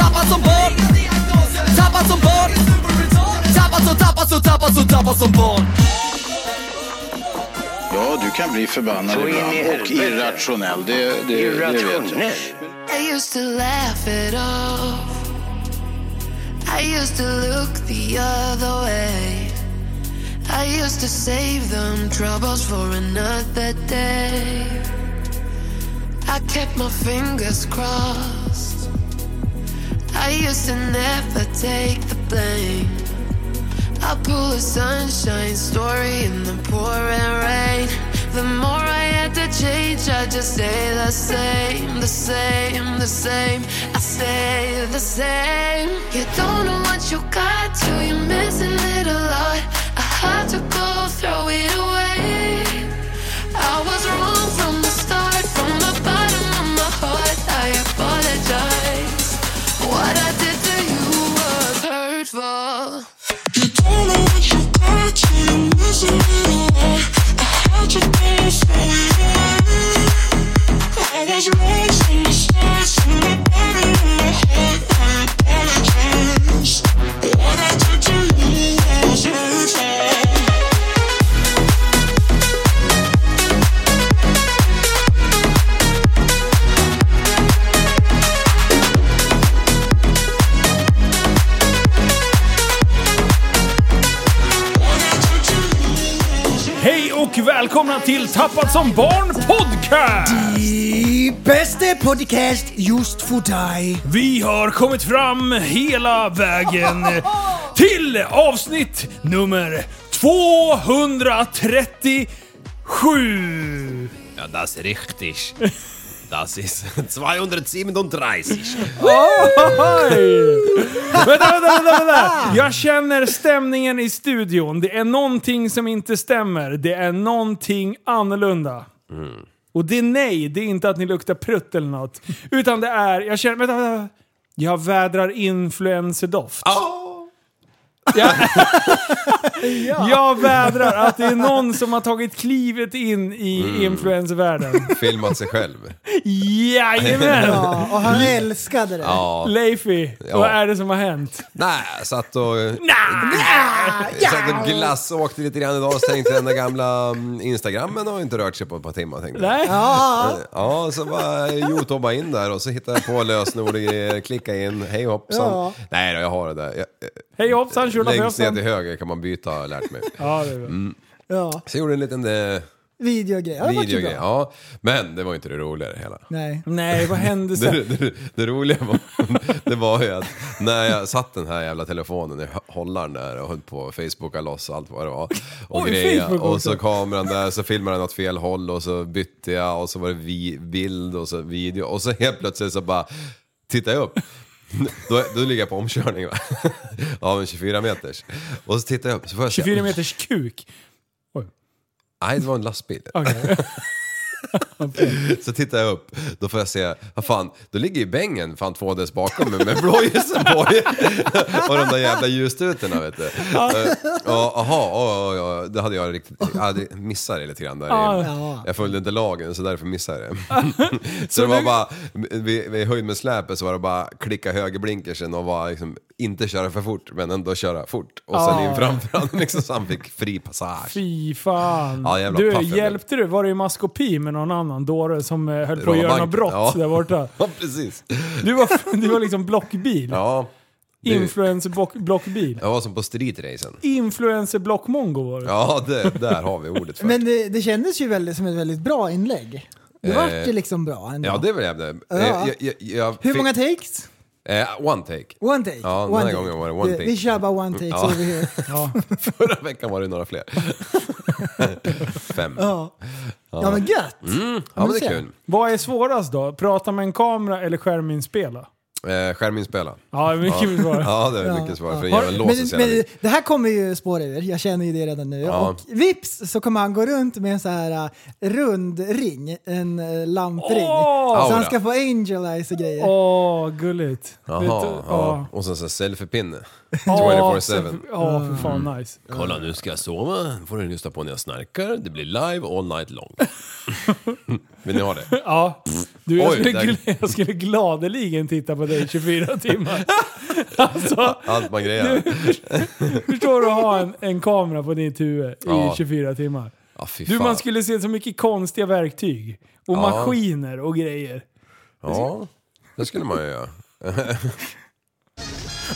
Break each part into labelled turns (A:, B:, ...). A: Tappad som barn Tappad som barn Tappad som, tappad som, tappad som, tappad som barn
B: Ja, du kan bli förbannad
C: Så in i
B: ibland och
C: helvete.
B: irrationell. Det, det, det vet jag.
C: Irrationell.
D: I used to laugh it off. I used to look the other way. I used to save them troubles for another day. I kept my fingers crossed. I used to never take the blame. I pull a sunshine story in the pouring rain. The more I had to change, I just stay the same, the same, the same. I stay the same. You don't know what you got till you're missing it a lot. I had to go throw it away. I was wrong from the start, from the bottom of my heart. I apologize. What I did to you was hurtful.
E: You don't know what you've got till you're missing it all. I had you there, so I was raised in the stars, in the bottom of my heart. I apologize. What I did to you was hurtful. What I did to you was
F: Hej och välkomna till Tappat som barn podcast!
G: Die beste Podcast just för dig.
F: Vi har kommit fram hela vägen till avsnitt nummer 237.
H: Ja, das ist richtig. Das ist 237.
F: Vänta, vänta, vänta, vänta! Jag känner stämningen i studion. Det är någonting som inte stämmer. Det är någonting annorlunda.
G: Mm.
F: Och det är nej, det är inte att ni luktar prutt eller något. Utan det är, jag känner, vänta, vänta. vänta. Jag vädrar influencerdoft. Ja. Jag vädrar att det är någon som har tagit klivet in i
G: Mm.
F: influencervärlden.
H: Filmat sig själv.
F: Jajamän!
G: Ja, och han älskade det.
H: Ja.
F: Leify,
H: Ja.
F: vad är det som har hänt?
H: Nej, jag satt och,
F: Nej!
H: jag satt och glassåkte lite grann idag och tänkte den där gamla mm, Instagrammen har ju inte rört sig på ett par timmar. Tänkte. jag.
F: Nej.
G: Ja,
H: Ja, så bara youtubea in där och så hittade jag på lösenord och grejer, klicka in, hej hoppsan.
G: Ja.
H: Nej då, jag har det där. Jag,
F: Hej hoppsan
H: jag, längst ner
F: tjolafjösen!
H: till Mm. höger kan man byta har jag lärt mig.
F: Ja, det är bra.
G: ja.
H: Så jag gjorde en liten eh,
G: Videogrej. Ja, det var ju
H: videogrej.
G: bra.
H: Ja, men det var ju inte det roliga i det hela.
G: Nej.
F: Nej, vad hände sen?
H: Det, det, det roliga var, det var ju att när jag satt den här jävla telefonen i hållaren där och höll på att facebooka loss och allt vad det var. Och,
F: Oj,
H: grejer.
F: Facebook
H: och
F: också.
H: så kameran där, så filmade den åt fel håll och så bytte jag och så var det vi, bild och så video och så helt plötsligt så bara tittade jag upp. Då, då ligger jag på omkörning va? Av en 24 meters. Och så tittar jag upp så får jag se.
F: 24 meters kuk.
H: Nej, det var en lastbil.
F: Okej.
H: Så tittar jag upp, då får jag se, vad fan, då ligger ju bängen fan två dess bakom mig med blåljusen på ju. Och de där jävla ljusstutorna vet du. Eh, Ja, aha, ja, ja, ja, det hade jag riktigt, jag hade missat det lite grann där.
G: Ja.
H: Jag följde inte lagen så därför missade jag det. Så det var bara, vid, vid höjd med släpet så var det bara klicka högerblinkersen och bara liksom, inte köra för fort men ändå köra fort. Och sen in framför honom liksom så han fick fri passage.
F: Fy fan.
H: Ja, jävla
F: du,
H: paff jag blev.
F: hjälpte du? Var det i maskopi med någon annan dåre som eh, höll på att
H: Råna
F: göra något
H: banken,
F: brott
H: ja.
F: där borta?
H: Ja, precis.
F: Du var, du var liksom blockbil.
H: Ja. det-
F: Influencer-blockbil.
H: Jag var som på streetracen.
F: Influencer-blockmongo var det.
H: Ja, det, där har vi ordet för.
G: Men det, det kändes ju väldigt, som ett väldigt bra inlägg. Det vart ju liksom bra ändå.
H: Eh, ja, det är väl jävla...
G: Ja.
H: Eh, Jag, jag, jag
G: Hur
H: fick-
G: många takes?
H: Eh, one take.
G: One take.
H: Ja, den
G: one
H: här
G: take.
H: gången var det one
G: Vi-
H: take.
G: Vi kör bara one takes
H: Ja.
G: over here.
H: Förra veckan var det några fler. Fem. Ja,
G: Ja. ja, men gött.
H: men det
G: ser.
H: är kul.
F: Vad är svårast då? Prata med en kamera eller skärminspela?
H: Eh, skärminspelad.
F: Ja, mycket ja. svar.
H: Ja, det är mycket svar för det
G: Har-
H: jäveln låser sig
G: men,
H: hela
G: men
H: tiden.
G: det här kommer ju spåra ur, jag känner ju det redan nu.
H: Ja.
G: Och vips så kommer han gå runt med en så här uh, rund ring, en uh, lampring.
F: Åh!
G: Så han
H: Aura.
G: ska få angel eyes och grejer.
F: Åh, gulligt.
H: Jaha,
F: Vet du-
H: ja. Och sen så selfiepinne.
F: Ja,
H: 24/7.
F: så- Ja, för
G: Mm.
F: fan nice.
H: Kolla nu ska jag sova, får du lyssna på när jag snarkar. Det blir live all night long. Vill ni ha det?
F: Ja. Du, jag,
H: Oj,
F: skulle,
H: där-
F: gl- jag skulle gladeligen titta på dig 24 timmar. Alltså,
H: Allt man grejer.
F: förstår du att ha en, en kamera på ditt huvud i
H: Ja.
F: 24 timmar?
H: Ja, fy
F: Du,
H: fan.
F: man skulle se så mycket konstiga verktyg. Och
H: Ja.
F: maskiner och grejer.
H: Ja, det skulle man ju göra.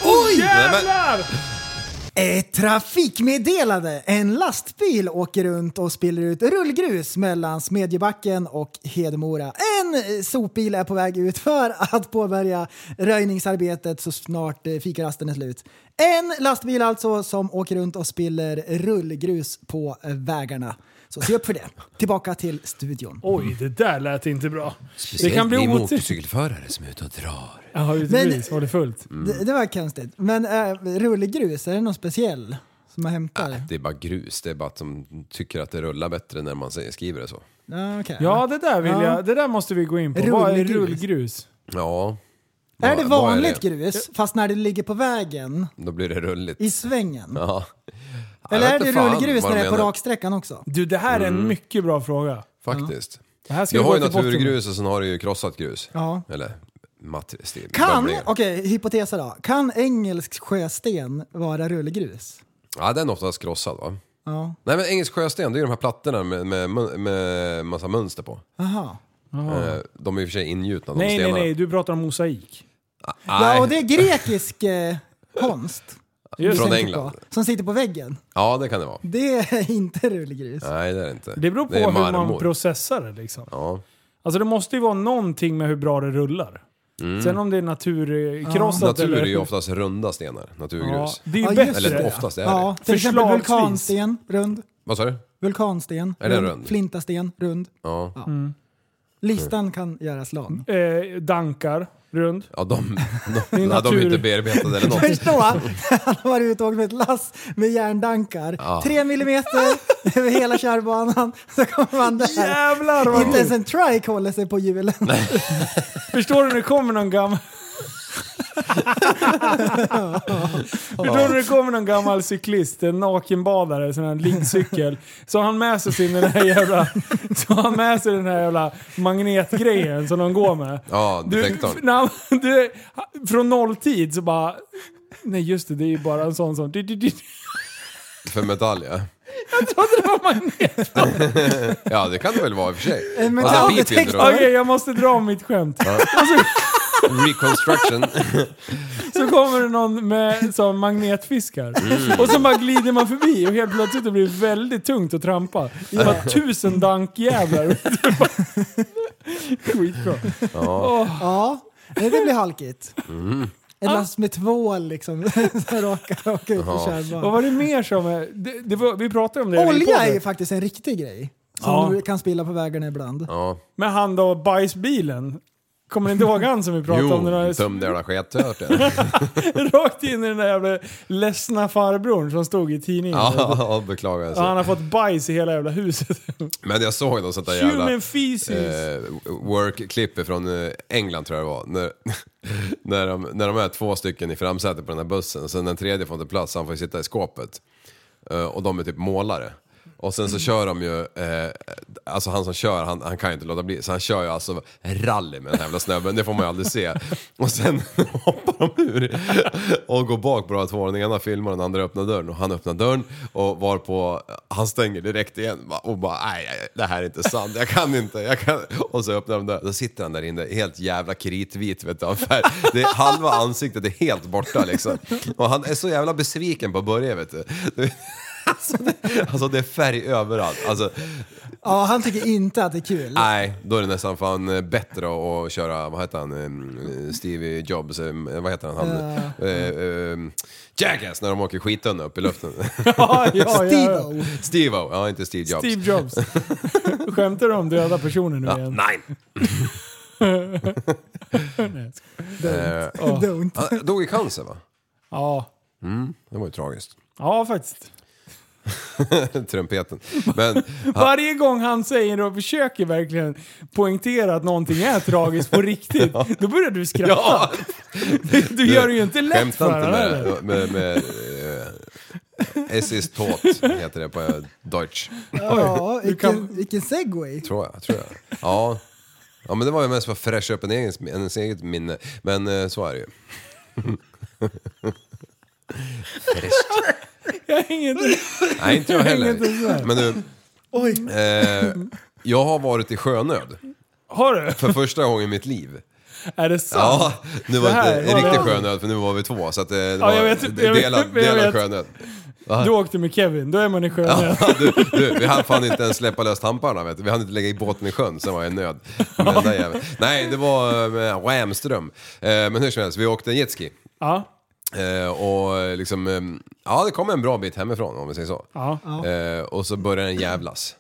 G: Oj!
F: Jävlar!
G: Ett trafikmeddelande! Eh, En lastbil åker runt och spiller ut rullgrus mellan Smedjebacken och Hedemora. En eh, sopbil är på väg ut för att påbörja röjningsarbetet så snart eh, fikarasten är slut. En lastbil alltså som åker runt och spiller rullgrus på eh, vägarna. Så se upp för det. Tillbaka till studion.
F: Oj, det där lät inte bra. det kan bli otur.
H: motorcykelförare som är ute och drar.
F: Ja,
G: Men-
F: utevis var det fullt.
H: Mm.
G: Det, det var konstigt. Men äh, rullgrus, är det något speciell som man hämtar?
H: Det är bara grus, det är bara att de tycker att det rullar bättre när man säger- skriver det så.
G: Ah, okej.
F: Ja, det där vill
G: Ja.
F: jag. Det där måste vi gå in på. Vad är
G: Rullgrus.
F: rullgrus?
H: Ja.
G: Är det
H: Vad- vad är
G: vanligt
H: det?
G: grus, fast när det ligger på vägen
H: Då blir det rulligt.
G: i svängen?
H: Ja.
G: Eller
H: Jag
G: är
H: vet
G: det
H: inte fan
G: rullgrus
H: vad
G: när
H: de
G: det är på
H: menar.
G: raksträckan också?
F: Du, det här är en mycket bra fråga.
H: Faktiskt.
F: Det här ska
H: Du
F: vi
H: Mm. har ju
F: gå till botten med.
H: naturgrus och sen har du ju krossat grus.
G: Ja.
H: Eller matristil.
G: Kan, okej, hypoteser då. Kan engelsk sjösten vara rullgrus?
H: Ja, den är oftast krossad va?
G: Ja,
H: Nej men engelsk sjösten, det är ju de här plattorna med, med, med massa mönster på.
G: aha.
H: Eh, De är i och för sig ingjutna de
F: Nej, nej,
H: stenarna.
F: nej. Du pratar om mosaik.
G: Ja, och det är grekisk eh, konst.
F: Just
H: Från
F: det.
G: tänker jag
H: England.
G: på, Som sitter på väggen.
H: Ja, det kan det vara.
G: Det är inte rullgrus.
H: Nej, det är det inte.
F: Det beror på
H: är
F: hur man
H: marmor.
F: processar det liksom.
H: Ja.
F: Alltså det måste ju vara någonting med hur bra det rullar. Sen om det är naturkrossat
H: Mm. Natur är ju
F: eller...
H: oftast runda stenar,
F: Ja,
H: naturgrus.
F: det är ju
G: Ja, Ah, just
F: bättre.
H: Eller oftast är det.
G: Ja, till exempel
F: Förslagsvis.
G: vulkansten, rund.
H: Vad sa du?
G: Vulkansten,
H: Är den
G: rund.
H: rund?
G: Flintasten, rund.
H: Ja.
F: Mm.
G: Listan kan göras lång.
F: Eh, dankar, rund.
H: Ja, de,
F: är
H: de, nej, de är
F: natur.
H: inte bearbetade eller något.
G: Förstå, han har varit ute och åkt med ett lass med järndankar. Tre millimeter över hela körbanan. Så kommer man där.
F: Jävlar vad
G: Inte ens
F: kul.
G: en trike håller sig på hjulen.
F: Förstår du när det kommer någon gammal... Förstår du när det kommer någon gammal cyklist, en nakenbadare, sån här liggcykel. Så har han med sig sin den här jävla... Så har han med sig den här jävla magnetgrejen som de går med.
H: Ja,
F: Du,
H: detektorn.
F: när han, du, från nolltid så bara... Nej just det, det är ju bara en sån som... Du, du, du,
H: För metall, ja.
F: trodde det var magnet.
H: Ja, det kan det väl vara i och för sig.
G: En
H: Fast det piper ju inte
G: metalldetektor.
H: då.
F: Okej, jag måste dra om mitt skämt.
H: Reconstruction.
F: Så kommer det någon med som magnetfiskar.
H: Mm.
F: Och så bara glider man förbi och helt plötsligt det blir väldigt tungt att trampa. Det var tusen dankjävlar. Skitbra.
G: Ja, det blir halkigt. Ett lass med tvål liksom. Som råkar åka ut på
F: Vad
G: körbanan.
F: var det mer som... är- Det, det var, vi pratade om det i
G: Olja
F: podden.
G: är ju faktiskt en riktig grej. Som
F: Ja.
G: du kan spilla på vägarna ibland.
H: Ja.
F: Med han då, bajsbilen. Kommer ni inte ihåg han som vi pratade om? Den
H: Jo,
F: här
H: tömde jävla skethörten.
F: Rakt in i den där jävla ledsna farbrorn som stod i tidningen.
H: Ja, alltså. beklagar
F: Ja, han
H: sig.
F: har fått bajs i hela jävla huset.
H: Men jag såg något sånt där jävla...
F: Human feces.
H: eh, work-klipp från eh, England tror jag det var. När, när, de, när de är två stycken i framsätet på den här bussen och sen den tredje får inte plats, han får ju sitta i skåpet. Eh, och de är typ målare. Och sen så kör de ju, eh, alltså han som kör, han, han kan ju inte låta bli, så han kör ju alltså rally med den här jävla snubben, det får man ju aldrig se. Och sen hoppar de ur och går bak på de här två, den ena filmar den andra öppnar dörren och han öppnar dörren och var på han stänger direkt igen va, och bara nej, nej, det här är inte sant, jag kan inte, jag kan Och så öppnar de dörren, då sitter han där inne helt jävla kritvit vet du, av färg. Det är, halva ansiktet är helt borta liksom. Och han är så jävla besviken på Börje vet du. Alltså det, alltså det är färg överallt. Alltså,
G: Ja, han tycker inte att det är kul.
H: nej, då är det nästan fan eh, bättre att att köra, vad heter han, eh, Stevie Jobs, eh, vad heter han, han eh, eh, Jackass när de åker skittunna upp i luften.
F: Ja, ja, ja.
G: Steve-O.
H: Steve-O, ja inte Steve Jobs.
F: Steve Jobs.
H: eh.
F: Skämtar du om döda personer nu
H: Ja,
F: igen?
H: nej! Eh,
G: Don't.
H: Han dog i cancer va?
F: Ja.
H: Det var ju tragiskt.
F: Ja, faktiskt.
H: Trumpeten. Men
F: Varje gång han säger och försöker verkligen poängtera att någonting är tragiskt på riktigt, då börjar du skratta.
H: ja,
F: Du gör det ju inte lätt för
H: Skämta inte
F: honom. eller?
H: med, med, med eh, Es ist tot heter det på eh, Deutsch.
G: Ja, vilken,
F: kan-
G: vilken segway.
H: Tror jag, tror jag. Ja. ja, men det var ju mest för att fräscha upp en egen, ens eget minne. Men eh, så är det ju. Fräscht.
F: Jag har ingenting.
H: Nej, inte jag
F: Inget att
H: heller.
F: säga.
H: Men du,
G: Oj,
H: eh, jag har varit i sjönöd
F: Har du?
H: för första gången i mitt liv.
F: Är det sant?
H: Ja, nu var
F: Det här
H: det inte
F: var
H: riktigt
F: det.
H: sjönöd för nu var vi två så att eh, det
F: Ja,
H: var
F: jag vet, jag vet,
H: delad,
F: jag
H: delad
F: vet.
H: sjönöd.
F: Du åkte med Kevin, då är man i sjön igen.
H: Ja, du, du, vi hann fan inte ens släppa lös tamparna vet du. Vi hann inte lägga i båten i sjön, sen var jag i nöd. Den där jäveln. Nej, det var eh, Whamström. Eh, men hur som helst, vi åkte jetski.
F: Ja.
H: Eh, och liksom, eh, ja det kom en bra bit hemifrån om vi säger så.
F: Ja.
H: Eh, och så började den jävlas.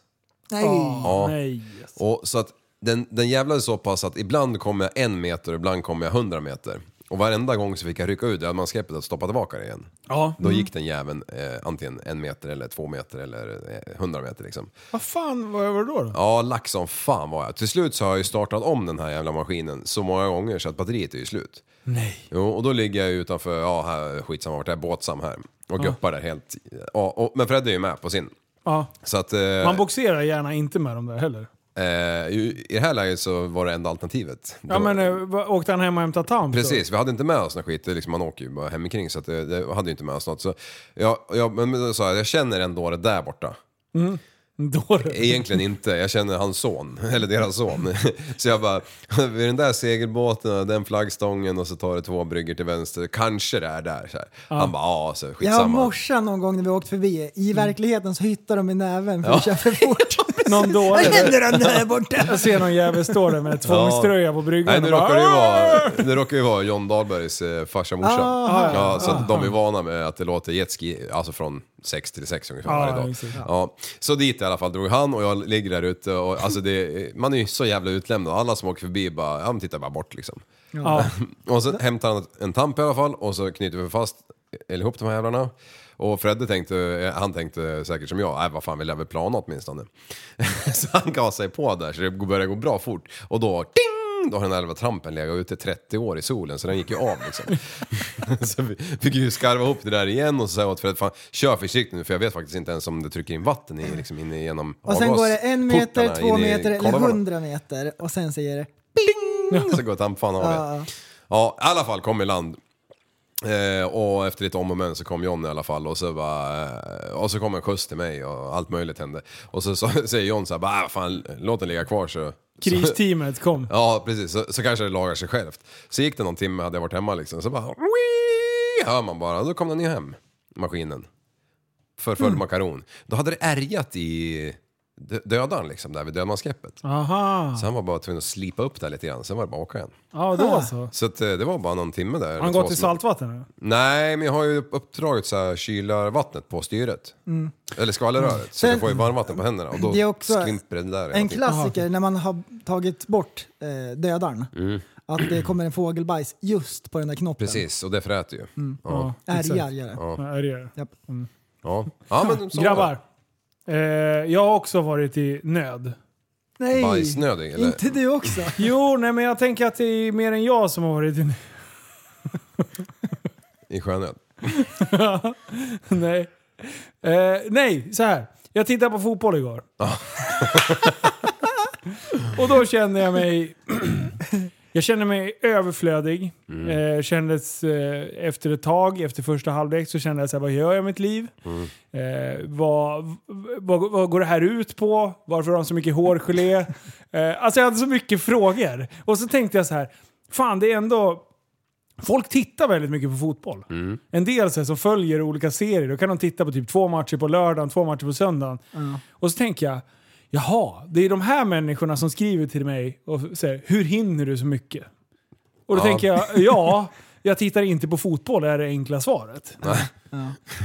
G: nej.
H: Ja.
F: Nej.
H: Och så att den, den jävlades så pass att ibland kom jag en meter och ibland kom jag hundra meter. Och varenda gång så fick jag rycka ut diamantskreppet och stoppa tillbaka det igen.
F: Ja. Mm.
H: Då gick den jäveln eh, antingen en meter eller två meter eller eh, hundra meter liksom.
F: Vad fan vad var det då? då?
H: Ja, lack som fan var jag. Till slut så har jag ju startat om den här jävla maskinen så många gånger så att batteriet är ju slut.
F: Nej.
H: Jo, och då ligger jag ju utanför, ja här, skitsamma vart det är, Båtsam här. Och guppar där helt. Ja, och, men Fred är ju med på sin.
F: Ja.
H: Så att... Eh,
F: Man boxerar gärna inte med dem där heller.
H: eh, I i det här läget så var det enda alternativet.
F: Ja
H: Då-
F: men eh, vad- åkte han hem och hämtade tamp? då?
H: Precis, vi hade inte med oss någon skit. Det är Liksom, man åker ju bara hemikring så att det, det hade ju inte med oss något. Så jag, jag, men då sa jag, jag känner ändå det där borta.
F: Då.
H: Egentligen inte, jag känner hans son, eller deras son. Så jag bara, vid den där segelbåten och den flaggstången och så tar det två bryggor till vänster, kanske det är där. Så här. Han bara, ja så
G: Jag har
H: skitsamma.
G: morsan någon gång när vi åkt förbi. I
H: Mm.
G: verkligheten så hittar de i näven för att köra för fort.
F: Någon
G: Vad
F: dåre.
G: händer den där borta?
F: Jag ser någon jävel stå där med en tvångströja på
H: Nej,
F: bryggan
H: nu
F: och bara,
H: råkar det ju vara, det råkar ju vara John Dahlbergs eh, farsa och morsa.
G: Ah,
H: ja, så att de är vana med att det låter jetski, alltså från 6 till 6 ungefär
F: Ja,
H: varje dag.
F: exakt.
H: Ja, så dit i alla fall drog han och jag ligger där ute och alltså det, man är ju så jävla utlämnad. Alla som åker förbi bara, ja men tittar bara bort liksom.
F: Ja.
H: Och så hämtar han en tamp i alla fall och så knyter vi fast eller ihop de här jävlarna. Och Fredde tänkte, eh, han tänkte säkert som jag, äh, vad fan vi lär väl plana åtminstone. så han gasade på där så det började gå bra fort. Och då, ding! Då har den här jävla trampen legat ute 30 år i solen så den gick ju av liksom. så vi fick ju skarva ihop det där igen och så sa jag åt Fred, fan kör försiktigt nu för jag vet faktiskt inte ens om det trycker in vatten i, liksom, in genom
G: Och sen går det en meter,
H: avgasportarna
G: två
H: in i
G: meter eller
H: kolvarna.
G: hundra meter och sen säger det
H: Så går tampfan av det. Mm. Ja, i alla fall kom i land. Eh, och efter lite om och men så kom John i alla fall och så, bara, eh, och så kom en skjuts till mig och allt möjligt hände. Och så, så säger John så här, bara, "Ah, fan, låt den ligga kvar så... så
F: Kristeamet kom.
H: ja, precis. Så, så kanske det lagar sig självt. Så gick det någon timme, hade jag varit hemma liksom, så bara... "Wii!" Hör man bara, då kom den ju hem, maskinen. För full makaron. Då hade det ärgat i dö- dödaren liksom, där vid dödmanskreppet.
F: Aha.
H: Så han var bara tvungen att slipa upp där lite grann, sen var det bara att åka igen.
F: Ja då så.
H: Så att, eh, det var bara någon timme där.
F: Har han
H: Två
F: gått i
H: som-
F: saltvatten nu?
H: Nej, men jag har ju uppdraget så här, kylar vattnet på styret.
F: Mm.
H: Eller skvallerröret. Så
G: Sen-
H: jag får ju varmvatten på händerna och då
G: Det är också
H: skvimper den där.
G: en
H: hela tiden.
G: klassiker när man har tagit bort eh, dödaren. Att det kommer en fågelbajs just på den där knoppen.
H: Mm. Precis, och det fräter ju.
F: Mm.
H: Ja.
F: Ja.
G: Ärgar
F: exakt.
G: gör det.
F: Ja, är det det?
G: Japp.
H: Ja. ja, men så var det.
F: Grabbar. Eh, jag har också varit i nöd.
G: Nej,
H: Bajsnödig, eller?
G: inte du också?
F: Jo, nej men jag tänker att det är mer än jag som har varit i nöd.
H: I sjönöd.
F: Nej. Eh, nej, så här. Jag tittade på fotboll igår. och då kände jag mig... jag kände mig överflödig. Eh, kändes, eh, efter ett tag, efter första halvlek, så kände jag så här, vad gör jag med mitt liv? Eh, vad, v- vad, vad går det här ut på? Varför har de så mycket hårgelé? Eh, alltså jag hade så mycket frågor. Och så tänkte jag så här, fan det är ändå... Folk tittar väldigt mycket på fotboll. En del så här, som följer olika serier, då kan de titta på typ två matcher på lördagen, två matcher på söndagen. Och så tänker jag, jaha, det är de här människorna som skriver till mig och säger “Hur hinner du så mycket?” Och då
H: Ja.
F: tänker jag, ja, jag tittar inte på fotboll är det enkla svaret.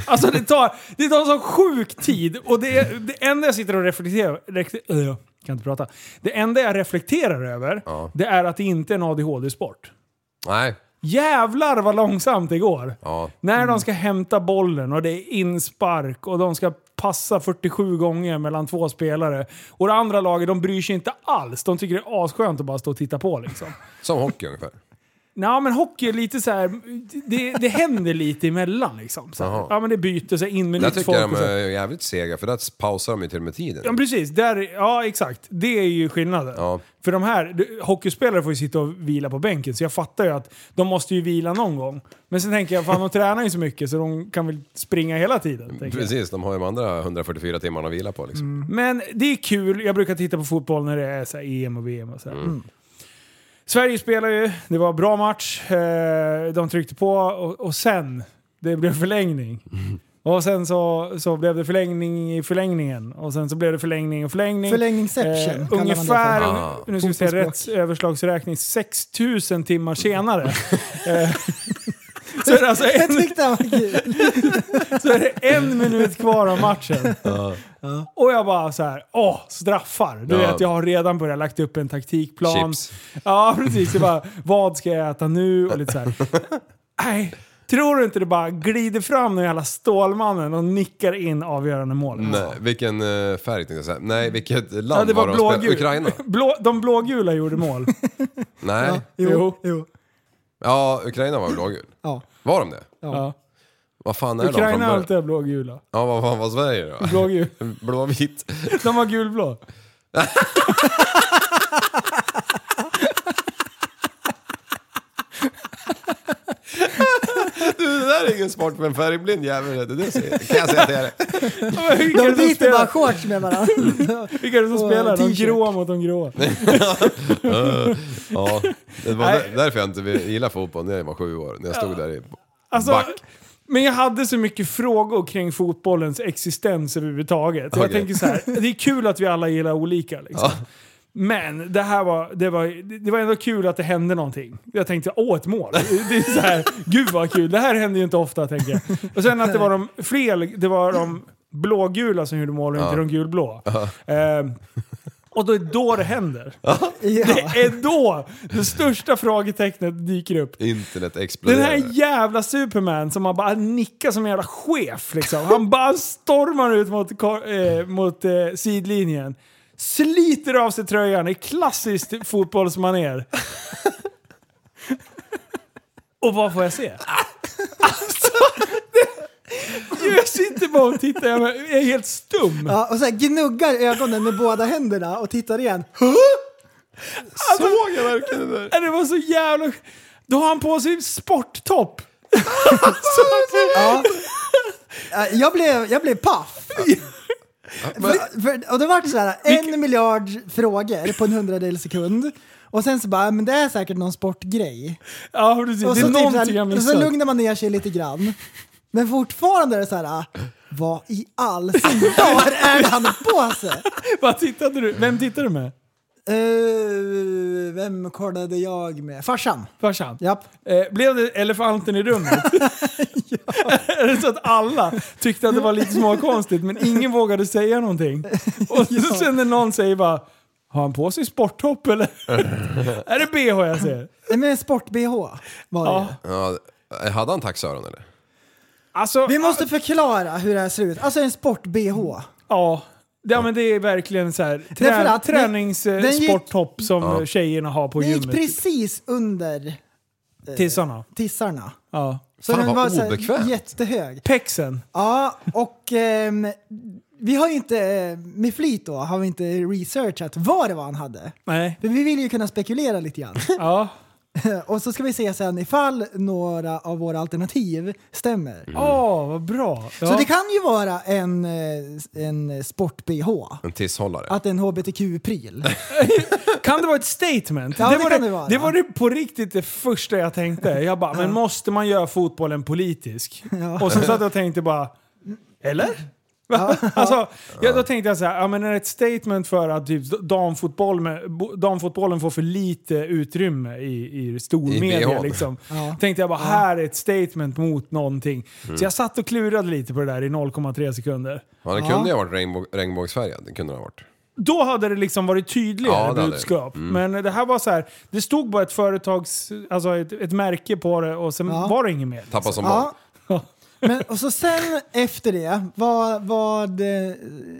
F: Alltså det tar, det tar så sjuk tid och det, det enda jag sitter och reflekterar, rekt- eh, Kan inte prata. Det enda jag reflekterar över, det är att det inte är en ADHD-sport.
H: Nej.
F: Jävlar vad långsamt det går.
H: Ja. Mm.
F: När de ska hämta bollen och det är inspark och de ska passa 47 gånger mellan två spelare. Och det andra laget, de bryr sig inte alls. De tycker det är asskönt att bara stå och titta på liksom.
H: Som hockey ungefär.
F: Nej, men hockey är lite så här. Det, det händer lite emellan liksom. Så här.
H: Jaha.
F: Ja, men det byter sig in med
H: Där
F: nytt
H: tycker
F: folk.
H: jag de
F: och så här.
H: är jävligt sega för där pausar de ju till och med tiden.
F: Ja, men precis. Där, ja, exakt. Det är ju skillnaden.
H: Ja.
F: För de här, du- hockeyspelare får ju sitta och vila på bänken, så jag fattar ju att de måste ju vila någon gång. Men sen tänker jag, fan de tränar ju så mycket så de kan väl springa hela tiden. tänker jag. Mm.
H: Precis, de har ju de andra 144 timmarna att vila på liksom.
F: Men det är kul. Jag brukar titta på fotboll när det är så här EM och VM och så här. Mm. Sverige spelar ju, det var en bra match. Eh, De tryckte på och, och sen, det blev förlängning. Och sen så, så blev det förlängning i förlängningen. Och sen så blev det förlängning och förlängning. Eh,
G: Förlängningsception kallar man det
F: ungefär,
G: för.
H: Ah.
F: nu ska vi säga
G: Fotbollsspråk.
F: rätt överslagsräkning, 6000 timmar senare. Eh, så är det alltså
G: Jag
F: en,
G: tyckte han var kul.
F: så är det en minut kvar av matchen. Och jag bara så här, åh, straffar. Du
H: Ja.
F: vet, jag har redan börjat lagt upp en taktikplan.
H: Chips.
F: Ja, precis. Jag bara, vad ska jag äta nu? Och lite så här. Nej, tror du inte det bara glider fram den jävla Stålmannen och nickar in avgörande målet?
H: Nej, vilken eh, färg tänkte jag säga. Nej, vilket land
F: Ja, det var
H: de spelade?
F: blågul.
H: Ukraina?
F: Blå, de blågula gjorde mål.
H: Nej.
F: Jo.
G: Jo, jo.
H: Ja, Ukraina var väl blågul?
G: Ja.
H: Var de det?
F: Ja.
H: Vad fan är de
F: Ukraina
H: från
F: har
H: början?
F: alltid är blågula.
H: Ja, vad fan var Sverige då?
F: Blågul.
H: Blåvitt.
F: De var gulblå.
H: Det där är ingen sport för en färgblind jävel. Det, är det jag säger. kan jag säga till er.
F: Vilka är
G: De
F: det som
G: byter
F: spelar?
G: bara shorts med varandra.
F: Vilka är det som
G: och
F: spelar? De
G: t-shirt.
F: gråa mot de gråa.
H: Ja, det var
F: Nej.
H: där, därför jag inte gillade fotboll när jag var sju år. När jag stod där i
F: Alltså,
H: back.
F: Men jag hade så mycket frågor kring fotbollens existens överhuvudtaget. Så Jag
H: Okej.
F: tänker så här, det är kul att vi alla gillar olika. Liksom. Men det här var, det, var, det var ändå kul att det hände någonting. Jag tänkte, åh ett mål. Det är så här, gud vad kul, det här händer ju inte ofta tänker jag. Och sen att det var de fler, det var de blågula som gjorde mål och inte de gulblå. Ehm, och då är då det händer. Det
G: Ja.
F: är då det största frågetecknet dyker upp.
H: Internet
F: Den
H: exploderade.
F: här jävla Superman som man bara nickar som en jävla chef liksom. Han bara stormar ut mot, kor- eh, mot eh, sidlinjen. Sliter av sig tröjan i klassiskt fotbollsmanér. Och vad får jag se? Alltså, det görs inte bara att titta, jag är helt stum.
G: Ja, och så här gnuggar ögonen med båda händerna och tittar igen.
H: Såg jag verkligen det där?
F: Det var så jävla... Då har han på sig sporttopp.
G: Ja. Ja, Jag blev, jag blev paff. För, för, och det var så här, en miljard frågor på en hundradels sekund. Och sen så bara, men det är säkert någon sportgrej.
F: Ja, precis.
G: Och
F: Det
G: så,
F: är
G: typ så här-
F: någonting jag
G: och så
F: missat.
G: lugnar man ner sig lite grann. Men fortfarande är det så här, vad i all sin dar är det han har på sig?
F: Vad tittade du? Vem tittade du med?
G: Eh, vem kollade jag med? Farsan.
F: Farsan?
G: Japp.
F: Eh, blev det elefanten i rummet? Är det så att alla tyckte att det var lite småkonstigt men ingen vågade säga någonting? Och så sen när någon säger bara har han på sig sporttopp eller? är det bh jag ser?
G: Nej men sport-bh var det
F: Ja.
G: ju.
H: Ja, hade han taxöron eller?
F: Alltså,
G: Vi måste förklara hur det här ser ut. Alltså en sport-bh.
F: ja. Ja men det är verkligen så här,
G: Därför
F: trä,
G: att den- den gick-
F: träningssporttopp som tjejerna har på
G: Den gick
F: gymmet. typ.
G: precis under
F: Tissarna.
G: tissarna.
F: Ja.
G: Så
H: Fan, vad
G: den var så
H: obekvämt.
G: här jättehög.
F: Pexen.
G: Ja, och ehm, vi har ju inte, eh, med flit då, har vi inte researchat vad det var han hade.
F: Nej.
G: För vi vill ju kunna spekulera lite grann.
F: Ja.
G: och så ska vi se sen ifall några av våra alternativ stämmer.
F: Åh, vad bra. Mm. Ja.
G: Så det kan ju vara en, eh, en sport-bh.
H: En tisshållare?
G: Att det är en hbtq-pryl.
F: Kan det vara ett statement?
G: Ja, det
F: var
G: kan det vara.
F: var det på riktigt det första jag tänkte. Jag bara, men måste man göra fotbollen politisk?
G: Ja.
F: Och sen satt jag och tänkte bara, eller? Va? alltså, ja, då tänkte jag så här, ja, men är det ett statement för att typ, damfotboll med, bo- damfotbollen får för lite utrymme i, i stormedia?
H: BH.
F: Liksom.
G: Ja.
F: Tänkte jag bara, här är ett statement mot någonting. Så jag satt och klurade lite på det där i 0,3 sekunder.
H: Ja, den kunde ju ha varit regnbå- regnbågsfärgad. Den kunde den ha varit.
F: Då hade det liksom varit
H: Ja, det Mm.
F: tydligare
H: hade det.
F: budskap. Men det här var så här, det stod bara ett företags, alltså ett, ett märke på det och sen
G: Ja.
F: var det inget mer.
H: Tappa som barn.
G: Ja. Men, och så sen efter det, vad, vad eh,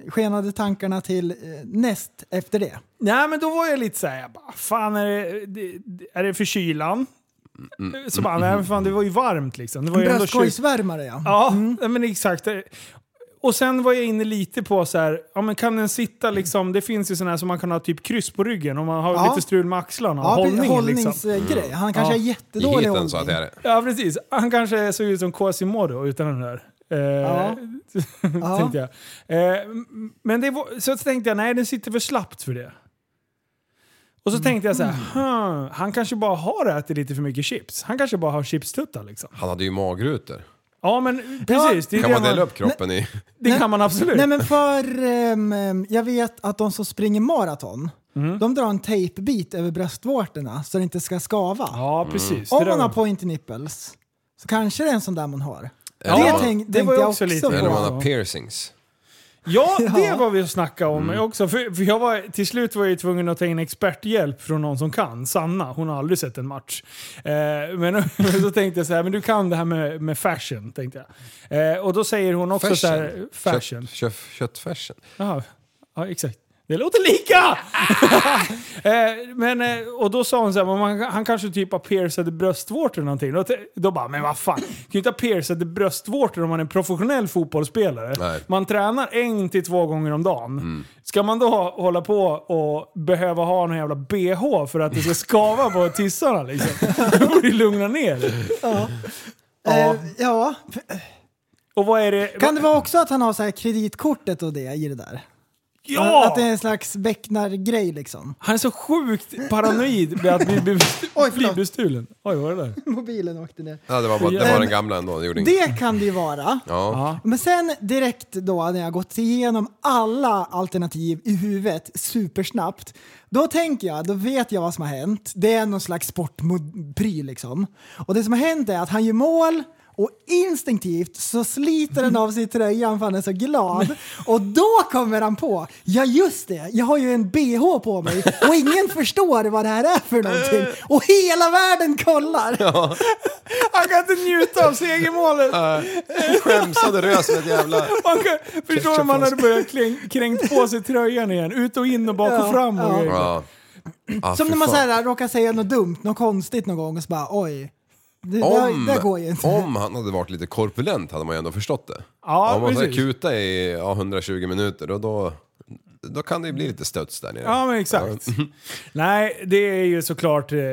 G: skenade tankarna till eh, näst efter det?
F: Nej men då var jag lite såhär, jag bara, fan är det, det, är det förkylan?
H: Mm.
F: Så bara, nej men fan det var ju varmt liksom. Det var ju ändå 20
G: Bröstkorgsvärmare ja.
F: Ja, nej, men exakt. Och sen var jag inne lite på så här, ja men kan den sitta liksom, det finns ju sådana här som man kan ha typ kryss på ryggen om man har
G: Ja.
F: lite strul med axlarna och
G: Ja,
F: hållningen
G: hållningsgrej.
F: liksom.
H: Mm.
G: Han kanske
F: Ja.
G: är
H: I
G: jättedålig
H: heaten så att det är det.
F: Ja precis, han kanske såg ut som Quasimodo utan den där. Eh,
G: Ja.
F: tänkte jag. Eh, m- men det var, så tänkte jag, nej den sitter för slappt för det. Och så tänkte jag så här,
G: Mm.
F: hmm, han kanske bara har ätit lite för mycket chips. Han kanske bara har chipstuttar liksom.
H: Han hade ju magrutor.
F: Ja men precis, det, är
H: Kan
F: det,
H: man dela
F: man,
H: upp kroppen i...
F: det kan man absolut.
G: Nej men för ehm, ehm, jag vet att de som springer maraton,
F: Mm.
G: de drar en tejpbit över bröstvårtorna så det inte ska skava.
F: Ja precis.
G: Om
F: det där
G: man har
F: var-
G: point nipples så kanske det är en sån där man har.
H: Ja,
G: det
H: eller-
G: tänk,
F: det
G: tänkte
F: var ju
G: jag
F: också
G: också,
F: lite-
G: på.
H: Eller om
F: man
H: han har piercings.
F: Ja, det
G: Ja. Mm.
F: var vi och snackade om också. För, för jag var, till slut var jag ju tvungen att ta in experthjälp från någon som kan. Sanna, hon har aldrig sett en match. Eh, men så tänkte jag så här, men du kan det här med, med fashion. Tänkte jag. Eh, och då säger hon också så här, fashion.
H: Kött, kött, köttfärsen.
F: Jaha. Ja, exakt. Det låter lika! eh, men, eh, och då sa hon så här, men man, han kanske typ har piercade bröstvårtor eller någonting. Då, t- då bara, men vad fan. Kan ju inte ha piercade bröstvårtor om man är en professionell fotbollsspelare.
H: Nej.
F: Man tränar en till två gånger om dagen. Ska man då ha- hålla på och behöva ha någon jävla bh för att det ska skava på tissarna liksom? Du borde ju lugna ner
G: Eh, ja.
F: Och vad är det?
G: Kan det vara också att han har så här kreditkortet och det i det där?
F: ja!
G: Att det är en slags becknargrej liksom.
F: Han är så sjukt paranoid med att bli, bli,
G: Oj, förlåt.
F: bli bestulen. Oj, vad var det där?
G: Mobilen åkte ner.
H: Ja, det var, bara, det var den gamla ändå. Det gjorde inget.
G: Det kan det ju vara.
H: Ja.
G: Men sen direkt då när jag gått igenom alla alternativ i huvudet supersnabbt. Då tänker jag, då vet jag vad som har hänt. Det är någon slags sportpryl liksom. Och det som har hänt är att han gör mål och instinktivt så sliter han av sig tröjan för han är så glad. Och då kommer han på, ja just det, jag har ju en bh på mig och ingen förstår vad det här är för någonting. Och hela världen kollar.
F: Han kan inte njuta av segermålet.
H: Skäms hade rös
F: alltså
H: som ett jävla...
F: Man kan, förstår du om han hade börjat kläng, kränkt på sig tröjan igen? Ut och in och bak och
G: Ja,
F: fram och
G: ja.
F: grejer.
H: Ja. Ah,
G: Som
H: fy
G: när man
H: fan.
G: så här, råkar säga något dumt, något konstigt någon gång och så bara oj. Det,
H: Om,
G: där, där går ju inte.
H: om han hade varit lite korpulent hade man ju ändå förstått det.
F: Ja,
H: om man hade
F: precis.
H: kuta i ja, 120 minuter då, då, då kan det ju bli lite stöts där nere.
F: Ja men exakt. Nej, det är ju såklart, eh, eh,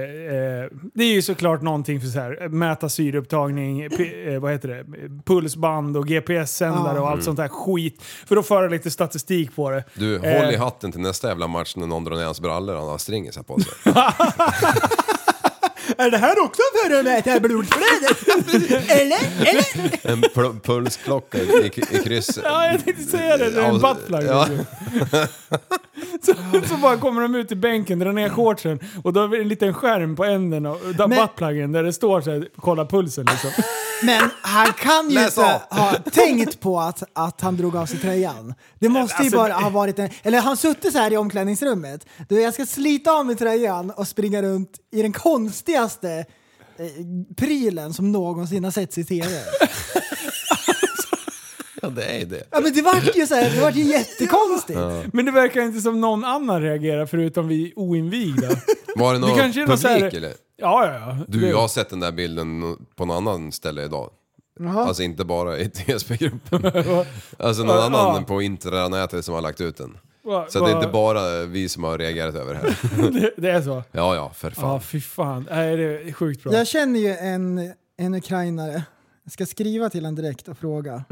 F: det är ju såklart någonting för så här, mäta syreupptagning, p- eh, vad heter det, pulsband och GPS-sändare
G: Ja.
H: Ah.
F: och allt sånt där skit. För att föra lite statistik på det.
H: Mm.
F: Eh,
H: Du, håll i hatten till nästa jävla match när någon drar ner hans brallor och han har stringers här på sig.
G: Är det här också för att mäta blodflödet? eller? Eller?
H: En pl- pulsklocka i, i, i krysset.
F: Ja, jag tänkte säga det. Det är en
H: Ja,
F: buttplug.
H: ja.
F: Så, så bara kommer de ut i bänken, drar ner shortsen och då är det en liten skärm på änden av där
G: Men-
F: buttpluggen där det står så här, kolla pulsen liksom.
G: Men han kan ju
H: Läs
G: inte
H: av.
G: ha tänkt på att, att han drog av sig tröjan. Det måste ju
F: Alltså,
G: bara ha varit en... Eller han suttit så här i omklädningsrummet. Du, jag ska slita av mig tröjan och springa runt i den konstigaste eh, prylen som någonsin har setts i tv.
H: ja, det är det.
G: Ja men det vart ju så här, det vart ju jättekonstigt.
F: Men det verkar inte som någon annan reagerar förutom vi oinvigda.
H: Var det någon
F: kanske är någon
H: publik
F: så här-
H: eller?
F: Ja, ja, ja.
H: Du, jag har sett den där bilden på någon annan ställe idag. Alltså inte bara i TSB-gruppen. Alltså någon
F: Ja.
H: annan på intranätet som har lagt ut den.
F: Va-
H: Så det är
F: va-
H: inte bara vi som har reagerat över det här.
F: Det, det är så?
H: Ja, ja, för
F: Ja,
H: fan.
F: fy fan. Nej, det är sjukt bra.
G: Jag känner ju en, en ukrainare. Jag ska skriva till honom direkt och fråga.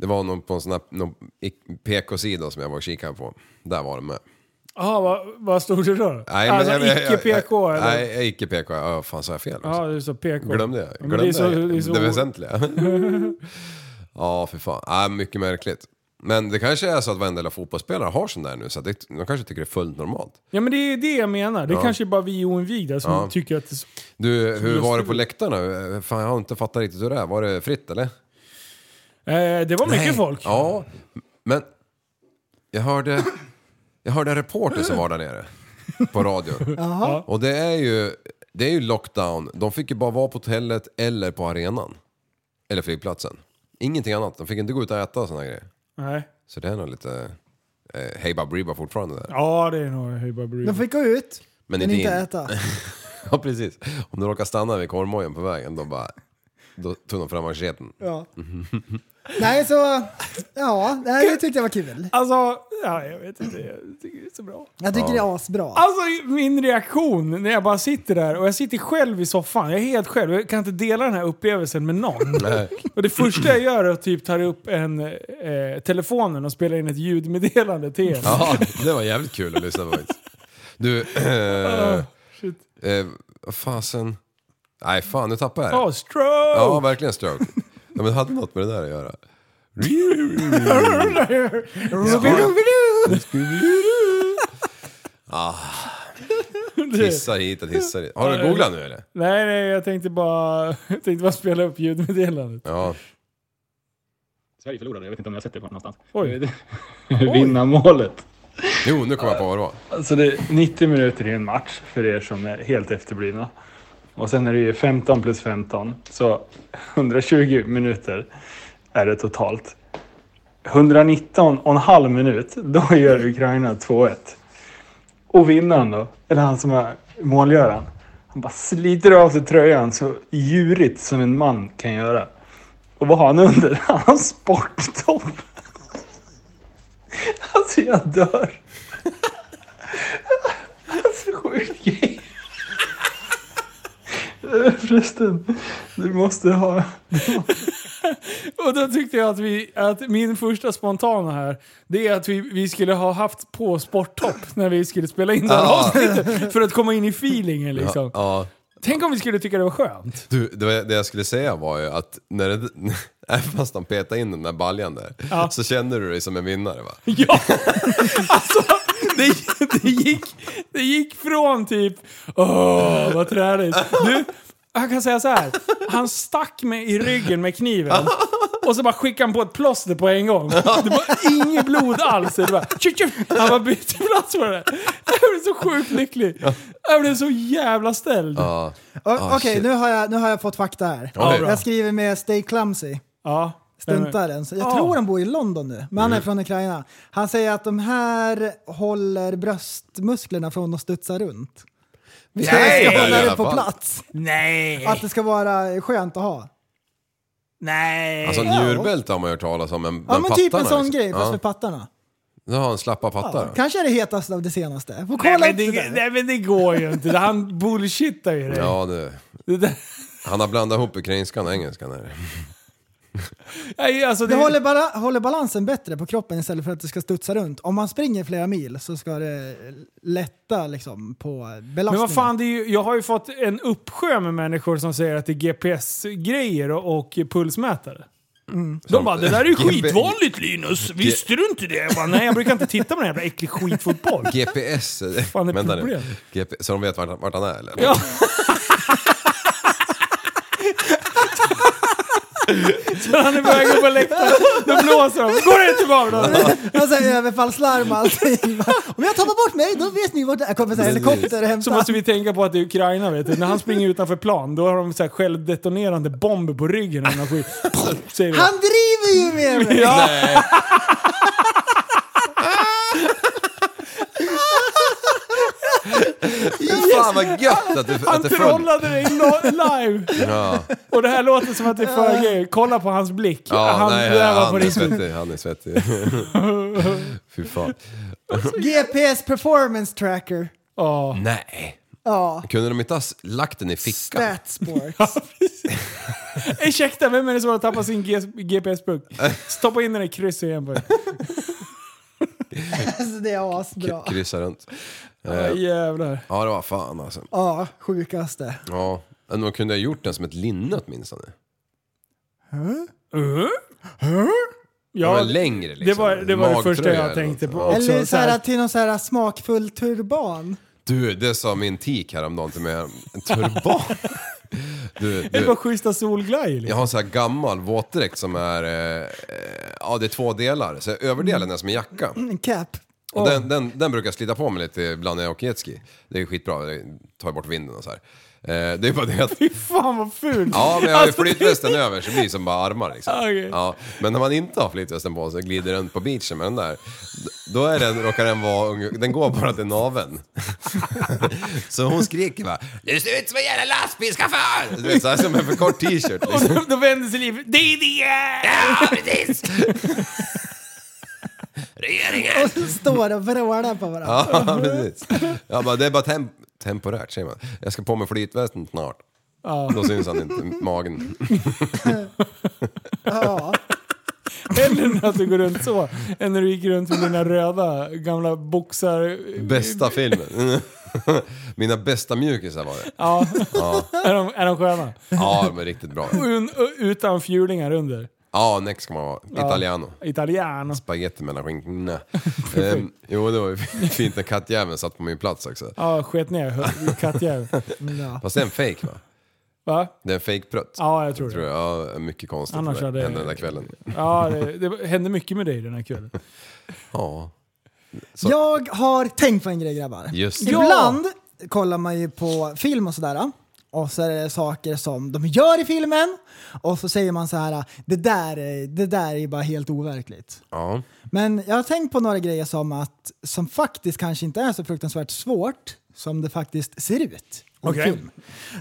H: Det var någon på en sån här någon i- PK-sida som jag var och kikade på. Där var de med.
F: Jaha, vad, vad stod det då?
H: Nej, men-
F: alltså
H: jag- jag- jag-
F: icke-PK eller?
H: Nej, jag är icke PK. Ja, fan sa jag fel?
F: Ja, det är så PK.
H: Glömde jag.
F: Men
H: Glömde
F: det är så,
H: jag.
F: det är så
H: det väsentliga. ja, för fan. Ja, mycket märkligt. Men det kanske är så att varenda jävla fotbollsspelare har sån där nu, så att det, de kanske tycker det är fullt normalt.
F: Ja men det är det jag menar. Det kanske är bara vi oinvigda som
H: Ja.
F: tycker att det är så.
H: Du, hur var det
F: lustigt.
H: på läktarna? Fan, jag har inte fattat riktigt hur det är. Var det fritt eller?
F: Eh, det var mycket folk.
H: Ja, men jag hörde... Jag hörde en reporter som var där nere på radion. Och det är ju, det är ju lockdown. De fick ju bara vara på hotellet eller på arenan. Eller flygplatsen. Ingenting annat. De fick inte gå ut och äta och sådana grejer.
F: Nej.
H: Så det är nog lite eh, hej baberiba fortfarande där.
F: Ja, det är nog Hey Baberiba.
G: De fick gå ut,
H: Men
G: men,
H: inte
G: inte,
H: in.
G: äta.
H: Ja, precis. Om du råkar stanna vid korvmojen på vägen, då bara... Då tog de fram macheten.
G: Ja. nej, så... Ja, nej, det tyckte jag var kul.
F: Alltså, ja, jag vet inte. Jag tycker det är så bra.
G: Jag tycker det är asbra.
F: Alltså min reaktion när jag bara sitter där och jag sitter själv i soffan. Jag är helt själv. Jag kan inte dela den här upplevelsen med någon.
H: Nej.
F: Och det första jag gör är att typ tar upp en, eh, telefonen och spelar in ett ljudmeddelande till er.
H: Ja, det var jävligt kul att lyssna på faktiskt. Du, eh,
G: Ah,
F: shit.
H: eh, vad fasen. Nej, fan nu tappade jag
F: Ja,
G: Ah,
H: det.
F: stroke!
H: Ja, verkligen stroke. Ja, men det hade något med det där att göra. Hissar hit och hissar hit. Har du googlat nu eller?
F: nej, nej, jag tänkte bara, jag tänkte bara spela upp ljudmeddelandet.
H: Ja.
I: Sverige förlorade, jag vet inte om jag har sett det på någonstans.
F: Oj.
I: Vinna målet.
H: Jo, nu kommer jag på vad det var.
I: Alltså det är 90 minuter i en match för er som är helt efterblivna. Och sen är det ju 15 plus 15, så 120 minuter är det totalt. 119 och en halv minut, då gör Ukraina 2-1. Och vinnaren då, eller han som är målgöraren, han bara sliter av sig tröjan så djurigt som en man kan göra. Och vad har han under? Han har en sporttopp! Alltså jag dör! sjukt grej. Förresten, du måste ha...
F: Och då tyckte jag att, vi, att min första spontana här, det är att vi, vi skulle ha haft på sporttopp när vi skulle spela in det här
H: Ja.
F: avsnittet. För att komma in i feelingen liksom.
H: Ja.
F: Tänk om vi skulle tycka det var skönt.
H: Du, det, var, det jag skulle säga var ju att när det, även fast de petade in den där baljan där, så kände du dig som en vinnare va?
F: Ja! Alltså, det, det, gick, det gick från typ åh, vad träligt. Du, jag kan säga så här. Han stack mig i ryggen med kniven. Och så bara skickade han på ett plåster på en gång. Det var inget blod alls. Det bara, tjup, tjup. Han bara bytte plats på det. Jag blev så sjukt lycklig. Jag blev så jävla ställd.
H: Ja.
G: O-
H: Ah,
G: Okej,
H: shit.
G: nu, har jag- nu har jag fått fakta här.
H: Ja, bra.
G: jag skriver med Stay Clumsy.
F: Ja.
G: Stuntaren. Så jag
F: Ja.
G: tror han bor i London nu, men han
H: Mm.
G: är från Ukraina. Han säger att de här håller bröstmusklerna från att studsa runt. Vi ska
H: Nej!
G: hålla
H: I
G: det
H: alla
G: på
H: fall.
G: plats.
F: Nej!
G: Att det ska vara skönt att ha.
F: Nej!
H: Alltså njurbälte har man hört talas om, men,
G: Ja men typ en
H: pattarna,
G: sån
H: liksom.
G: grej, fast
H: Ja.
G: för pattarna.
H: Du har en slappa pattar.
G: Ja, kanske är det hetaste av det senaste. Får
F: Nej
G: kolla
F: men,
G: upp det
F: det,
G: där.
F: nej men det går ju inte. Han bullshittar ju dig.
H: Ja, det.
F: Det där-
H: Han har blandat ihop ukrainskan och engelskan här.
F: Nej, alltså
G: Det
F: det,
G: håller, bara, håller balansen bättre på kroppen istället för att det ska studsa runt. Om man springer flera mil så ska det lätta liksom, på belastningen.
F: men vad fan, det är ju, jag har ju fått en uppsjö med människor som säger att det är GPS-grejer och, och pulsmätare. De bara “det där är ju
H: GP
F: skitvanligt Linus, visste du inte det?” jag bara, Nej, jag brukar inte titta på den här jävla äcklig skitfotboll.
H: GPS,
F: Fan, det är
H: vänta nu.
F: problem.
H: GP, så de vet vart, vart han är eller?
F: Ja. Så han är på väg upp på läktaren, då blåser de. Går det tillbaka?
G: Alltså överfallslarm och allting. Om jag tappar bort mig då vet ni vart det är. Kommer så här helikopter och
F: Så
G: hämtar.
F: måste vi tänka på att det är Ukraina vet du. När han springer utanför plan, då har de så här självdetonerande bomber på ryggen. Och skit. Säger vi.
G: Han driver ju med mig!
F: Ja.
H: Fan vad gött att du,
F: Han
H: att du föll.
F: trollade dig lo- live!
H: Ja,
F: Och det här låter som att det är för grej. Kolla på hans blick.
H: ja
F: han
H: han, nej,
F: där var
H: han
F: på
H: är
F: riktigt.
H: svettig. Han är svettig. Fy fan.
G: GPS performance tracker.
F: Ja.
H: Nej.
G: Ja.
H: Kunde de inte ha s- lagt den i fickan?
G: Statsports.
F: Ursäkta, vem är det som har tappat sin GPS-puck? Stoppa in den i krysset igen bara.
G: Alltså det är asbra.
H: K- kryssa runt.
F: Ja, jävlar.
H: Ja, det var fan alltså.
G: Ja, sjukaste.
H: Ja. Men de kunde ha gjort den som ett linne åtminstone.
F: Uh?
H: Ja,
F: Ja,
H: men längre liksom.
F: det var det, var det
H: Magtröja
F: första jag
H: eller
F: tänkte
H: något.
F: på
H: Ja.
F: också.
G: Eller
F: så
G: så här,
F: här,
G: till någon så här smakfull turban.
H: Du, det sa min tik häromdagen till mig. En turban. Du,
F: det
H: du.
F: var schyssta solglajjor.
H: Jag
F: liksom.
H: har en sån här gammal våtdräkt som är, eh, eh, ja det är två delar. Så överdelen är som en jacka.
G: En cap.
H: Och den, den, den brukar jag slita på mig lite ibland när jag åker jetski. Det är skitbra, det tar bort vinden och så här. Eh, Det är bara det att...
F: Fy fan vad fult!
H: Ja, men jag har ju
F: Alltså, det-
H: flytvästen över så det blir som bara armar liksom.
F: Okej.
H: Ja, men när man inte har flytvästen på sig och glider runt på beachen med den där, då är den, råkar den vara, unge- den går bara till naveln. Så hon skriker bara “Du ser ut som en jävla lastbilschaufför!” Du vet, så här som en för kort t-shirt
F: Och
H: liksom.
F: då, då vänder sig livet. Det är det!
H: Ja, precis! Regeringen!
G: Och så står och vrålar på varandra.
H: Ja, precis. Jag bara, det är bara tem- temporärt säger man. Jag ska på mig flytvästen snart. Då syns han inte, magen.
G: Ja.
F: Hellre än att du går runt så, än när du gick runt med dina röda gamla boxar...
H: Bästa filmen. Mina bästa mjukisar var det.
F: Ja. Är, de, är de sköna?
H: Ja, de är riktigt bra.
F: Un, utan fjulingar under.
H: Ja, next ska man vara. Italiano.
F: Italiano.
H: Spagetti mellan skinkorna. Ehm, jo, det var ju fint när kattjäveln satt på min plats också.
F: Ja, sket ner hö- kattjäveln.
H: Fast det är en fake va?
F: Va?
H: Det är en fake prutt.
F: Ja, jag tror
H: Tror
F: det.
H: jag. Ja, mycket konstigt
F: Annars
H: hände
F: hade-
H: den där kvällen.
F: Ja, det, det hände mycket med dig den här kvällen.
H: Ja,
G: Jag har tänkt på en grej grabbar.
H: just det.
G: Ibland kollar man ju på film och sådär. Och så är det saker som de gör i filmen och så säger man så här, det där, är- det där är bara helt overkligt.
H: Ja.
G: Men jag har tänkt på några grejer som, att, som faktiskt kanske inte är så fruktansvärt svårt som det faktiskt ser ut. i en
F: Okej.
G: Film.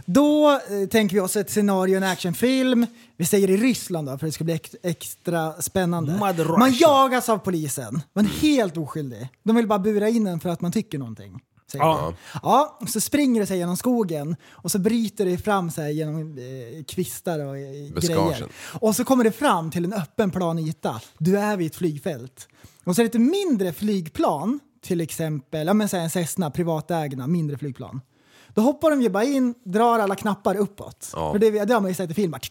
G: Då eh, tänker vi oss ett scenario, en actionfilm. Vi säger i Ryssland då, för det ska bli ex- extra spännande.
F: Mother Russia.
G: Man jagas av polisen. Man är helt oskyldig. De vill bara bura in en för att man tycker någonting. säger
F: Ja.
G: de. ja, så springer det sig genom skogen och så bryter det fram sig genom eh, kvistar och eh, grejer.
H: Buskagen.
G: Och så kommer det fram till en öppen plan yta. Du är vid ett flygfält. Och så är det lite mindre flygplan, till exempel ja, men säg en Cessna, privatägna, mindre flygplan. Då hoppar de ju bara in, drar alla knappar uppåt.
H: Ja.
G: För det, det har man ju sett i film, bara,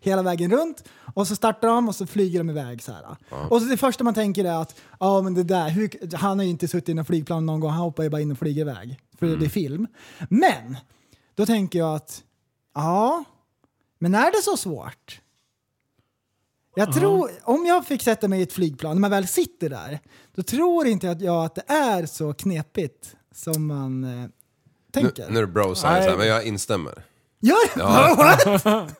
G: hela vägen runt. Och så startar de och så flyger de iväg så här. Och så det första man tänker är att ja, men det där, hur, han har ju inte suttit i något flygplan någon gång, han hoppar ju bara in och flyger iväg. För det är film. Men, då tänker jag att ja, men är det så svårt? Jag tror, om jag fick sätta mig i ett flygplan, när man väl sitter där, då tror inte jag att, jag att det är så knepigt som man eh,
H: Nu,
G: tänker.
H: nu är det bro science här, men jag instämmer.
G: Gör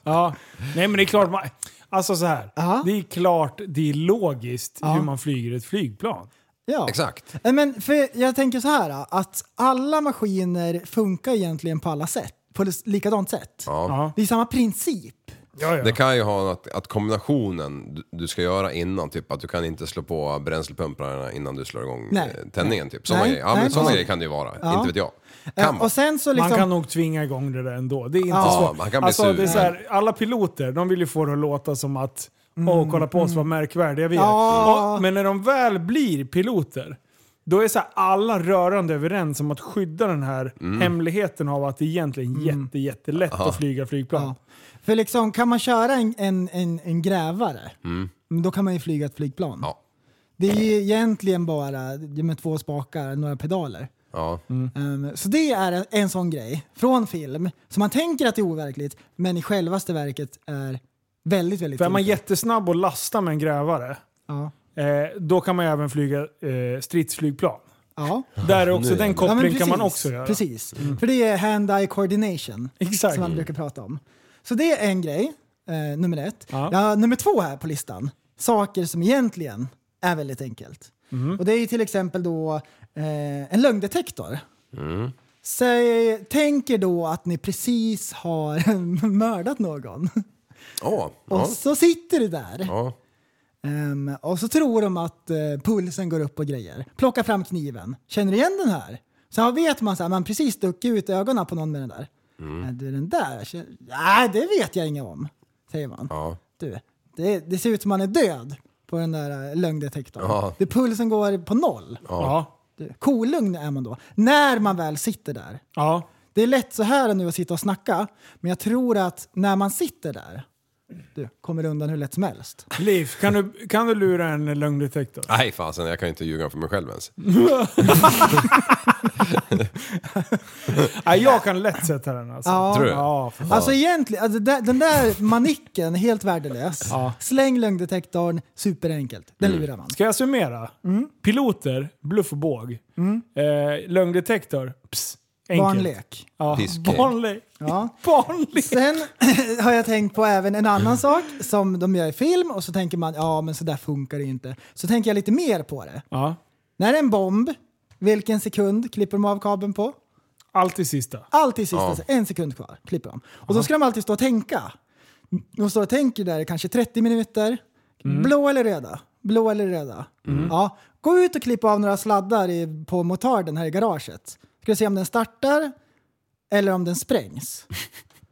F: Ja. Nej, men det är klart man... Alltså så här.
G: Ja.
F: Det är klart det är logiskt
G: Ja.
F: hur man flyger ett flygplan.
G: Ja.
H: Exakt.
G: Nej, Men för jag tänker så här, eh, att alla maskiner funkar egentligen på alla sätt, på likadant sätt.
F: Ja.
G: Det är samma princip.
F: Ja, ja.
H: Det kan ju ha att, att kombinationen du, du ska göra innan, typ att du kan inte slå på bränslepumparna innan du slår igång
G: Nej.
H: eh, tändningen. Typ. Såna
G: Nej.
H: grejer. Ja,
G: Nej,
H: men sådana
G: precis.
H: grejer kan det ju vara,
G: Ja.
H: inte vet jag.
G: Eh,
H: Kan vara.
G: och sen så
F: Man
G: liksom...
F: kan nog tvinga igång det där ändå. Det är inte
H: Ja,
F: svårt.
H: man kan bli
F: alltså, det är
H: sur.
F: så här, alla piloter de vill ju få det att låta som att Åh, kolla på oss vad märkvärdiga vi är.
G: Mm, Ja.
F: Och, men när de väl blir piloter, då är så här, alla rörande överens om att skydda den här
H: Mm.
F: hemligheten av att det egentligen är jätte, jättelätt att flyga flygplan.
G: Mm. Ja. För liksom, kan man köra en, en, en, en grävare, då kan man ju flyga ett flygplan.
H: Mm. Ja.
G: Det är ju egentligen bara med två spakar, några pedaler.
H: Ja.
F: Mm.
G: Ehm, så det är en, en sån grej från film som man tänker att det är overkligt, men i självaste verket är väldigt, väldigt
F: För är man
G: tillfälligt.
F: jättesnabb och lasta med en grävare,
G: ja.
F: eh, då kan man ju även flyga eh, stridsflygplan.
G: ja.
F: Där är också,
H: nu är
F: den
H: jag
F: kopplingen
G: men
F: kan man också göra. Mm.
G: Precis, för det är hand-eye coordination
F: Exakt.
G: som man brukar prata om. Så det är en grej, eh, nummer ett.
F: Ja.
G: Ja. nummer två här på listan, saker som egentligen är väldigt enkelt.
F: Mhm.
G: Och det är ju till exempel då eh, en lögndetektor. Säg, tänk er då att ni precis har mördat någon
H: Åh,
G: och
H: ja.
G: så sitter du där.
H: Ja.
G: Ehm, och så tror de att eh, pulsen går upp och grejer. Plocka fram kniven. Känner du igen den här? Så vet man så här, man precis stuckit ut ögonen på någon med den där. Mm. Du, den där? känner- Nej, det vet jag inget om. Säger man.
H: Ja.
G: Du, det, det ser ut som man är död på den där eh, lögndetektorn.
H: Ja.
G: Det, pulsen går på noll.
F: Ja.
G: Du, kolugn är man då. När man väl sitter där.
F: Ja.
G: Det är lätt så här nu att sitta och snacka, men jag tror att när man sitter där Du kommer undan hur lätt som helst.
F: Liv, kan du, kan du lura en lögndetektor?
H: Nej fasen, jag kan inte ljuga för mig själv ens.
F: Nej, jag kan lätt sätta den alltså.
G: Ja.
H: Tror du?
F: Ja, för fan.
G: Alltså egentligen, alltså där- den där manicken, helt värdelös.
F: Ja.
G: Släng lögndetektorn, superenkelt. Den lurar man.
F: Ska jag summera?
G: Mm.
F: Piloter, bluff och båg. Eh, lögndetektor, ps, enkelt.
G: Barnlek.
F: Ja.
H: Pisskeg.
F: Barnlek.
G: Ja.
F: Barnlek.
G: Sen har jag tänkt på även en annan sak som de gör i film och så tänker man ja men så där funkar det ju inte. Så tänker jag lite mer på det.
F: Ja.
G: När det är en bomb, vilken sekund klipper de av kabeln på?
F: Alltid sista.
G: Alltid sista, en sekund kvar klipper de. Och då ska de alltid stå och tänka. De står och tänker där i kanske 30 minuter.
F: Mm.
G: Blå eller röda? Blå eller röda? Ja. Gå ut och klipp av några sladdar i, på motarden här i garaget. Ska du se om den startar eller om den sprängs?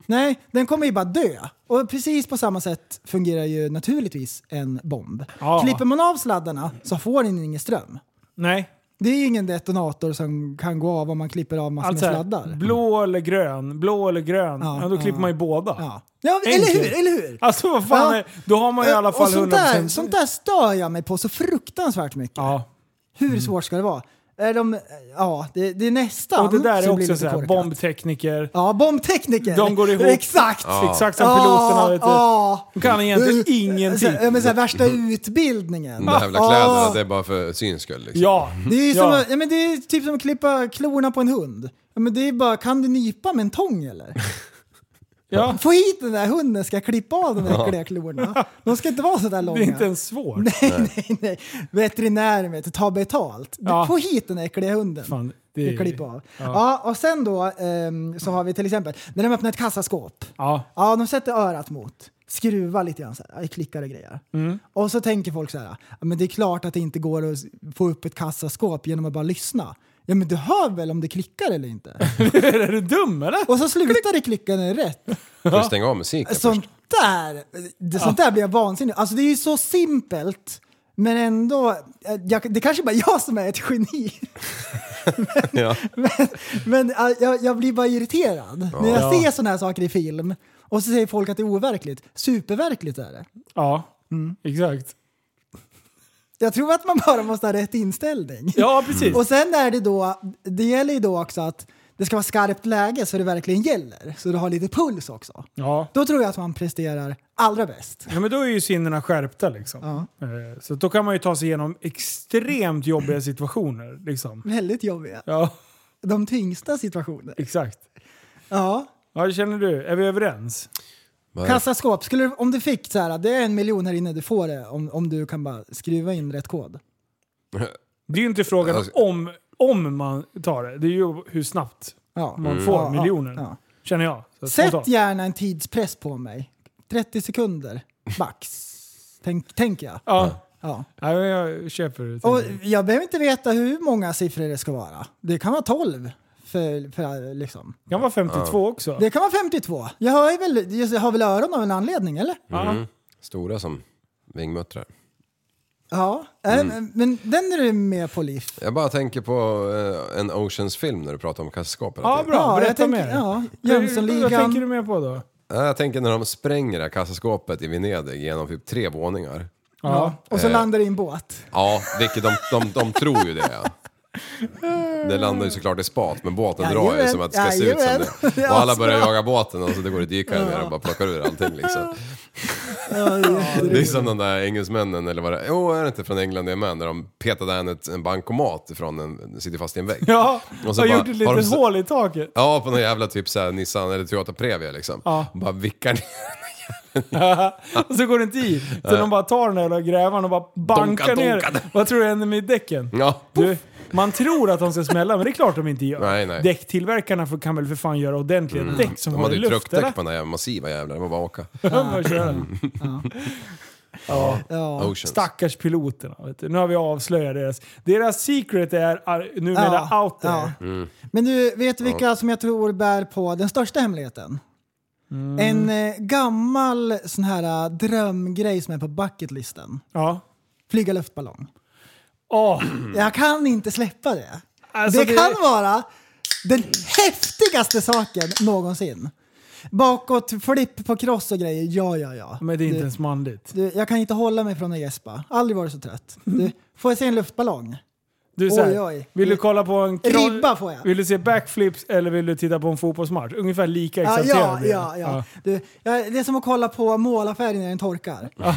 G: Nej, den kommer ju bara dö. Och precis på samma sätt fungerar ju naturligtvis en bomb.
F: Ja.
G: Klipper man av sladdarna så får den ingen ström.
F: Nej.
G: Det är ju ingen detonator som kan gå av om man klipper av massor
F: Alltså,
G: med
F: här,
G: sladdar.
F: blå eller grön, blå eller grön. Ja,
G: Ja,
F: då
G: ja.
F: klipper man ju båda.
G: Ja, ja eller
F: Enkelt.
G: hur? Eller hur?
F: Alltså vad fan,
G: Ja. Eh,
F: är, då har man ju i alla fall
G: och sånt
F: 100%.
G: där, sånt där stör jag mig på så fruktansvärt mycket.
F: Ja. Mm.
G: Hur svårt ska det vara? Är de, ja, det, det är nästan
F: Och det där
G: så
F: är
G: blir
F: också
G: lite
F: så här,
G: korkat.
F: bombtekniker.
G: Ja, bombtekniker.
F: De går ihop.
G: Exakt!
F: Exakt som piloterna. Vet du.
G: Ja, Eh,
F: De kan egentligen
G: Så,
F: ingenting.
G: ja, men så här, värsta utbildningen.
H: De där jävla
G: Ja.
H: kläderna, det är bara för syns skull. Liksom.
F: Ja.
G: Det är, ju som,
F: Ja.
G: att- ja, men det är typ som att klippa klorna på en hund. Ja, men det är bara, kan du nypa med en tång eller?
F: Ja.
G: Få hit den där hunden, ska jag klippa av de där äckliga klorna? De ska inte vara så där långa.
F: Det är inte ens svårt.
G: Nej, nej, nej. Veterinären vet du, ta betalt. Du
F: Ja.
G: Få hit den äckliga hunden.
F: Fan, det
G: det
F: är-
G: klipp av. Ja. och sen då ehm, så har vi till exempel när de öppnar ett kassaskåp.
F: Ja.
G: Ja, de sätter örat mot. Skruvar lite grann så här, ja, klickar och grejer. Och så tänker folk så här, ja, men det är klart att det inte går att få upp ett kassaskåp genom att bara lyssna. Ja, men du hör väl om det klickar eller inte?
F: är du dum eller?
G: Och så slutar det klicka när det är rätt.
H: Får du stänga av musiken
G: Sånt
H: först?
G: där, det, sånt där blir jag vansinnig Alltså det är ju så simpelt. Men ändå, eh, jag, det kanske bara är jag som är ett geni.
H: Ja.
G: Men, men eh, jag, jag blir bara irriterad när jag ser sådana här saker i film. Och så säger folk att det är overkligt. Superverkligt är det.
F: Ja,
G: Mm.
F: exakt.
G: Jag tror att man bara måste ha rätt inställning.
F: Ja, precis.
G: Och sen är det då, det gäller ju då också att det ska vara skarpt läge så det verkligen gäller. Så du har lite puls också.
F: Ja.
G: Då tror jag att man presterar allra bäst.
F: Ja, men då är ju sinnena skärpta liksom. Eh, Så då kan man ju ta sig igenom extremt jobbiga situationer. Liksom.
G: Väldigt jobbiga.
F: Ja,
G: De tyngsta situationer.
F: exakt.
G: Ja.
F: Ja, det känner du. Är vi överens?
H: Vad är det?
G: Kassaskåp, skulle du, om du fick så här, det är en miljon här inne, du får det om, om du kan bara skruva in rätt kod.
F: Det är ju inte frågan
H: Alltså-
F: om, om man tar det. Det är ju hur snabbt
G: Ja.
F: man får
G: Ja,
F: miljonen.
G: ja,
F: Känner jag. Så
G: ja.
F: att
G: Sätt
F: spontant.
G: gärna en tidspress på mig. 30 sekunder, max. Tänk, tänker jag.
F: Ja.
G: Ja.
F: ja, men jag köper det.
G: Och jag behöver inte veta hur många siffror det ska vara. Det kan vara 12. För, för, liksom.
F: Det kan vara 52 också.
G: Det kan vara 52. Jag har, ju väl, jag har väl öron av en anledning, eller?
H: Mm. Stora som vingmuttrar.
G: Ja. Äh, Men den är du med på, Liv.
H: Jag bara tänker på eh, en Oceans-film när du pratar om kassaskåpen.
F: Ja, bra.
G: Ja, jag
F: Berätta
G: tänker-
F: mer.
G: ja,
F: Vad
G: Jönssonligan.
F: tänker du mer på då?
H: Ja, Eh, Jag tänker när de spränger det här kassaskåpet i Venedig genom typ tre våningar.
G: Ja. Och så landar det i en båt.
H: Ja, vilket de, de, de tror ju det. Ja. Det landar ju såklart i spat, men båten drar ju
G: Jajamän,
H: som att det ska se ut som
G: jajamän.
H: det.
G: Ja,
H: Och alla börjar
G: bra.
H: jaga båten och så det går det dykare ner och bara plockar ur allting liksom.
G: Ja, det är
H: Det är
G: jätteroligt.
H: som de där engelsmännen, eller vad det är. Jo, är det inte från England det är med? När de petade en, ett, en bankomat från en, sitter fast i en vägg.
F: Ja,
H: Och så
F: jag
H: bara-
F: gjorde ett
H: har de
F: litet
H: så-
F: hål i taket.
H: Ja, på någon jävla typ såhär Nissan eller Toyota Previa liksom.
F: Ja.
H: Bara vickar ner.
F: och så går det inte i. Så de bara tar den där jävla grävaren och bara bankar
H: Donka,
F: ner.
H: donka.
F: Vad tror du händer med däcken?
H: Ja,
F: Du, man tror att de ska smälla, men det är klart de inte gör.
H: Nej, nej.
F: Däcktillverkarna får- kan väl för fan göra ordentliga däck som
H: De
F: har
H: hade ju
F: luft, eller?
H: truckdäck på den där jävla massiva jävlar. Det var bara att åka.
F: Bara köra den.
G: Ja.
H: Oceans.
F: Stackars piloterna. Vet du. Nu har vi avslöjat deras... Deras secret är ar- numera
G: Ja,
F: out there. Mm.
G: ja. Men du, vet du vilka som jag tror bär på den största hemligheten? En eh, gammal sån här eh, drömgrej som är på bucketlisten.
F: Ja.
G: Flyga luftballong.
F: Åh,
G: Jag kan inte släppa det.
F: Alltså,
G: det
F: det-
G: kan vara den häftigaste saken någonsin. Bakåt, flipp på cross och grejer. Ja, ja, ja.
F: Men det är inte
G: Du-
F: ens manligt.
G: Du, jag kan inte hålla mig från att gäspa. Aldrig varit så trött. Du, får jag se en luftballong?
F: Du,
G: Oj,
F: så här,
G: oj.
F: Vill du kolla på en kro-
G: Ribba får jag.
F: Vill du se backflips eller vill du titta på en fotbollsmatch? Ungefär lika
G: Ja,
F: exalterad
G: ja,
F: blir
G: ja,
F: du.
G: ja. Du, ja. Det är som att kolla på målarfärgen när den torkar. Ja,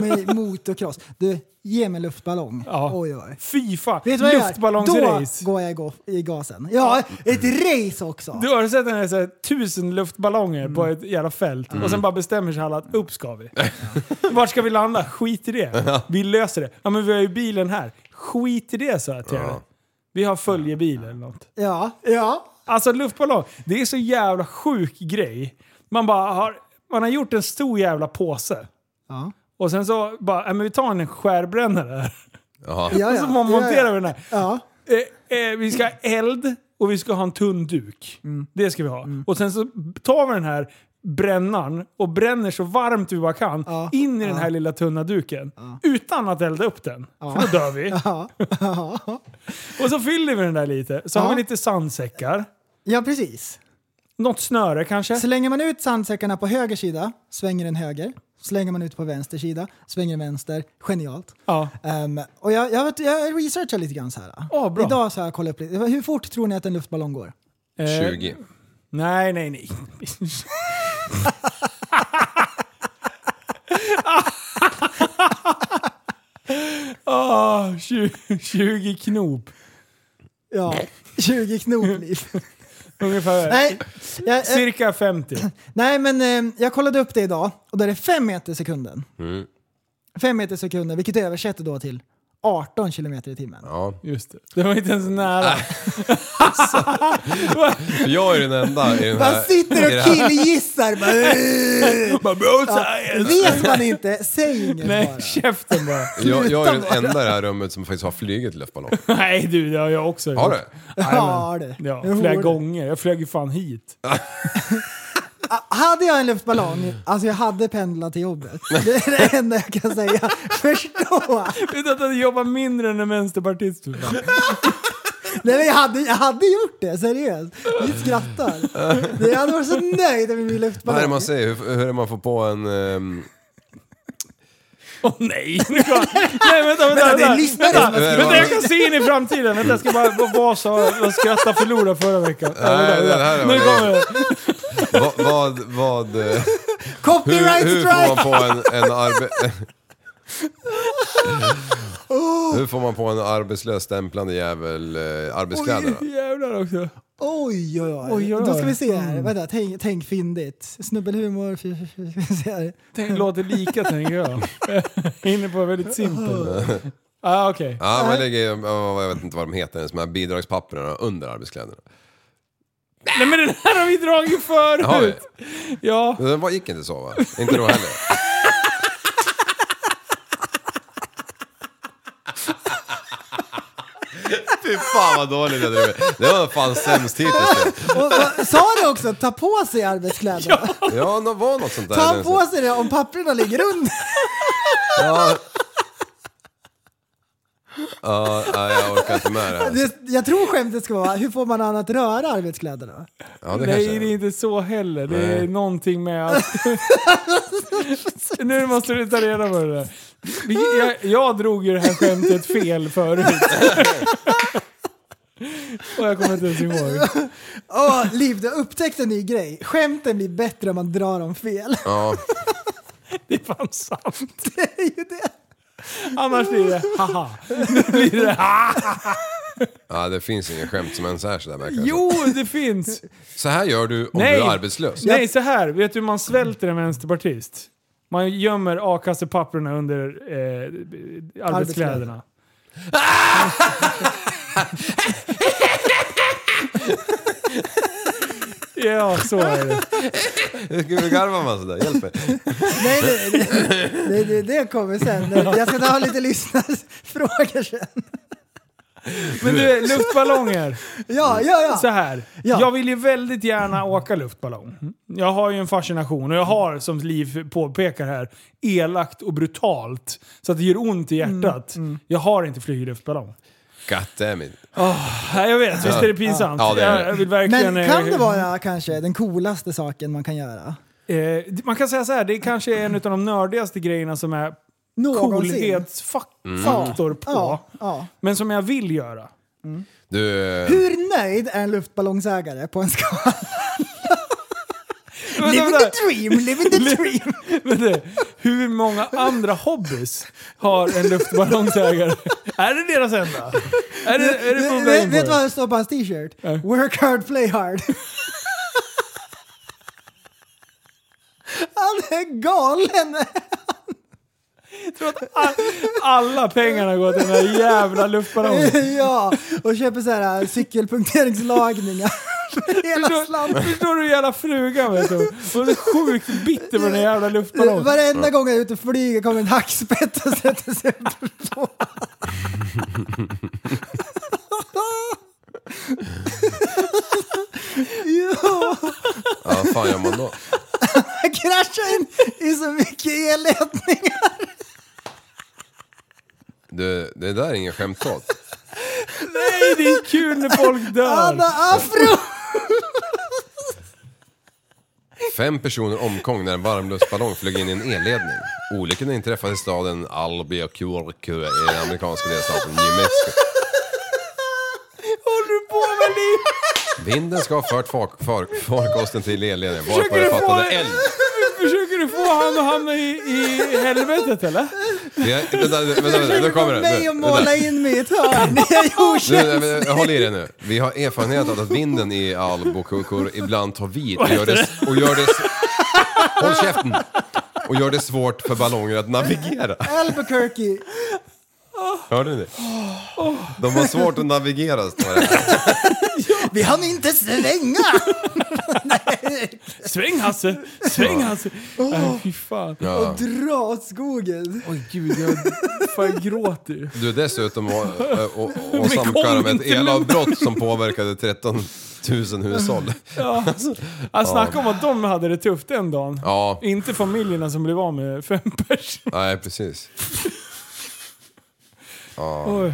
G: men motocross. Du, ge mig en luftballong.
F: Ja.
G: Oj, oj.
F: Fy fan.
G: Vet du vad jag gör?
F: Luftballongsrace.
G: Då går jag i, go- i gasen. Ja, ett race också!
F: Du har sett den här, så här tusen luftballonger på ett jävla fält och sen bara bestämmer sig alla att upp ska vi. Vart ska vi landa? Skit i det. Vi löser det. Ja men vi har ju bilen här. Skit i det så jag till er. Vi har följebil eller något.
G: Ja, ja.
F: Alltså luftballong, det är så jävla sjuk grej. Man bara har, man har gjort en stor jävla påse.
G: Ja.
F: Och sen så bara, äh, men vi tar en skärbrännare här.
H: Jaha.
G: Ja,
F: Och
G: ja.
F: så man monterar vi den här.
G: Ja,
F: Eh, eh, vi ska ha eld och vi ska ha en tunn duk.
G: Mm.
F: Det ska vi ha. Och sen så tar vi den här brännan och bränner så varmt vi bara kan
G: Ja.
F: in i den här lilla tunna duken. Utan att elda upp den. För då dör vi.
G: ja. Ja, ja.
F: Och så fyller vi den där lite. Så har
G: Ja.
F: vi lite sandsäckar.
G: ja precis.
F: Något snöre kanske.
G: Slänger man ut sandsäckarna på höger sida, svänger den höger. Slänger man ut på vänster sida, svänger den vänster. Genialt.
F: Ja.
G: Ehm, och jag, jag, vet- jag researchar lite grann så här.
F: Ja, bra.
G: Idag så har jag kollat upp lite. Hur fort tror ni att en luftballong går?
F: Eh,
H: 20.
F: Nej, nej, nej. Ah, tju- 20 knop.
G: Ja, 20 knopliv.
F: Ungefär.
G: nej, jag, eh,
F: Cirka 50.
G: nej, men eh, jag kollade upp det idag och där är 5 meter sekunden.
H: Mm.
G: 5 meter sekunden, vilket översätter då till 18 kilometer i timmen.
H: Ja.
F: Just det. Det var inte ens nära.
H: För Jag är den enda i den här...
G: Man sitter
H: i det
G: och
H: här-
G: killgissar! bara, eh.
H: My bro
G: Ja,
H: science.
G: vet man inte, säg inget bara.
F: Nej, käften bara.
H: Jag, jag är den enda i det här rummet som faktiskt har flugit luftballong.
F: Nej du, det har jag också gjort.
H: Har du?
G: Ja, du.
F: Ja,
G: Jo,
F: flera
G: du.
F: gånger. Jag flög ju fan hit.
G: Ah, Hade jag en luftballong, alltså jag hade pendlat till jobbet. Det är det enda jag kan säga. Förstå!
F: Utan att jag jobbar mindre än en vänsterpartist. för fan.
G: Nej, men jag, hade, jag hade gjort det, seriöst. Ni skrattar. Det- Jag hade varit så nöjd med
H: Vad
G: min
H: är det
G: luftballong.
H: man säger? Hur, hur är det man får på en... ehm,
F: Åh nej! Nu kom- Nej vänta, vänta.
G: det är
F: vänta.
G: lyssnare
F: vänta,
G: som har
H: skrivit.
F: vänta, jag kan se in i framtiden. Vänta, jag ska bara... Vad vad sa vad skratta förlora förra veckan? Ja,
H: Nej,
F: vänta,
H: det här
F: vänta. Nu
H: var det.
F: kommer det.
H: vad, vad, vad... eh,
G: Copyright
H: Hur, hur får
G: strike!
H: man på en, en arbe... Hur får man på en arbetslös stämplande jävel eh, arbetskläderna?
F: Oj, jävlar också.
G: Oj, oj, oj.
F: Oj, oj, oj. Mm.
G: Då ska vi se här. Vänta, tänk, tänk fyndigt. Snubbelhumor. fy- fy- fy- vi ser här.
F: Tänk, låter lika tänker jag. Inne på väldigt simpel. Ah, okej.
H: Ja, man lägger, oh, jag vet inte vad de heter, de här bidragspapperna under arbetskläderna.
F: Nej men den här har vi dragit
H: Har vi?
F: förut! Ja.
H: Men Det gick inte så va? Inte då heller? Fy fan vad dåligt jag drev Det var fan sämst hittills.
G: Och, vad- sa du också ta på sig arbetskläderna?
H: Ja, det var något sånt där.
G: Ta på sig det om papperna ligger under.
H: Ja. Ja, nej, jag orkar inte med det här.
G: Det, jag tror skämtet ska vara hur får man annat röra arbetskläderna?
H: Ja, det
F: Nej,
H: kanske
F: det är
H: är.
F: inte så heller. Det är
H: Nej.
F: någonting med att... nu måste du ta reda på det där. Vi- Jag, jag drog ju det här skämtet fel förut. Och jag kommer inte ens ihåg.
G: Åh, Liv, du har upptäckt en ny grej. Skämten blir bättre om man drar dem fel.
H: Ja.
F: Det är fan sant.
G: Det är ju det.
F: Annars blir det haha. Nu blir det ha.
H: ja, det finns ingen skämt som ens är sådär verkar det
F: Jo, det finns.
H: som. Så här gör du om
F: Nej.
H: du är
G: Alltså,
H: arbetslös.
F: Nej, så här. Vet du hur man svälter en vänsterpartist? Man gömmer a-kassepapperna under eh, arbetskläderna. ja, så är det.
H: Hur garvar man sådär? Hjälp mig.
G: Nej, det, det, det, det, det kommer sen. Jag ska ta lite lyssnarfrågor sen.
F: Men du, luftballonger.
G: Ja, ja,
F: Så
G: ja.
F: här.
G: Ja.
F: Jag vill ju väldigt gärna åka luftballong. Jag har ju en fascination och jag har, som Liv påpekar här,
G: Mm,
F: elakt och brutalt. Så att det gör ont i hjärtat. Jag har inte flugit luftballong.
H: Goddammit.
F: Nej, jag vet, visst är det pinsamt?
H: Ja, det är det.
F: Jag vill verkligen,
G: Men kan
F: eh,
G: det vara kanske den coolaste saken man kan göra?
F: eh, man kan säga så här, det är kanske är en av de nördigaste grejerna som är
G: Någonsin. Mm.
F: coolhetsfaktor på.
G: Ja, ja.
F: Men som jag vill göra.
H: Du,
G: Hur nöjd är en luftballongsägare på en skala?
F: Men
G: living
F: vänta,
G: the dream, living the dream!
F: vänta. Hur många andra hobbys har en luftballongsägare? är det deras enda? Är det, är det på
G: Vet- Vet du
F: Brainboard?
G: vad det står på hans t-shirt? Work hard, play hard. Han är galen!
F: Alla pengarna går till den här jävla luftballongen.
G: ja, och köper så här äh, cykelpunkteringslagningar. för Hela
F: Förstår,
G: slanten.
F: förstår du jävla frugan vet du? Hon är sjukt bitter på den här jävla luftballongen.
G: Varenda gång jag är ute och flyger kommer en hackspett och sätter sig på. Jo,
H: ja, vad fan gör man då?
G: jag kraschar in i så mycket elledningar.
H: Du, det där är ingen skämtåt.
F: Nej det är kul när folk
G: Anna
F: dör.
G: Afro!
H: Fem personer omkom när en varm luftballong flög in i en elledning. Olyckan inträffade i staden Albuquerque eh, i den amerikanska delstaten New Mexico.
F: Håller du på med liv?
H: Vinden ska ha fört far- far- farkosten till elledningen varpå
F: Försöker
H: det
F: du, få,
H: fattade eld.
F: försöker du få han att hamna i, i helvetet eller?
H: Det- Vänta, vänta, vänta, nu
G: Försöker få
H: kommer det. Nu,
G: mig att
H: vänta.
G: måla in mig i ett hörn. Jag är
H: Nu,
G: okänslig.
H: nej, men håll i dig nu. Vi har erfarenhet av att vinden i albuquerque ibland tar vid och gör det... Och gör det håll käften! Och gör det svårt för ballonger att navigera.
G: Albuquerque.
H: Hörde ni? De har svårt att navigera, står det.
G: Vi hann inte svänga!
F: Sväng Hasse! Sväng Hasse! Nej fy fan.
H: Ja.
G: Dra åt skogen.
F: Oj gud jag, fan, jag gråter ju.
H: Du dessutom var- ö, å- å-
F: Vi
H: åsamkar
F: kom
H: med ett
F: inte
H: elavbrott som påverkade 13 000 hushåll.
F: Ja. Alltså, snacka om att de hade det tufft den dagen.
H: Ja,
F: Inte familjerna som blev av med fem personer.
H: nej precis.
F: Oj.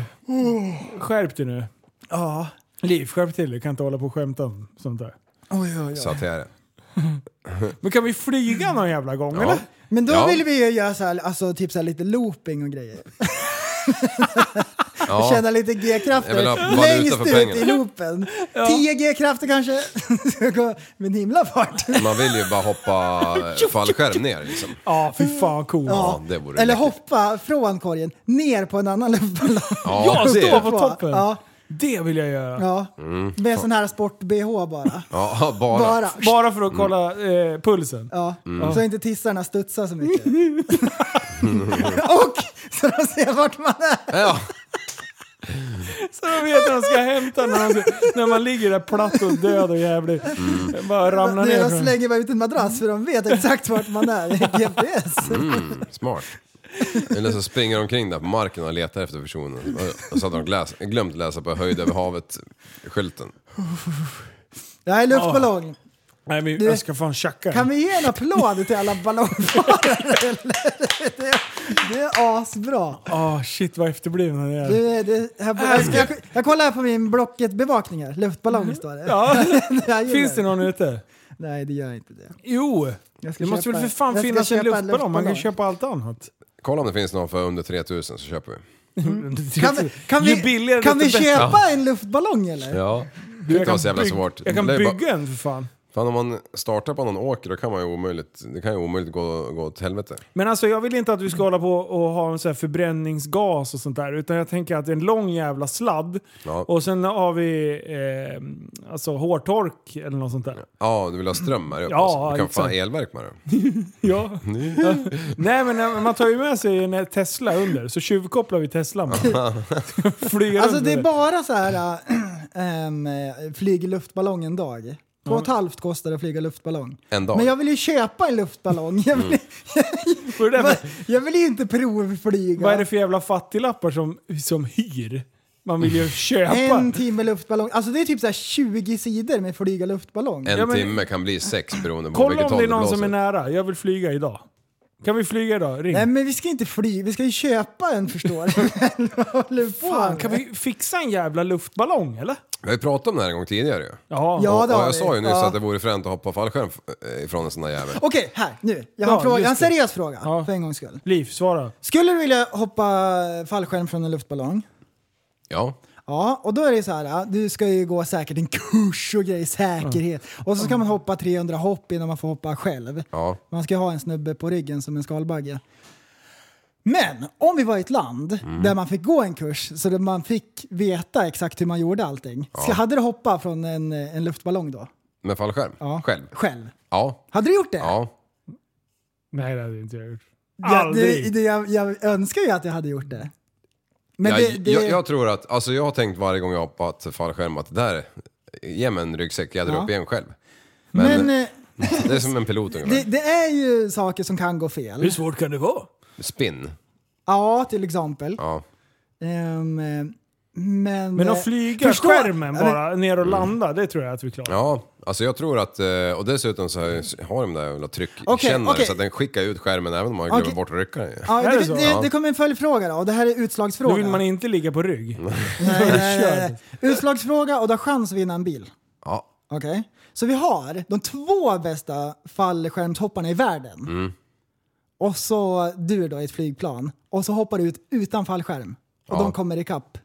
F: Skärp dig nu.
G: Ja.
F: Liv, skärp till dig. Kan inte hålla på och skämta om sånt där.
G: Oj, oj,
H: Så
G: oj.
H: att det är det.
F: Men kan vi flyga någon jävla gång
H: Ja.
F: eller?
G: Men då
H: Ja.
G: vill vi ju göra så här, alltså, typ så här lite looping och grejer.
H: Ja.
G: Känna lite
H: Jag vill ha
G: G-krafter
H: valuta
G: längst
H: för
G: ut
H: pengarna.
G: i loopen. 10 G-krafter kanske. Ska gå med en himla fart.
H: Man vill ju bara hoppa eh, fallskärm ner liksom.
F: Ja, fy fan cool.
H: Ja, det vore
G: Eller
H: läckert.
G: hoppa från korgen ner på en annan luftballong.
H: Ja,
F: jag
H: det.
F: står på toppen.
G: Ja,
F: Det vill jag göra.
G: ja. Med sån här sport-bh bara.
H: Mm. Ja, Mm. bara.
G: Bara.
F: Bara för att kolla eh, pulsen.
G: Ja. Så inte tissarna studsar så mycket. och så de ser vart man är.
H: Ja,
F: Så de vet att de ska hämta när, de, när man ligger där platt och död och jävlig.
H: Mm.
F: Bara ramlar
G: Det
F: ner.
G: är De
F: från-
G: slänger bara ut en madrass för de vet exakt vart man är. GPS.
H: mm, smart. Eller så springer de omkring där på marken och letar efter personen. Och så hade de gläs, glömt läsa på höjd över havet-skylten.
G: Det här är luftballong.
F: Nej, men jag ska fan tjacka
G: Kan
F: den.
G: vi ge en applåd till alla ballongfarare? eller? Det, det är asbra.
F: Ah shit vad efterblivna ni är.
G: Du, det, här, jag, ska, jag, jag kollar här på min Blocket-bevakning här. Luftballong står det.
F: Mm. Ja.
G: Jag gillar
F: Finns det någon ute?
G: Nej, det gör inte det.
F: Jo!
G: Jag ska
F: Det måste
G: köpa-
F: väl för fan
G: jag ska
F: finnas en
G: köpa
F: luftballong? Man kan köpa allt annat.
H: Kolla om det finns någon för under 3000 så köper vi.
G: Mm. Kan vi, kan
F: Ju
G: vi,
F: billigare,
G: kan vi
F: desto bättre.
G: köpa en luftballong eller?
H: Ja. Det kan inte vara så jävla
F: bygg-
H: svårt.
F: Jag kan
H: Det är bara-
F: bygga en för fan.
H: Fan om man startar på någon åker då kan man ju omöjligt, det kan ju omöjligt gå, gå åt helvete.
F: Men alltså jag vill inte att vi ska hålla på och ha en sån här förbränningsgas och sånt där. Utan jag tänker att det är en lång jävla sladd.
H: Ja.
F: Och sen har vi eh, alltså hårtork eller något sånt där.
H: Ja, du vill ha ström här uppe
F: Ja,
H: alltså. Du kan
F: exakt.
H: fan elverk med det.
F: Ja. Nej men eh, man tar ju med sig en Tesla under. Så tjuvkopplar vi Teslan. bara. Flyger
G: Alltså
F: under
G: det är bara så här äh, ähm, flyg luftballong en dag. Två och ett halvt kostar det att flyga luftballong.
H: En dag. Mm.
G: Men jag vill ju köpa en luftballong. Jag vill,
F: Vad är det där för-
G: jag, vill ju inte provflyga.
F: Vad är det för jävla fattiglappar som, som hyr? Man vill ju köpa.
G: En timme luftballong. Alltså det är typ så här 20 sidor med flyga luftballong.
H: En
F: Ja, men-
H: timme kan bli sex beroende på
F: Kolla
H: vilket
F: om
H: håll
F: det är
H: det
F: någon
H: blåser.
F: som är nära. Jag vill flyga idag. Kan vi flyga idag? Ring.
G: Nej men vi ska inte fly, vi ska ju köpa en förstår du. Vad håller du på
F: Fan,
G: med?
F: kan vi fixa en jävla luftballong eller?
H: Vi har ju pratat om det här en gång tidigare ju.
F: Ja.
G: Ja,
H: och, och
G: det har
H: jag
G: vi.
H: sa ju nyss
G: Ja.
H: att det vore fränt att hoppa fallskärm eh, ifrån en sån där jävel.
G: Okej, här nu. Jag har,
F: Ja,
G: en fråga, jag har en
F: just det.
G: seriös fråga
F: Ja.
G: för en gångs skull.
F: Liv, svara.
G: Skulle du vilja hoppa fallskärm från en luftballong?
H: Ja.
G: Ja, och då är det så här, du ska ju gå säkert en kurs och grejer, säkerhet. Och så ska man hoppa 300 hopp innan man får hoppa själv.
H: Ja.
G: Man ska ha en snubbe på ryggen som en skalbagge. Men om vi var i ett land
H: Mm.
G: där man fick gå en kurs så att man fick veta exakt hur man gjorde allting. Ska, hade du hoppat från en, eh, en luftballong då?
H: Med fallskärm?
G: Ja.
H: Själv?
G: Själv?
H: Ja.
G: Hade du gjort det?
H: Ja.
F: Nej det hade inte jag gjort.
G: Jag,
F: Aldrig!
G: det, det, jag, jag önskar ju att jag hade gjort det. Men
H: jag,
G: det, det,
H: jag, jag tror att, alltså jag har tänkt varje gång jag hoppat fallskärm att där, ge mig en ryggsäck, jag drar
G: Ja.
H: upp igen själv. Men,
G: men, eh,
H: det är som en pilot ungefär.
G: det, det är ju saker som kan gå fel.
F: Hur svårt kan det vara?
H: Spinn.
G: Ja, till exempel.
H: Ja.
G: Ehm, eh, men
F: Men
G: eh,
F: att flyga
G: förstå-
F: skärmen
G: Ja, men- Mm.
F: bara ner och landa, det tror jag att vi klarar.
H: Ja, alltså jag tror att, eh, och dessutom så har jag- har de där jävla tryckkännare
G: Okej, okej.
H: så att den skickar ut skärmen även om man glömmer
G: Okej.
H: bort att rycka den.
G: Ja,
F: Är det
G: det,
F: så?
G: det,
H: Ja.
G: det, kommer en följdfråga då, och det här är
F: Då
G: utslagsfråga.
F: vill man inte ligga på rygg.
H: Mm.
G: nej, nej,
F: Kör.
G: nej, nej. Utslagsfråga och du har chans att vinna en bil.
H: Ja.
G: Okej? Så vi har de två bästa fallskärmshopparna i världen.
H: Mm.
G: Och så du då i ett flygplan. Och så hoppar du ut utan fallskärm. Och
H: Ja.
G: de kommer ikapp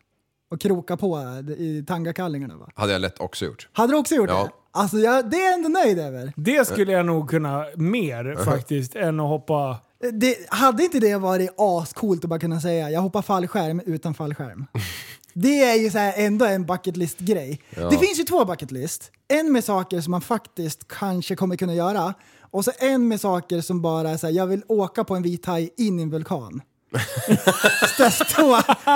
G: och krokar på i tangakallingarna va?
H: Hade jag lätt också gjort.
G: Hade du också gjort
H: Ja.
G: det? Alltså jag, det är jag ändå nöjd över.
F: Det skulle jag nog kunna
H: Mm.
F: mer faktiskt än att hoppa...
G: Det, hade inte det varit ascoolt att bara kunna säga jag hoppar fallskärm utan fallskärm? Det är ju så här ändå en bucket list grej. Det finns ju två bucket list. En med saker som man faktiskt kanske kommer kunna göra och så en med saker som bara är så här, jag vill åka på en vit haj in i en vulkan. Stå- Stå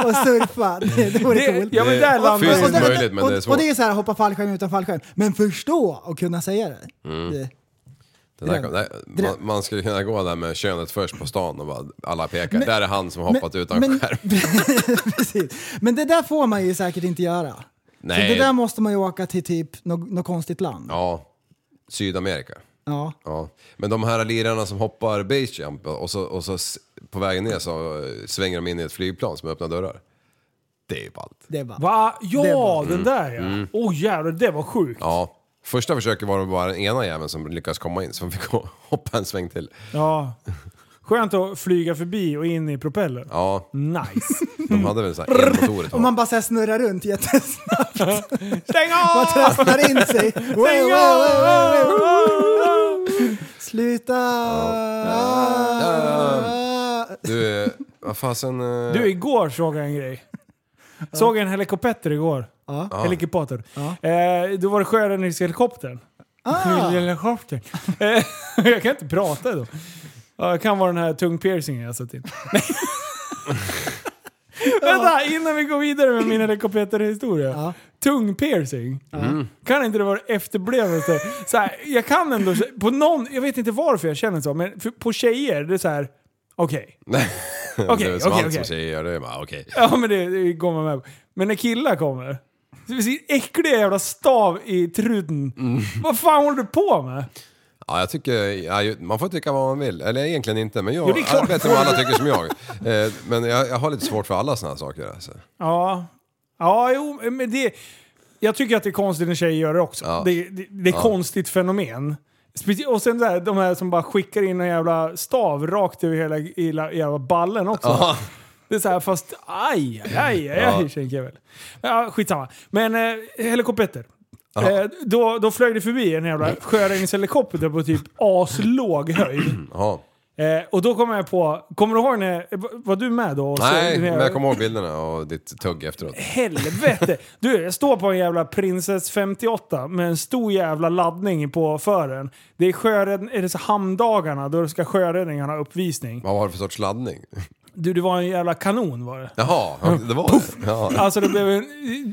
G: och surfa, det, det vore
F: Det,
G: coolt.
F: ja men
H: Det
F: där
H: är
F: landar
H: fysiskt
F: vi.
H: Fysiskt
G: och,
H: möjligt, men
G: och,
H: det är
G: och
H: svårt.
G: det är så här hoppa fallskärm utan fallskärm. Men förstå och kunna säga det. det.
H: Det där,
G: Dröm.
H: nej,
G: Dröm.
H: man, man skulle kunna gå där med könet först på stan och bara, alla pekar. där är han som hoppat utan skärm.
G: precis. Men det där får man ju säkert inte göra.
H: Nej.
G: Så det där måste man ju åka till typ något nå konstigt land.
H: Ja, Sydamerika.
G: Ja.
H: Ja. Men de här lirarna som hoppar basejump och så, och så s- på vägen ner så eh, svänger de in i ett flygplan som öppnar dörrar. Det är ju ballt.
G: Det är bara...
F: Va?
G: Det
F: Ja,
G: var-
F: den där ja. Åh jävlar, det var sjukt.
H: Mm. Ja. Första försöket var det bara den ena jäveln som lyckades komma in så fick gå- hoppa en sväng till.
F: Ja. Skönt att flyga förbi och in i propellern.
H: Ja,
F: Nice.
H: de hade väl så här en motor ett
G: Om man
H: tag.
G: bara så här snurrar runt jättesnabbt.
F: Stäng av!
G: Man trasslar in sig. Wow, wow, wow, wow, wow. Sluta!
H: Du, eh, vad fasen... eh,
F: Du, igår såg jag en grej. Såg en helikopter igår.
G: Ja.
F: Helikopter. Eh, då var det sjöräddningshelikoptern.
G: Ah.
F: Helikoptern. Eh, jag kan inte prata då. Ja, det kan vara den här tungpiercingen jag satt in. Nej. Vänta, innan vi går vidare med min helikopterhistoria.
G: Ja.
F: Tungpiercing. Kan inte det vara efterblivelse? Så här, jag kan ändå, på någon, jag vet inte varför jag känner så, men för, på tjejer, det är så här. okej.
H: det är
F: okej,
H: väl som
F: okej,
H: allt som
F: okej.
H: tjejer gör, det är bara okej.
F: Ja men det, det går man med på. Men när killar kommer. så med Sin äckliga jävla stav i truten. Vad fan håller du på med?
H: Ja, jag tycker, ja, ju- man får tycka vad man vill. Eller egentligen inte, men jag
F: Jo, det är klart.
H: jag vet inte om alla tycker som jag. Eh, Men jag, jag har lite svårt för alla sådana saker. Alltså.
F: Ja. Ja, jo, men det... Jag tycker att det är konstigt när tjejer gör det också.
H: Ja.
F: Det, det, det är konstigt fenomen. Speci- Och sen där, de här som bara skickar in en jävla stav rakt över hela, hela jävla ballen också. Det är så här, fast aj, aj, aj, aj tänker jag väl. Ja, skitsamma. Men eh, helikopter. Eh, då, då flög det förbi en jävla
H: Mm.
F: sjöräddningshelikopter på typ aslåg höjd.
H: Jaha.
F: Eh, och då kommer jag på, kommer du ihåg när, var du med då? och såg
H: Nej,
F: den här-
H: men jag kommer ihåg bilderna och ditt tugg efteråt.
F: helvete! Du, jag står på en jävla Princess 58 med en stor jävla laddning på fören. Det är, sjörädd... är det så hamndagarna, då ska sjöräddningarna ha uppvisning.
H: Vad var det för sorts laddning?
F: Du, det var en jävla kanon var det.
H: Jaha, det var det. Ja.
F: Alltså det blev en,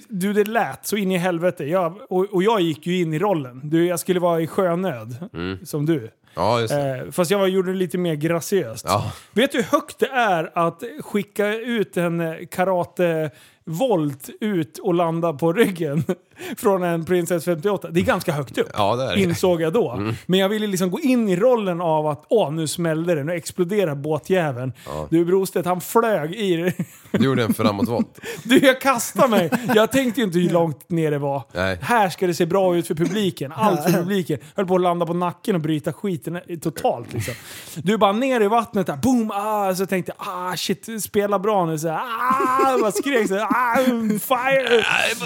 F: Du, det lät så in i helvete. Jag, och, och jag gick ju in i rollen. Du, jag skulle vara i sjönöd, som du.
H: ja, just det.
F: Eh, fast jag var, gjorde det lite mer graciöst.
H: Ja.
F: Vet du hur högt det är att skicka ut en eh, karatevolt ut och landa på ryggen? från en Princess 58. Det är ganska högt upp.
H: Ja, det är det. Mm.
F: Insåg jag då. Men jag ville liksom gå in i rollen av att åh, nu smällde det, nu exploderar båtjäveln. Du Brostedt, han flög i det.
H: Du gjorde en framåtvolt.
F: Du, jag kastade mig! Jag tänkte ju inte hur långt ner det var.
H: Nej.
F: Här ska det se bra ut för publiken. Allt för publiken. Höll på att landa på nacken och bryta skiten totalt liksom. Du bara ner i vattnet där, boom! Ah, så tänkte jag, ah shit, spela bra nu. Så här, ah, jag bara skrek så här, ah, I'm fire!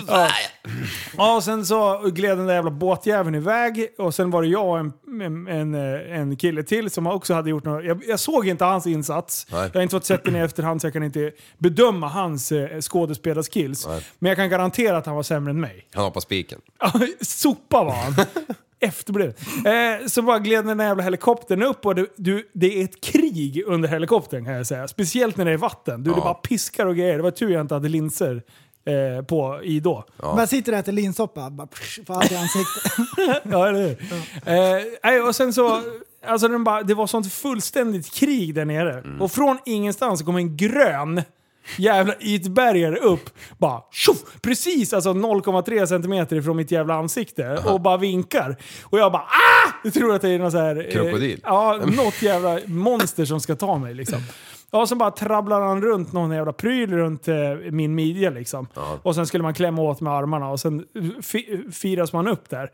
F: Ja. Ja, och sen så gled den där jävla båtjäveln iväg och sen var det jag och en, en, en, eh, en kille till som också hade gjort något. Jag, jag såg inte hans insats.
H: Nej.
F: Jag har inte fått sett den i efterhand så jag kan inte bedöma hans eh, skådespelarskills. Men jag kan garantera att han var sämre än mig.
H: Han hoppade spiken.
F: Ja, Sopa var han. Efterbliven. Eh, så bara gled den där jävla helikoptern upp och du, du, det är ett krig under helikoptern kan jag säga. Speciellt när det är vatten. Du, Det
H: Ja.
F: bara piskar och grejer. Det var tur jag inte hade linser eh, på i då.
G: Man sitter och äter linssoppa, bara psh, på allt i ansiktet.
F: Ja, eller hur? Eh, nej, och sen så... Alltså den bara, det var sånt fullständigt krig där nere. Och från ingenstans så kom en grön jävla ytbergare upp. Bara tjoff! Precis alltså 0,3 centimeter ifrån mitt jävla ansikte. Och bara vinkar. Och jag bara ah! Jag tror att det är någon så här... eh,
H: Krokodil.
F: Ja, något jävla monster som ska ta mig liksom. Ja, så bara trabblar han runt någon jävla pryl runt eh, min midja liksom. Och sen skulle man klämma åt med armarna och sen fi- firas man upp där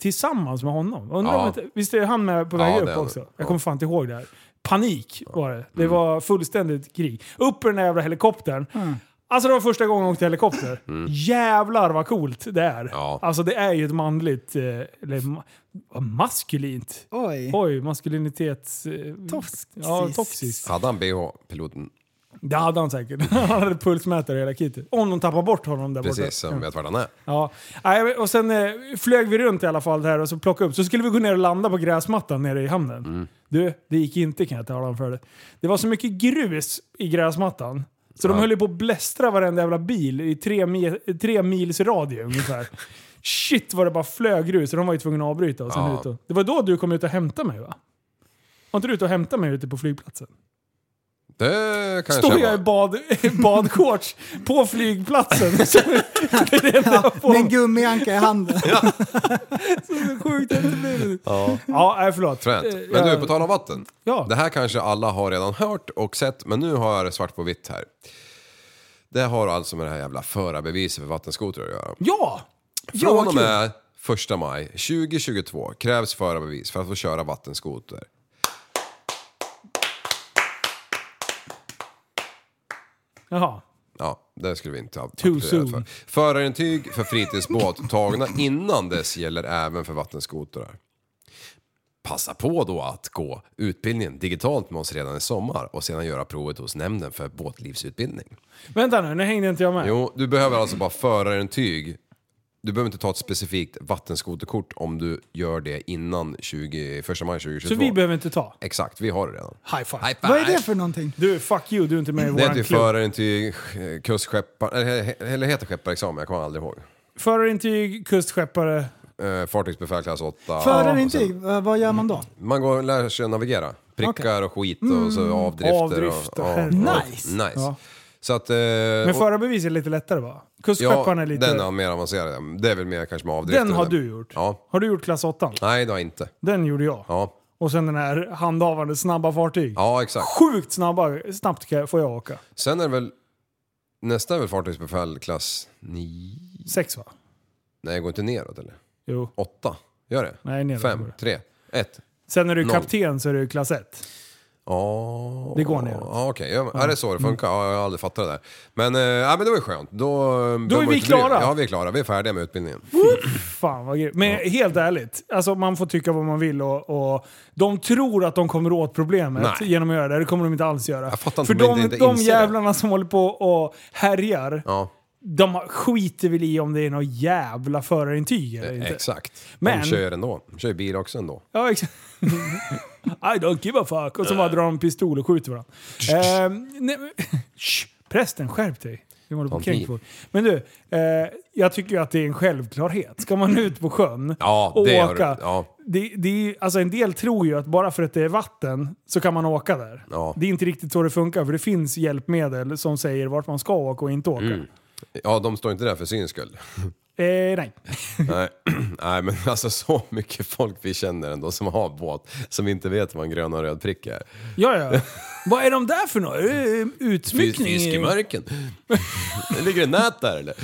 F: tillsammans med honom. Undrar
H: Ja.
F: om inte, visst är han med på
H: Ja,
F: väg
H: det är
F: upp
H: han. Mm.
F: också? Jag
H: Ja.
F: kommer fan inte ihåg det här. Panik var det. Det var fullständigt krig. Upp i den där jävla helikoptern. Alltså det var första gången jag åkte helikopter. Jävlar vad coolt det är.
H: Mm. Ja.
F: Alltså det är ju ett manligt, eh, eller ma- vad maskulint.
G: Oj.
F: Oj, maskulinitets... eh,
G: Toxiskt.
F: Ja, toxiskt.
H: Hade han bh, piloten?
F: Det hade han säkert. Han hade pulsmätare i hela kittet. Om de tappar bort honom där borta.
H: Precis, som vet vart han är.
F: Ja, Nej, men- och sen eh, flög vi runt i alla fall där och så plockade upp. Så skulle vi gå ner och landa på gräsmattan nere i hamnen.
H: Mm.
F: Du, det gick inte kan jag tala om för dig. Det var så mycket grus i gräsmattan. Så de höll ju på att blästra varenda jävla bil i tre, mi tre mils radie ungefär. Shit vad det bara flög grus så de var ju tvungna att avbryta. Och sen
H: Ja.
F: ut och, det var då du kom ut och hämtade mig va? Var inte du ute och hämtade mig ute på flygplatsen?
H: Det kanske
F: Står jag i
H: var.
F: bad, badshorts på flygplatsen. Så det är det enda jag får.
G: Med en gummianka i handen.
F: Sjukt efterblivet. Ja, ja nej, förlåt. Eh,
H: Fränt. Men
F: jag-
H: du, på tal om vatten.
F: Ja.
H: Det här kanske alla har redan hört och sett, men nu har jag det svart på vitt här. Det har alltså med det här jävla förarbeviset för vattenskotrar att göra.
F: Ja! Ja,
H: Från
F: vad
H: och
F: kul.
H: med 1 maj 2022 krävs förarbevis för att få köra vattenskoter.
F: Jaha.
H: Ja, det skulle vi inte ha
F: Too
H: applåderat
F: soon.
H: för. Förarintyg för fritidsbåt tagna innan dess gäller även för vattenskotrar. Passa på då att gå utbildningen digitalt med oss redan i sommar och sedan göra provet hos Nämnden för båtlivsutbildning.
F: Vänta nu, nu hängde inte jag med.
H: Jo, du behöver alltså bara förarintyg. Du behöver inte ta ett specifikt vattenskoterkort om du gör det innan 20, 1 maj 2022.
F: Så vi behöver inte ta.
H: Exakt, vi har det redan.
F: High five.
H: High
G: Vad är
H: five.
G: det för någonting?
F: Du, fuck you, du är inte med i
H: Det är att
F: våran
H: vi
F: klubb.
H: förarintyg, eh, kustskeppar... Eller he- eller heter skepparexamen? Jag kommer aldrig ihåg.
F: Förarintyg, kustskeppare.
H: Eh, fartygsbefäl klass 8.
G: Förarintyg, eh, vad gör man då?
H: Man går och lär sig att navigera. Prickar och skit och så avdrifter.
F: Avdrift och
H: och,
F: Mm. herregud.
G: Nice.
H: nice.
F: Ja.
H: Så att... eh,
F: Men
H: och-
F: förarbevis är lite lättare va?
H: ja,
F: Kustskepparen är lite...
H: den är mer avancerad. Det är väl mer kanske med avdrifter.
F: Den har
H: än-
F: du gjort.
H: Ja.
F: Har du gjort klass 8?
H: Nej, det har jag inte.
F: Den gjorde jag.
H: Ja,
F: Och sen den här handhavande snabba fartyg.
H: ja exakt.
F: Sjukt snabba, snabbt kan jag- får jag åka.
H: Sen är det väl... Nästa är väl fartygsbefäl klass 9?
F: Sex va?
H: Nej, det går inte neråt eller?
F: Jo.
H: 8? Gör det?
F: Nej, neråt går
H: 5,
F: det.
H: 3, 1.
F: Sen när du är
H: Noll.
F: kapten så är du klass 1.
H: Ja,
F: Det går neråt. Mm.
H: Ja, okej. Ja, är det så det funkar? Ja, jag har aldrig fattat det där. Men, eh, ja, men det var ju skönt. Då, eh, behöver man
F: vi
H: inte bry-
F: klara.
H: Ja, vi är klara. Vi är färdiga med utbildningen.
F: Fan vad grymt. Men helt ärligt, alltså man får tycka vad man vill och, och de tror att de kommer åt problemet
H: Nej.
F: genom att göra det. Det kommer de inte alls göra.
H: Jag fattar inte
F: För
H: hur man
F: de,
H: inte
F: de
H: inser
F: jävlarna som håller på och härjar,
H: Ja,
F: de har- skiter väl i om det är något jävla förarintyg
H: Eh,
F: eller inte.
H: exakt.
F: Men-
H: De kör ändå. De kör bil också ändå.
F: Ja, exakt. I don't give a fuck. Och så bara drar de pistol och skjuter varandra. Ehm, nej, men- Shh, prästen, skärp dig. Vi håller på
H: Ta
F: och
H: en
F: kränker folk. Men du, eh, jag tycker ju att det är en självklarhet. Ska man ut på sjön
H: Ja,
F: och
H: det har
F: åka,
H: du- ja.
F: det, det är, ju- alltså en del tror ju att bara för att det är vatten så kan man åka där.
H: Ja.
F: Det är inte riktigt så det funkar, för det finns
H: Mm.
F: hjälpmedel som säger vart man ska åka och inte åka.
H: Ja, de står inte där för syns skull.
F: Eh, nej.
H: Nej. Nej, men alltså så mycket folk vi känner ändå som har båt som inte vet vad en grön och en röd prick är.
F: Ja, ja. Vad är de där för något? Är det
H: Fis-
F: Utsmyckning?
H: Fiskemörken. Det ligger en nät där eller?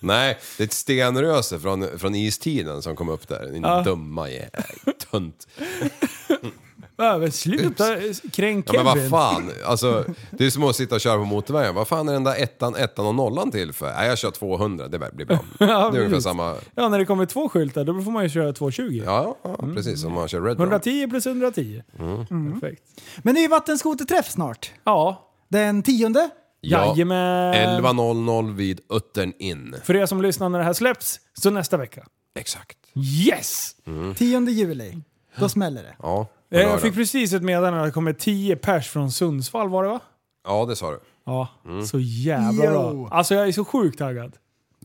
H: Nej, det är ett stenröse från, från istiden som kom upp där. Din dumma jävla tönt.
F: Ja, men sluta kränk
H: Ja, men vad
F: Kevin.
H: fan, alltså, det är som att sitta och köra på motorvägen. Vad fan är den där ettan, ettan och nollan till för? Nej, jag kör 200, det blir bra. Det är ungefär
F: precis.
H: samma...
F: ja, när det kommer två skyltar då får man ju köra 220.
H: Ja, ja
G: Mm.
H: precis. Som man kör Red Bull.
F: 110 plus 110.
H: Mm.
F: Perfekt.
G: Men det är ju vattenskoterträff snart.
F: Ja,
G: Den tionde.
H: Ja,
F: jajamän.
G: Eh.
H: 11.00 vid Uttern in.
F: För er som lyssnar när det här släpps, så nästa vecka.
H: Exakt.
F: Yes!
G: Tionde juli. Då smäller det.
H: Ja, på
F: Eh, Jag
H: lördag.
F: fick precis ett meddelande att det kommer 10 pers från Sundsvall var det va?
H: Ja, det sa du.
F: Ja,
H: Mm.
F: så jävla
G: Yo.
F: bra. Alltså jag är så sjukt taggad.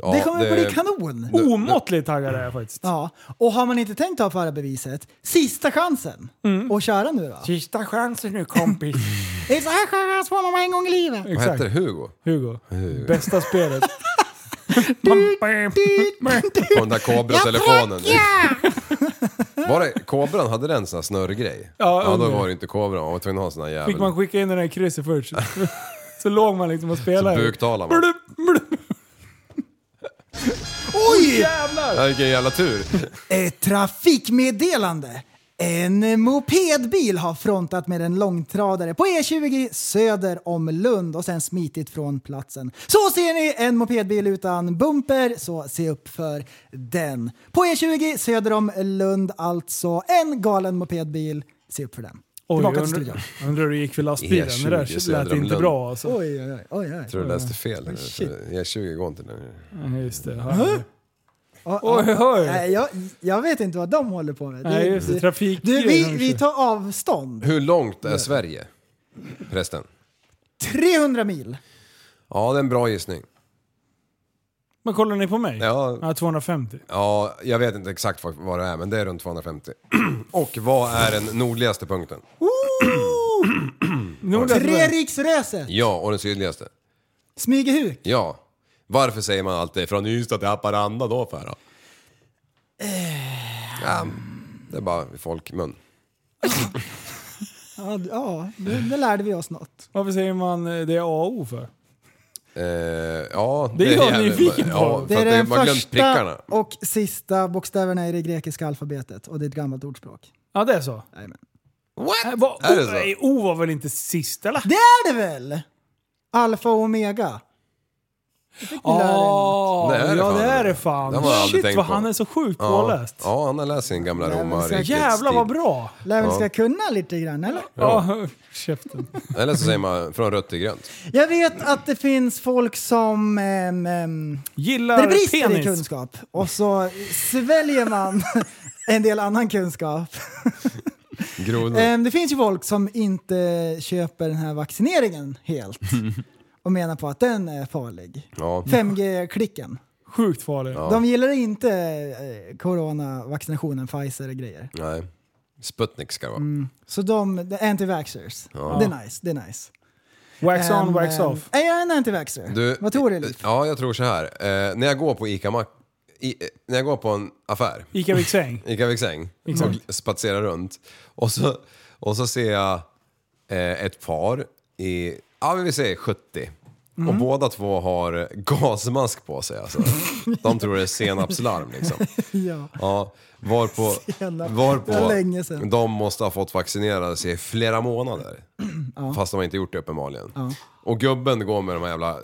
H: Ja,
G: det kommer bli kanon!
F: Omåttligt taggad är jag faktiskt.
G: Ja, och har man inte tänkt ta förarbeviset, sista chansen att köra nu då.
F: Sista chansen nu kompis.
G: Det är så här chans får man bara en gång i livet.
H: Vad
F: Exakt.
H: heter Hugo?
F: Hugo. Bästa spelet.
H: På den där kobra-telefonen. Var det kobran? Hade den en sån här snurrgrej?
F: Ja,
H: då
F: under.
H: var det inte kobran. Man var tvungen att ha en sån här jävel.
F: Fick man skicka in den där krysset först. Så låg man liksom och
H: så
F: spelade.
H: buktalar man.
F: Blup, blup.
G: Oj!
H: Ja, vilken jävla tur.
G: Ett Eh, trafikmeddelande! En mopedbil har frontat med en långtradare på E20 söder om Lund och sen smitit från platsen. Så ser ni en mopedbil utan bumper, så se upp för den. På E20 söder om Lund alltså, en galen mopedbil. Se upp för den.
F: Oj,
G: Tillbaka till studion.
F: undrar, undrar hur det gick för lastbilen. Det
H: E20
F: där
H: söder
F: lät
H: om
F: inte
H: Lund.
F: bra alltså.
G: Oj, oj, oj. oj, oj.
H: Jag tror du läste fel.
G: shit.
H: E20 går inte längre.
F: Ja, Just det. Hör.
G: Ja, ja.
F: Oj, oj.
G: Nej, jag, jag vet inte vad de håller på med. Det-
F: Nej, just det.
G: det-
F: Trafik-
G: du, vi, vi tar avstånd.
H: Hur långt är Sverige? Förresten.
G: 300 mil.
H: Ja, det är en bra gissning.
F: Men kollar ni på mig?
H: Ja,
F: Ja, 250.
H: ja, jag vet inte exakt vad- vad det är, men det är runt 250. Och vad är den nordligaste punkten?
F: Nordens
G: Tre
F: vän.
G: riksresor.
H: Ja, och den sydligaste?
G: Smygehuk.
H: Ja. Varför säger man alltid från Ystad till Haparanda då för då? Eh, Ja, det är bara folkmun.
G: Ja, d- ja det, det lärde vi oss något.
F: Varför säger man eh, det är AO för?
H: Eh, ja,
F: Det är jag
H: jävligt-
F: nyfiken på.
H: Ja,
G: Det är den
H: man har glömt
G: första
H: prickarna.
G: och sista bokstäverna i det grekiska alfabetet och det är ett gammalt ordspråk.
F: Ja, det är så.
G: Jajamän.
F: Äh, va,
H: Är det
F: o,
H: så?
F: nej, o var väl inte sist eller?
G: Det är det väl? Alfa och omega.
F: Ah,
H: Det är det
F: ja,
H: fan.
F: det är det fan.
H: Det har man aldrig
F: Shit
H: tänkt
F: vad
H: på.
F: han är så sjukt
H: Ja,
F: påläst.
H: ja, han har läst sin gamla
G: Nej, men
H: romarrikets
G: säkert.
F: Jävlar vad
H: tid.
F: bra!
G: Lär vi ska kunna lite grann eller?
F: Ja, käften.
H: Eller så säger man från rött till grönt.
G: Jag vet att det finns folk som ehm, ehm,
F: Gillar
G: Där det brister i
F: penis.
G: kunskap och så sväljer man en del annan kunskap.
H: Grodor.
G: Ehm, Det finns ju folk som inte köper den här vaccineringen helt och menar på att den är farlig.
H: Ja.
G: 5G-klicken.
F: Sjukt farlig.
G: De gillar inte eh, coronavaccinationen, Pfizer och grejer.
H: Nej. Sputnik ska det vara.
G: Så de, de är anti-vaxxers. Det är nice, det är nice.
F: Wax on,
G: Ehm,
F: wax
G: ehm,
F: off.
G: Är jag en anti-vaxxer?
H: Du,
G: Vad tror du Liv?
H: Ja, jag tror så här. Eh, när jag går på ICA Mac... I, eh, när jag går på en affär
F: Ica Viksäng.
H: Ica Viksäng och spatserar runt. Och så, och så ser jag eh, ett par i, ja men vi säger 70. Och båda två har gasmask på sig alltså. De tror det är senapslarm liksom.
G: Ja.
H: Ja, varpå,
G: Senap.
H: varpå
G: Det var länge sedan.
H: de måste ha fått vaccinera sig i flera månader. Fast de har inte gjort det uppenbarligen. Och gubben går med de här jävla eh,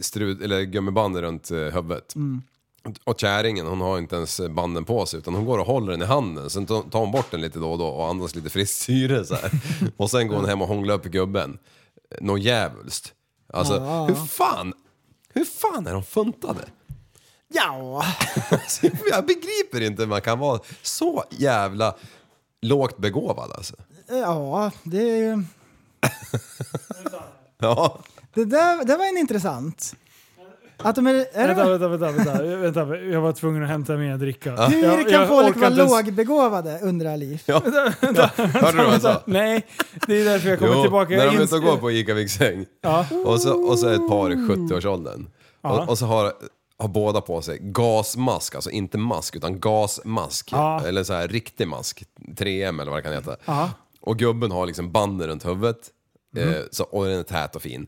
H: strud, eller gummibanden runt eh, huvudet.
G: Mm.
H: Och kärringen hon har inte ens banden på sig utan hon går och håller den i handen. Sen ta- tar hon bort den lite då och då och andas lite friskt syre så här. Och sen går hon hem och hånglar upp gubben. Något djävulskt. Alltså hur fan, hur fan är de funtade?
G: ja.
H: Alltså, jag begriper inte hur man kan vara så jävla lågt begåvad alltså.
G: Ja, det är ju...
H: Ja.
G: Det där det var en intressant. Att de är, är det
F: Vänta, vänta, vänta, vänta. vänta. Jag var tvungen att hämta med en dricka.
G: Hur
F: jag,
G: kan
F: jag
G: folk
F: orkar
G: vara
F: inte ens-
G: lågbegåvade undrar Liv.
H: Hörde du vad jag sa?
F: Nej, det är därför jag kommer
H: Jo,
F: tillbaka.
H: när
F: Jag
H: de är ute
F: ins-
H: och går på Ica Viksäng.
F: Ja. Mm.
H: Och, så, och så är ett par i 70-årsåldern. Och, och så har, har båda på sig gasmask, alltså inte mask utan gasmask.
F: Ja.
H: Eller så här riktig mask, 3M eller vad det kan heta. Och gubben har liksom banden runt huvudet
F: Mm.
H: eh, så, och den är tät och fin.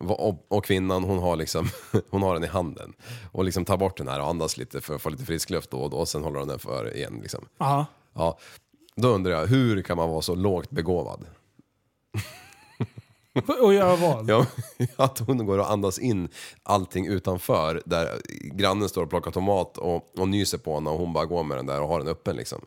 H: Och, och, och kvinnan hon har, liksom, hon har den i handen och liksom tar bort den här och andas lite för att få lite frisk luft då och då och sen håller hon den för igen. Liksom.
F: Ja.
H: Ja, då undrar jag, hur kan man vara så lågt begåvad?
F: Och göra vad?
H: Ja, att hon går och andas in allting utanför där grannen står och plockar tomat och, och nyser på henne och hon bara går med den där och har den öppen liksom.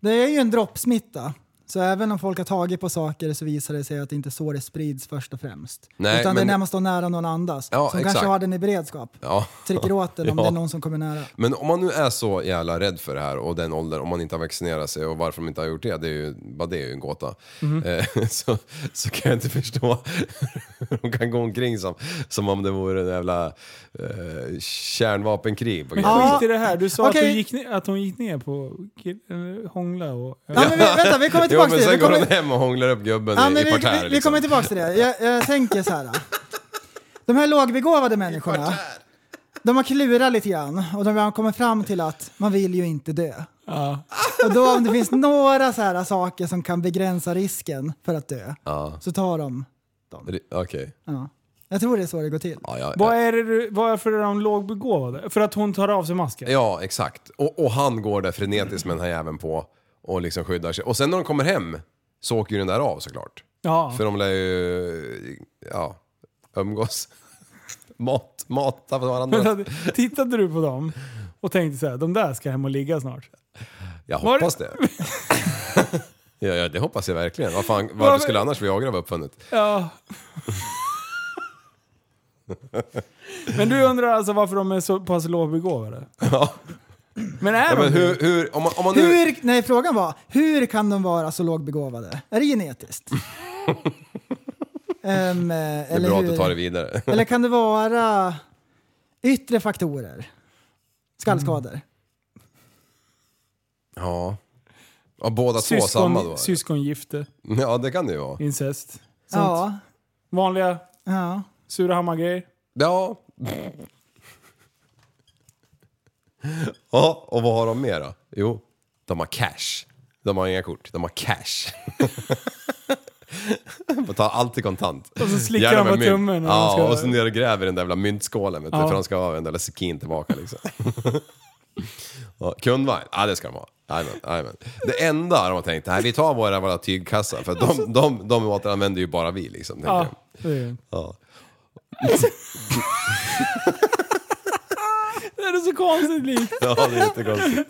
G: Det är ju en droppsmitta. Så även om folk har tagit på saker så visar det sig att det inte är så det sprids först och främst.
H: Nej,
G: Utan det är
H: men-
G: när man står nära någon och andas.
H: Ja,
G: som
H: exakt.
G: kanske har den i beredskap.
H: Ja.
G: Trycker åt den om
H: Ja.
G: det är någon som kommer nära.
H: Men om man nu är så jävla rädd för det här och den åldern, om man inte har vaccinerat sig och varför de inte har gjort det, det är ju, bara det är ju en gåta.
G: Mhm.
H: Eh, så, så kan jag inte förstå hur de kan gå omkring som, som om det vore en jävla eh, kärnvapenkrig. på
F: Men
G: Ja.
F: skit i det här. Du sa att,
G: Okej.
F: du gick, ne- att hon gick ner på kill- eh, hångla och...
G: Ja, men vi, vänta, vi kommer
H: Jo
G: tillbaka
H: men
G: till det.
H: sen
G: Vi
H: går hon
G: kommer,
H: hem och hånglar upp gubben
G: ja,
H: i,
G: men
H: i
G: vi,
H: parterre.
G: vi, vi
H: liksom.
G: kommer tillbaka till det. Jag, jag tänker så här. De här lågbegåvade människorna, de har klurat lite grann och de har kommit fram till att man vill ju inte dö.
F: Ja.
G: Och då om det finns några så här saker som kan begränsa risken för att dö, så tar de.
H: Ri- Okej.
G: Ja. Jag tror det är så det går till.
H: Ja, ja,
F: Vad är det, du- varför är de lågbegåvade? För att hon tar av sig masken?
H: Ja, exakt. Och, och han går där frenetiskt med den här jäveln på och liksom skyddar sig. Och sen när de kommer hem så åker ju den där av såklart.
F: Ja.
H: För de lär ju, ja, umgås. Mat, mata
F: Men
H: varandra.
F: hade- Tittade du på dem och tänkte så här, de där ska hem och ligga snart.
H: Jag
F: var-
H: hoppas det. Ja, ja, det hoppas jag verkligen. Vad fan, varför skulle annars Viagra vara uppfunnet?
F: Ja. Men du undrar alltså varför de är så pass lågbegåvade?
H: Ja,
F: Men är
H: ja, men
F: de
H: hur, hur, om man, om man nu...
G: Hur, nej, frågan var, hur kan de vara så lågbegåvade? Är det genetiskt? Ehm, eh,
H: Det är
G: eller
H: bra att du
G: hur-
H: tar det vidare.
G: Eller kan det vara yttre faktorer? Skallskador?
F: Mm.
H: Ja. ja båda två samma då?
F: syskon, syskongifte,
H: Ja, det kan det ju vara.
F: incest, sånt.
G: Ja.
F: Vanliga
G: ja.
F: Surahammar-grejer.
H: Ja. ja, och vad har de mer då? Jo, de har cash. De har inga kort, de har cash. Får ta alltid kontant. Och
F: så slickar de på tummen när
H: Ja,
F: de ska-
H: och så ner och gräver i den där jävla myntskålen vet du,
F: Ja.
H: för de ska ha en jävla sekin tillbaka liksom. Ja, Kundvagn, ja det ska de ha. Jajamän, jajamän. Det enda de har tänkt, nej vi tar våra jävla tygkassar för de, de, de återanvänder ju bara vi liksom. tänker
F: Ja,
H: de.
F: det är det.
H: Ja.
F: Det är så konstigt likt.
H: Ja, det är jättekonstigt.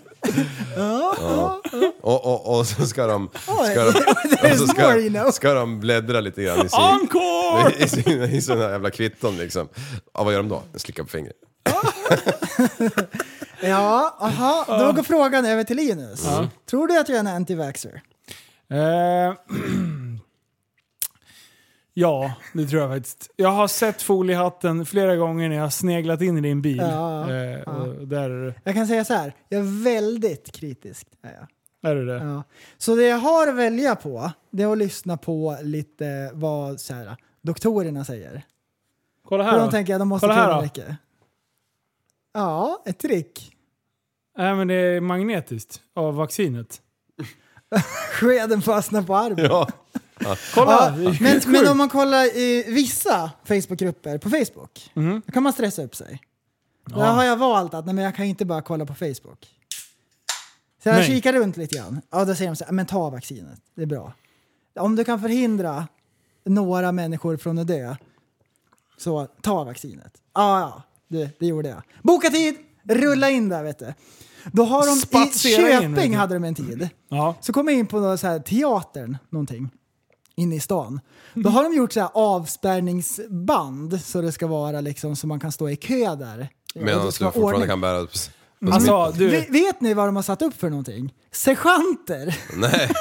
H: Ja. Och, och, och så ska de... Ska de, och så
G: more, you
H: ska,
G: know.
H: ska de bläddra lite grann i sin...
F: Encore!
H: I sina, I sina jävla kvitton liksom. Ja, vad gör de då? Slickar på fingret.
G: Ja, aha. Då går frågan över till Linus. Tror du att jag är en anti-vaxxer?
F: Eh, ja, det tror jag faktiskt. Jag har sett foliehatten flera gånger när jag har sneglat in i din bil.
G: Ja,
F: Eh, och Där, är det-
G: Jag kan säga så här, jag är väldigt kritisk. är jag.
F: där är det.
G: Ja. Så det jag har att välja på, det är att lyssna på lite vad så här, doktorerna säger.
F: Kolla
G: För
F: här
G: de
F: då.
G: tänker jag, de måste
F: Kolla här
G: kunna
F: då.
G: mycket. Ja, ett trick.
F: Nej, men det är magnetiskt av vaccinet.
G: Skeden fastnar på armen.
H: Ja.
F: Kolla!
G: Ja, men, men om man kollar i vissa Facebookgrupper på Facebook,
F: Mhm.
G: då kan man stressa upp sig. Där har jag valt att nej, men jag kan inte bara kolla på Facebook. Så jag
F: Nej.
G: kikar runt lite grann. Ja, då säger de så här, men ta vaccinet, det är bra. Om du kan förhindra några människor från att dö, så ta vaccinet. Ja, ja, det, det gjorde jag. Boka tid! Rulla in där vet du. Då har de, i
F: Spatsera in, vet
G: Köping
F: du.
G: hade de en tid.
F: Ja.
G: Så kom jag in på någon så här teatern, någonting, inne i stan. Då har de gjort så här avspärrningsband så det ska vara liksom så man kan stå i kö där.
H: Medan
G: Och det
H: du
G: ska vara
H: fortfarande
G: ordning.
H: kan bära... Ups.
F: Alltså,
G: Ve-
F: du,
G: Vet ni vad de har satt upp för någonting? Sergeanter!
H: Nej,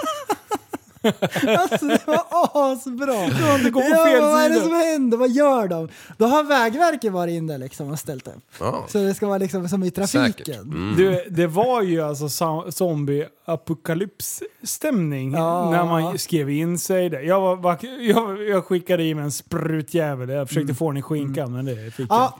G: Alltså det var asbra! Du
F: har inte gått på fel
G: Vad är det
F: sida.
G: som händer? Vad gör de? Då har Vägverket varit in där liksom och ställt upp.
H: Ja.
G: Så det ska vara liksom som i
H: säkert.
G: trafiken.
H: Mm.
F: du, det var ju alltså sa- zombie-apokalyps-stämning
G: Ja.
F: när man skrev in sig. Där. Jag, var, vack-
G: Mm. Ah.
F: jag, jag skickade i mig en sprutjävel. Jag försökte få den i skinkan, men det fick jag
G: Ja,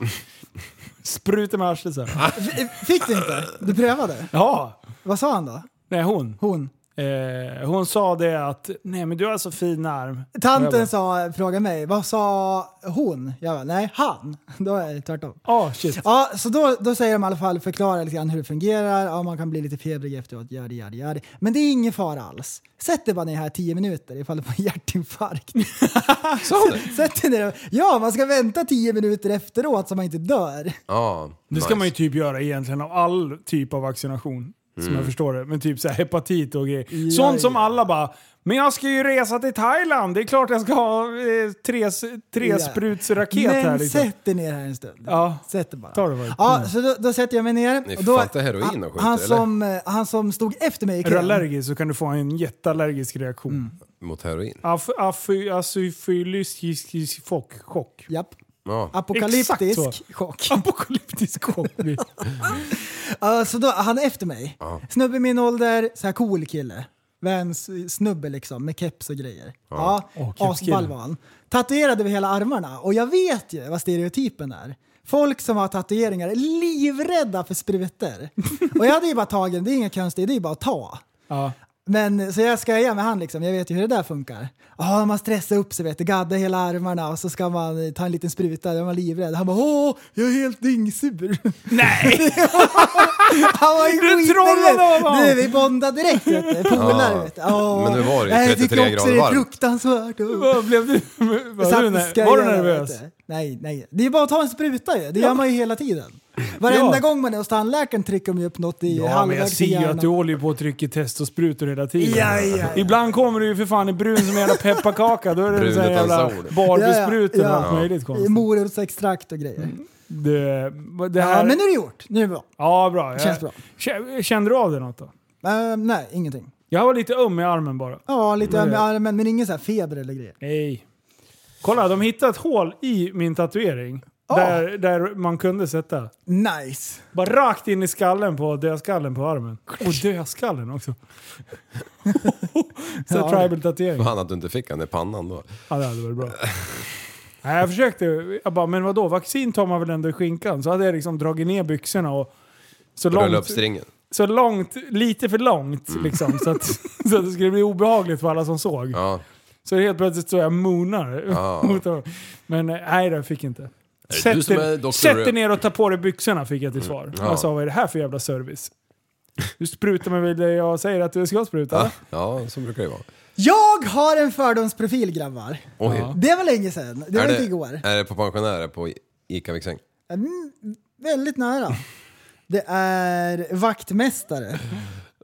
F: Sprutar med arslet så här.
G: F- Fick du inte? Du prövade?
F: Ja!
G: Vad sa han då?
F: Nej, hon.
G: Hon?
F: Eh, hon sa det att, nej men du har så fin arm. Och jag
G: Tanten sa, fråga mig, vad sa hon? Jag bara, nej han. Då är det tvärtom.
F: bara, Ah shit.
G: Ja, så då, då säger de i alla fall, förklara lite grann hur det fungerar, ja, man kan bli lite febrig efteråt, yadi yadi yadi. Men det är ingen fara alls. Sätt dig bara ner här 10 minuter ifall du får hjärtinfarkt. S- Sätt dig ner. och- Ja, man ska vänta 10 minuter efteråt så man inte dör.
H: Ja,
F: Det ska man ju typ göra egentligen av all typ av vaccination. Som jag förstår det. Men typ så här hepatit och grejer. Sånt som alla bara “Men jag ska ju resa till Thailand, det är klart jag ska ha eh, tre, tre
G: Ja.
F: sprutsraket här
G: Men
F: liksom.
G: sätt dig ner här en stund.
F: Ja.
G: Sätt dig bara.
F: Ta det bara.
G: Ja, så då, då sätter jag mig
H: Ni
G: ner.
H: fattar heroin och skjuter,
G: han,
H: eller?
G: som, eh, han som stod efter mig i
F: Är du
G: kön.
F: allergisk så kan du få en jätteallergisk reaktion. Mm.
H: Mot heroin.
F: Afyfylistisk chock.
G: Japp.
H: Ja.
F: Exakt
G: Apokalyptisk chock.
F: Apokalyptisk chock.
G: Ja, så då, han är efter mig. Snubbe i min ålder, så här cool kille. Väns snubbe liksom, med keps och grejer. Ja,
F: Åh, kepskille.
G: asball var han. Tatuerad över hela armarna. Och jag vet ju vad stereotypen är. Folk som har tatueringar är livrädda för sprutor. och jag hade ju bara tagit, det är inga konstigheter, det är ju bara att ta.
F: ja.
G: Men så jag skojar med han liksom, jag vet ju hur det där funkar. Ja, man stressar upp sig vet du, gaddar hela armarna och så ska man ta en liten spruta, då är man livrädd. Han bara åh, jag är helt dyngsur.
F: Nej!
G: Han var ju
F: Du trollade honom!
G: skiträdd! Du, vi bondade direkt vet du. Polare
H: Ja.
G: vet du. Ja.
H: Men nu var det ju
G: Nej, jag
H: 33
G: tycker också
H: grader
G: det är
H: varmt.
G: fruktansvärt. Och-
F: Vad blev du? Var du,
G: Satt i
F: ner-
G: skallen,
F: var du
G: vet
F: nervös?
G: du. Nej, nej. Det är bara att ta en spruta ju. Det gör man ju hela tiden. Varenda
F: Ja.
G: gång man är hos tandläkaren trycker de ju upp något i
F: Ja, men jag
G: halvvägs i
F: ser ju
G: hjärnan.
F: att du håller ju på och trycker testosprutor hela tiden.
G: Ja, ja, ja.
F: Ibland kommer du ju för fan i brun som en jävla pepparkaka. Då är det
H: Brun
F: så här
H: utan
F: jävla
H: sol.
F: barbiesprutor och
G: Ja, ja.
F: allt möjligt konstigt. Mm.
G: Morotsextrakt och grejer.
F: Det, det här,
G: Ja, men nu är det gjort. Nu är det bra.
F: ja, bra. Jag,
G: Känns bra.
F: Kä- Kände du av det något då?
G: Eh, nej, ingenting.
F: Jag var lite öm i armen bara.
G: Ja, lite öm i
F: Nej.
G: armen, men ingen så här feber eller grejer.
F: Nej. Kolla, de hittade ett hål i min tatuering.
G: Ah.
F: Där, där man kunde sätta.
G: Nice!
F: Bara rakt in i skallen på dödskallen på armen. Och dödskallen också. så
G: Ja,
F: tribal tatuering.
H: Fan att du inte fick han i pannan då.
F: Ja, det hade varit bra. Nej, jag försökte. Jag bara, men vadå? Vaccin tar man väl ändå i skinkan? Så hade jag liksom dragit ner byxorna och så
H: Rulla upp
F: långt,
H: stringen.
F: så långt, lite för långt liksom. Så att, så att det skulle bli obehagligt för alla som såg.
H: Mm. Ja.
F: Så helt plötsligt så jag moonar.
H: Ja.
F: mot dem. Men eh, nej, det fick jag inte.
H: du
F: Sätt
H: som är
F: dig-
H: Dr.
F: Sätt dig
H: Röd?
F: ner och ta på dig byxorna fick jag till svar.
H: Ja.
F: Jag sa, vad är det här för jävla service? Du sprutar mig väl det jag säger att du ska spruta?
H: Ja,
F: eller?
H: ja, så brukar det vara.
G: Jag har en fördomsprofil grabbar.
H: Oj.
G: Det var länge sedan. Det var
H: är,
G: inte igår.
H: är det på pensionärer på I- Ica Viksäng?
G: Mm, väldigt nära. Det är vaktmästare.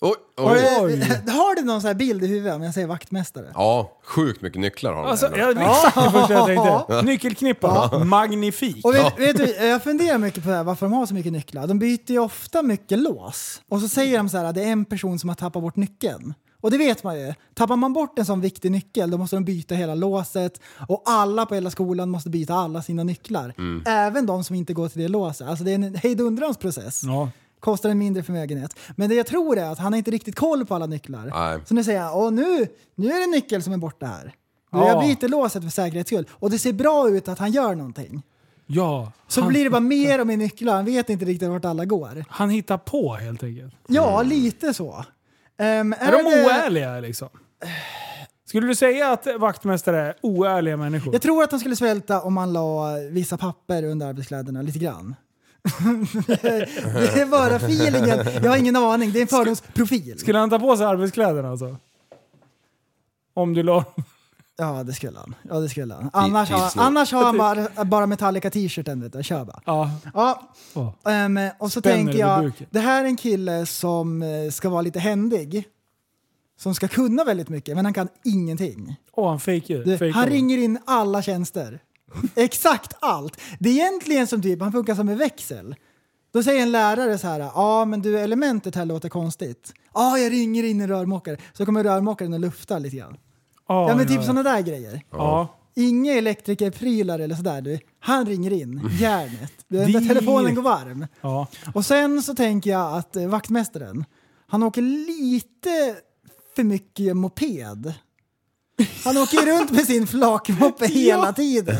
H: Oj,
G: Har
H: oj.
G: du, har du någon sån här bild i huvudet om jag säger vaktmästare?
H: Ja, sjukt mycket nycklar har de
F: Alltså,
H: där.
F: jag, exakt det första jag tänkte. Nyckelknippa. Magnifik.
G: Och vet, vet du, jag funderar mycket på det här, varför de har så mycket nycklar. De byter ju ofta mycket lås. Och så säger de så här att det är en person som har tappat bort nyckeln. Och det vet man ju. Tappar man bort en sån viktig nyckel då måste de byta hela låset och alla på hela skolan måste byta alla sina nycklar. Även de som inte går till det låset. Alltså det är en hejdundrans process.
F: Ja.
G: Kostar en mindre förmögenhet. Men det jag tror är att han har inte riktigt koll på alla nycklar.
H: Nej.
G: Så nu säger jag, åh nu, nu är det en nyckel som är borta här. Nu,
F: Ja.
G: Jag byter låset för säkerhets skull. Och det ser bra ut att han gör någonting.
F: Ja,
G: Så blir det bara mer och mer nycklar. Han vet inte riktigt vart alla går.
F: han hittar på helt enkelt.
G: Ja, lite så. Ehm,
F: Mm. Är, de
G: det-
F: oärliga liksom? Skulle du säga att vaktmästare är oärliga människor?
G: Jag tror att han skulle svälta om man la vissa papper under arbetskläderna lite grann. det är bara feelingen. Jag har ingen aning. Det är en fördomsprofil.
F: Skulle han ta på sig arbetskläderna alltså? Om du la...
G: Ja, det skulle han. Ja, det skulle han. Annars,
H: Ti-
G: har,
H: tidsnål.
G: annars har han bara, bara Metallica-t-shirten. Vet du. Kör bara.
F: Ja.
G: Ja,
F: Åh.
G: ehm, och så
F: Spänner
G: tänker
F: över
G: jag,
F: buken.
G: det här är en kille som eh, ska vara lite händig. Som ska kunna väldigt mycket, men han kan ingenting.
F: Åh, han fejkar
G: Du,
F: fejkar
G: han
F: det.
G: ringer in alla tjänster. Exakt allt. Det är egentligen som typ, han funkar som en växel. Då säger en lärare så här, ja men du elementet här låter konstigt. Ja, jag ringer in en rörmokare. Så kommer rörmokaren och luftar lite grann.
F: Ja,
G: ja men typ sådana där grejer.
F: Ja.
G: Inga elektrikerprylar eller sådär du. Han ringer in järnet. Du, när
F: Vi-
G: telefonen går varm.
F: ja.
G: Och sen så tänker jag att eh, vaktmästaren, han åker lite för mycket moped. Han åker ju runt med sin flakmoppe hela tiden.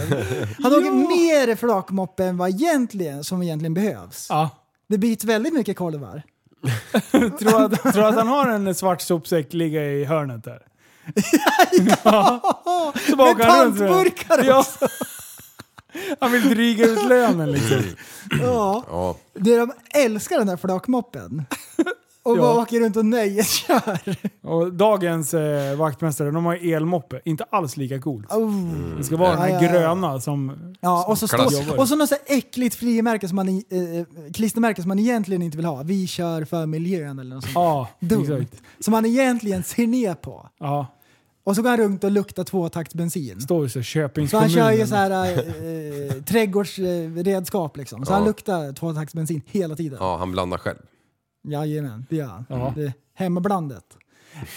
G: Han åker mer flakmoppe än vad egentligen, som egentligen behövs.
F: Ja.
G: Det byts väldigt mycket kolvar.
F: Tror att, tror att han har en svart sopsäck ligga i hörnet där? Så bara
G: Med
F: åker han runt med den.
G: pantburkar
F: Ja. Han vill dryga ut lönen liksom.
G: Ja.
H: Ja.
G: Du, de älskar den där flakmoppen. Och
F: Ja.
G: bara åker runt och nöjeskör.
F: Och dagens eh, vaktmästare, de har ju elmoppe. Inte alls lika coolt.
G: Oh.
F: Det ska vara den här
G: Ja, ja, ja.
F: gröna som...
G: Ja, och så,
H: Klassiker.
G: står, och så något så här äckligt frimärke som man, i- eh, klistermärke som man egentligen inte vill ha. Vi kör för miljön eller något sånt.
F: Ja,
G: Dumt.
F: exakt.
G: Som man egentligen ser ner på.
F: Ja,
G: Och så går han runt och luktar tvåtaktsbensin.
F: står ju så Köpings
G: Så han kör ju
F: kommun.
G: så här eh, eh, trädgårdsredskap liksom. Så
H: Ja.
G: han luktar tvåtaktsbensin hela tiden.
H: Ja, han blandar själv.
G: Jajamän, det gör han.
F: Ja.
G: Det är hemmablandet.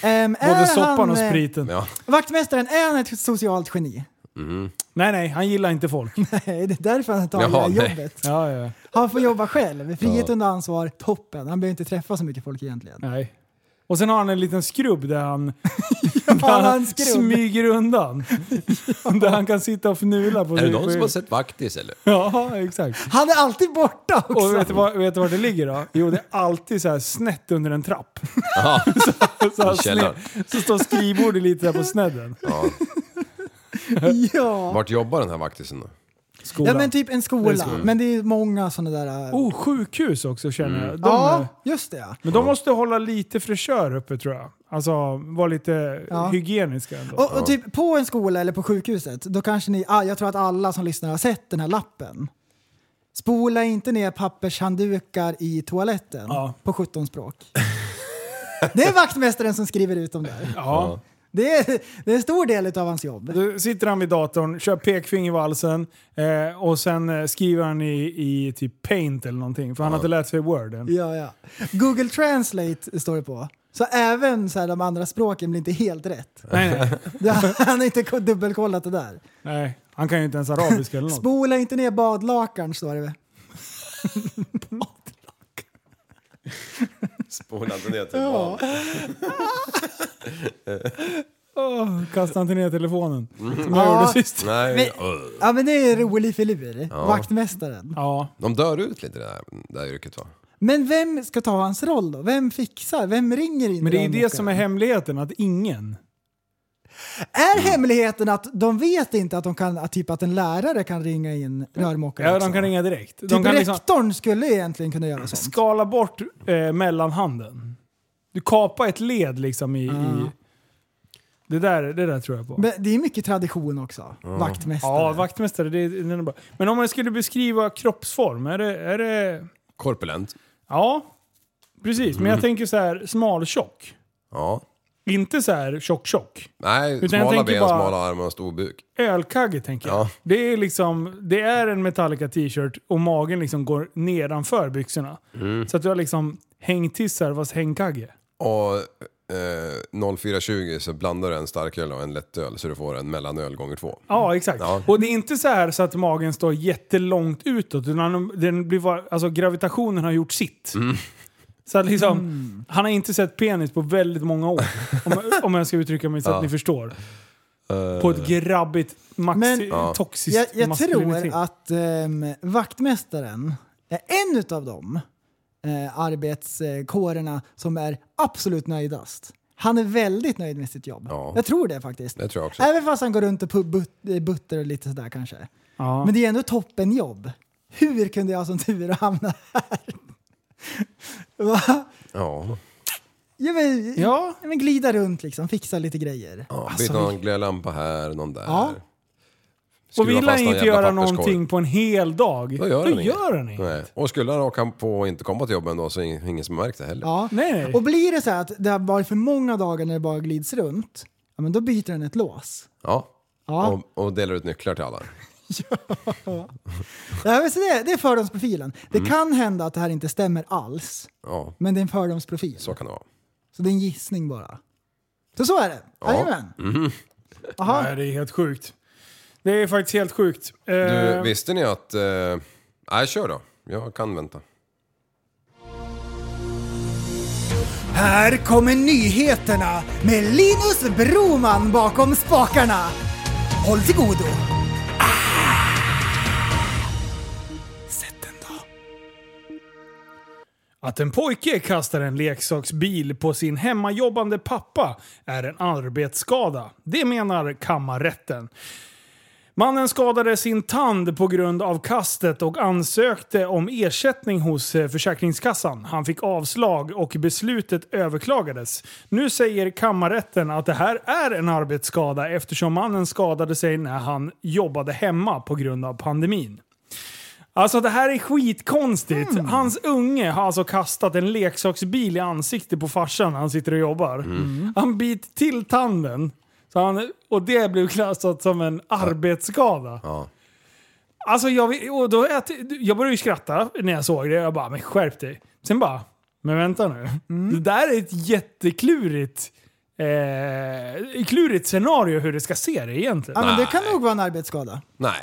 G: Ehm, är
F: Både soppan
G: han,
F: och
G: eh,
F: spriten.
H: Ja.
G: Vaktmästaren, är han ett socialt geni?
F: Nej, nej, han gillar inte folk.
G: Nej, det är därför han tar det
H: Jaha,
G: här
H: nej.
G: jobbet.
F: Ja, ja,
G: Han får jobba själv. Frihet under ansvar, toppen. Han behöver inte träffa så mycket folk egentligen.
F: nej. Och sen har han en liten skrubb där han,
G: Har
F: där
G: han
F: han
G: skrubb?
F: smyger undan. Där han kan sitta och fnula på
H: Är det
F: sig
H: någon som
F: själv.
H: har sett Vaktis eller?
F: Ja, exakt.
G: Han är alltid borta också!
F: Och vet du, var, vet du var det ligger då? Jo, det är alltid så här snett under en trapp.
H: Ja,
F: Så, här
H: I källaren.
F: snett- så står skrivbordet lite där på snedden.
G: ja.
H: vart jobbar den här Vaktisen då?
G: ja,
F: Skolan.
G: men typ en skola. Men det är många sådana där... äh,
F: Oh, sjukhus också känner
H: Mm.
F: jag. De,
G: ja, just det. ja.
F: Men de måste hålla lite fräschör uppe tror jag. Alltså vara lite
G: Ja.
F: hygieniska ändå.
G: Och, och typ på en skola eller på sjukhuset, då kanske ni... ah, Jag tror att alla som lyssnar har sett den här lappen. Spola inte ner pappershanddukar i toaletten
F: Ja.
G: på 17 språk. Det är vaktmästaren som skriver ut dem där.
F: Ja.
G: Det är, det är en stor del av hans jobb.
F: Då sitter han vid datorn, kör pekfinger i valsen eh, och sen eh, skriver han i, i typ paint eller någonting. För han har inte lärt sig word än.
G: Ja, ja. Google Translate står det på. Så även så här, de andra språken blir inte helt rätt.
F: Nej, nej.
G: Det- Han har inte ko- dubbelkollat det där.
F: nej. Han kan ju inte ens arabiska eller något.
G: Spola inte ner badlakan står det.
H: Spola inte ner till ja.
F: Åh, Kastar han inte ner telefonen? Som jag
G: Ja.
F: gjorde sist.
H: Nej,
G: Men-
H: Ugh.
G: Ja men det är en rolig filur. Vaktmästaren.
F: Ja.
H: de dör ut lite det där, det där yrket va?
G: Men vem ska ta hans roll då? Vem fixar? Vem ringer in
F: Men det är ju
G: den
F: det som är
G: åkaren?
F: hemligheten, att ingen.
G: Är hemligheten att de vet inte att de kan, att typ att en lärare kan ringa in rörmokare
F: Ja,
G: också?
F: de kan ringa direkt.
G: Typ
F: De kan liksom
G: rektorn skulle egentligen kunna göra sånt.
F: skala bort eh, mellanhanden. Du kapar ett led liksom i... i det, där, det där tror jag på.
G: Men det är mycket tradition också. Vaktmästare.
F: Ja, vaktmästare. Det, den är bra. Men om man skulle beskriva kroppsform, är det... Är det
H: Korpulent.
F: ja, precis. Men jag tänker så här smal-tjock.
H: Ja.
F: Inte så här tjock-tjock.
H: Nej,
F: Utan jag
H: smala
F: tänker
H: ben,
F: bara-
H: smala armar och stor buk.
F: Ölkagge tänker jag.
H: Ja.
F: Det är liksom, det är en Metallica t-shirt och magen liksom går nedanför byxorna. Så att du har liksom hängtissar fast hängkagge.
H: Och eh, 04.20 så blandar du en starköl och en lättöl så du får en mellanöl gånger två.
F: Ja, exakt.
H: Ja.
F: Och det är inte så här så att magen står jättelångt utåt. Utan den blir bara, alltså, gravitationen har gjort sitt.
H: Mm.
F: Så att liksom,
G: Mm.
F: han har inte sett penis på väldigt många år. Om, om jag ska uttrycka mig så att ni förstår.
H: Eh.
F: På ett grabbigt, maxi,
G: Men-
F: toxiskt
G: Jag, jag tror
F: maskulinitet.
G: att ehm, vaktmästaren är en av de eh, arbetskårerna som är absolut nöjdast. Han är väldigt nöjd med sitt jobb.
H: Ja.
G: Jag tror det faktiskt.
H: Det tror jag också.
G: Även fast han går runt och pu- but- eh, butter och lite sådär kanske.
F: Ja.
G: Men det är ändå toppenjobb. Hur kunde jag som tur är hamna här? Va?
H: Ja.
G: Jag vill,
F: Ja.
G: jag vill glida runt liksom, fixa lite grejer.
H: ja. Byt någon glödlampa här, någon där.
G: Ja.
F: Och vill
H: Skruva
F: han
H: fast någon
F: inte
H: jävla
F: göra
H: papperskorg.
F: någonting på en hel dag,
H: Då gör han inget.
F: han inget.
H: Nej. Och skulle han råka på att inte komma till jobbet då så är det ingen som märkt det heller.
G: Ja.
F: Nej, nej.
G: Och blir det så här att det har varit för många dagar när det bara glids runt, ja, men då byter den ett lås.
H: Ja.
G: Ja.
H: Och, och delar ut nycklar till alla.
G: Ja, men så det, det är fördomsprofilen. Det kan hända att det här inte stämmer alls,
H: Mm. Ja,
G: men det är en fördomsprofil.
H: så kan det vara.
G: Så det är en gissning bara. Så så är det. Jajamän.
H: Mm.
G: Aha.
F: Nej, det är helt sjukt. Det är faktiskt helt sjukt. Eh,
H: Du, visste ni att... Eh, nej, kör då. Jag kan vänta.
G: Här kommer nyheterna med Linus Broman bakom spakarna. Håll till godo. Ah! Sätt den då.
F: Att en pojke kastar en leksaksbil på sin hemmajobbande pappa är en arbetsskada. Det menar kammarrätten. Mannen skadade sin tand på grund av kastet och ansökte om ersättning hos eh, Försäkringskassan. Han fick avslag och beslutet överklagades. Nu säger kammarrätten att det här är en arbetsskada eftersom mannen skadade sig när han jobbade hemma på grund av pandemin. Alltså det här är skitkonstigt.
G: Mm.
F: Hans unge har alltså kastat en leksaksbil i ansiktet på farsan när han sitter och jobbar.
G: Mm.
F: Han bit till tanden. Så han, och det blev klassat som en arbetsskada.
H: Ja.
F: Alltså jag, vi- och då, jag, jag började ju skratta när jag såg det. Jag bara, men skärp dig. Sen bara, men vänta nu.
G: Mm.
F: Det där är ett jätteklurigt eh, klurigt scenario hur det ska se det egentligen.
G: Ja, men det kan
H: Nej.
G: nog vara en arbetsskada.
H: Nej.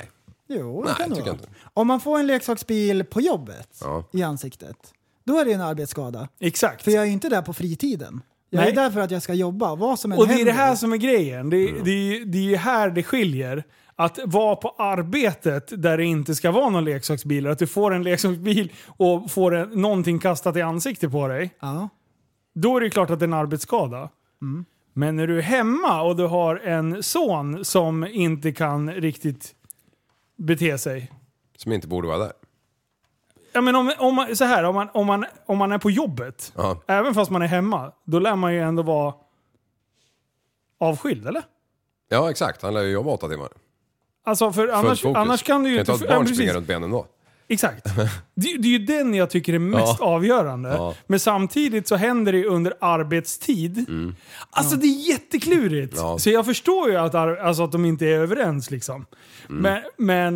G: Jo, det
H: Nej,
G: kan det
H: tycker
G: vara.
H: jag inte.
G: Om man får en leksaksbil på jobbet
H: Ja.
G: i ansiktet, då är det en arbetsskada.
F: Exakt.
G: För jag är ju inte där på fritiden. Jag
F: Nej.
G: är där för att jag ska jobba, vad som än
F: Och det är
G: händer.
F: det här som är grejen. Det, det, är ju- det är ju här det skiljer. Att vara på arbetet där det inte ska vara någon leksaksbil. Att du får en leksaksbil och får en, någonting kastat i ansiktet på dig.
G: Ja. Mm.
F: Då är det ju klart att det är en arbetsskada. Men när du är hemma och du har en son som inte kan riktigt bete sig.
H: Som inte borde vara där.
F: Ja, men om, om, man- så här, om, man, om, man, om man är på jobbet,
H: Ja.
F: även fast man är hemma, då lär man ju ändå vara avskild, eller?
H: Ja, exakt. Han lär ju jobba åtta timmar.
F: Alltså för annars,
H: fokus.
F: annars kan du ju
H: inte...
F: inte...
H: ta ett
F: ja,
H: barn
F: precis.
H: springa runt benen då.
F: Exakt. Det, det är ju den jag tycker är mest
H: Ja.
F: avgörande.
H: Ja.
F: Men samtidigt så händer det ju under arbetstid. Alltså det är jätteklurigt.
H: Mm. Ja.
F: Så jag förstår ju att, ar- alltså, att de inte är överens liksom.
H: Mm.
F: Men,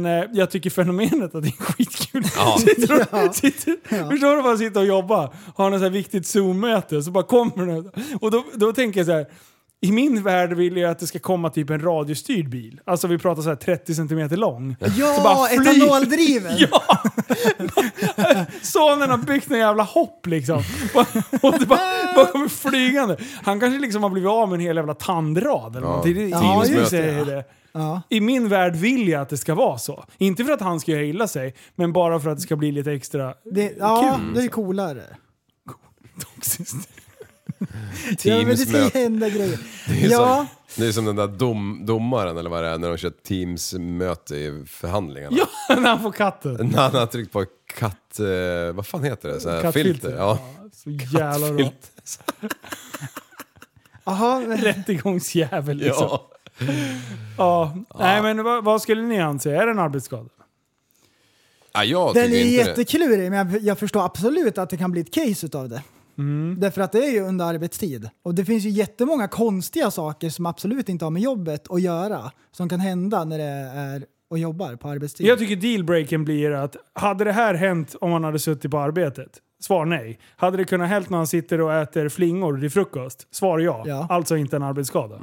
F: men eh, jag tycker fenomenet att det är skitkul.
H: Ja.
F: Sitter och, sitter, Förstår du vad jag sitter och jobbar? Har något så här viktigt Zoom-möte så bara kommer det. Och då, då tänker jag så här. I min värld vill jag att det ska komma typ en radiostyrd bil. Alltså vi pratar så här 30 cm lång. Så bara
G: Ja,
F: flyger-
G: etanoldriven!
F: Ja! Sonen har byggt en jävla hopp liksom. Och det bara, bara kommer flygande. Han kanske liksom har blivit av med en hel jävla tandrad eller
H: Ja,
F: någonting. Det-
H: tidningsmöte.
F: ingen säger det.
G: Ja.
F: I min värld vill jag att det ska vara så. Inte för att han ska göra illa sig, men bara för att det ska bli lite extra
G: Det, ja, det är coolare.
F: toxiskt.
G: Ja, men det
H: Teamsmöte.
G: ska ju hända grejer.
H: Det är,
G: Ja,
H: som, det är som den där dom, domaren eller vad det är när de kör Teams-möte i förhandlingarna.
F: Ja, när han får katten.
H: När han har tryckt på katt... Eh, vad fan heter det? Så här,
F: Kattfilter.
H: filter. Ja.
F: Så jävla bra.
H: Filter.
G: aha, men-
F: Rättegångsjävel liksom. Ja.
H: Ja.
F: Nej men vad, vad skulle ni anse? Är det en arbetsskada?
H: ja, jag
G: den är
H: tycker inte det.
G: jätteklurig, men jag, jag förstår absolut att det kan bli ett case utav det.
F: Mm.
G: Därför att det är ju under arbetstid. Och det finns ju jättemånga konstiga saker som absolut inte har med jobbet att göra, som kan hända när det är och jobbar på arbetstid.
F: Jag tycker dealbreaken blir att hade det här hänt om han hade suttit på arbetet? Svar nej. Hade det kunnat hänt när han sitter och äter flingor till frukost? Svar ja.
G: Ja.
F: Alltså inte en arbetsskada.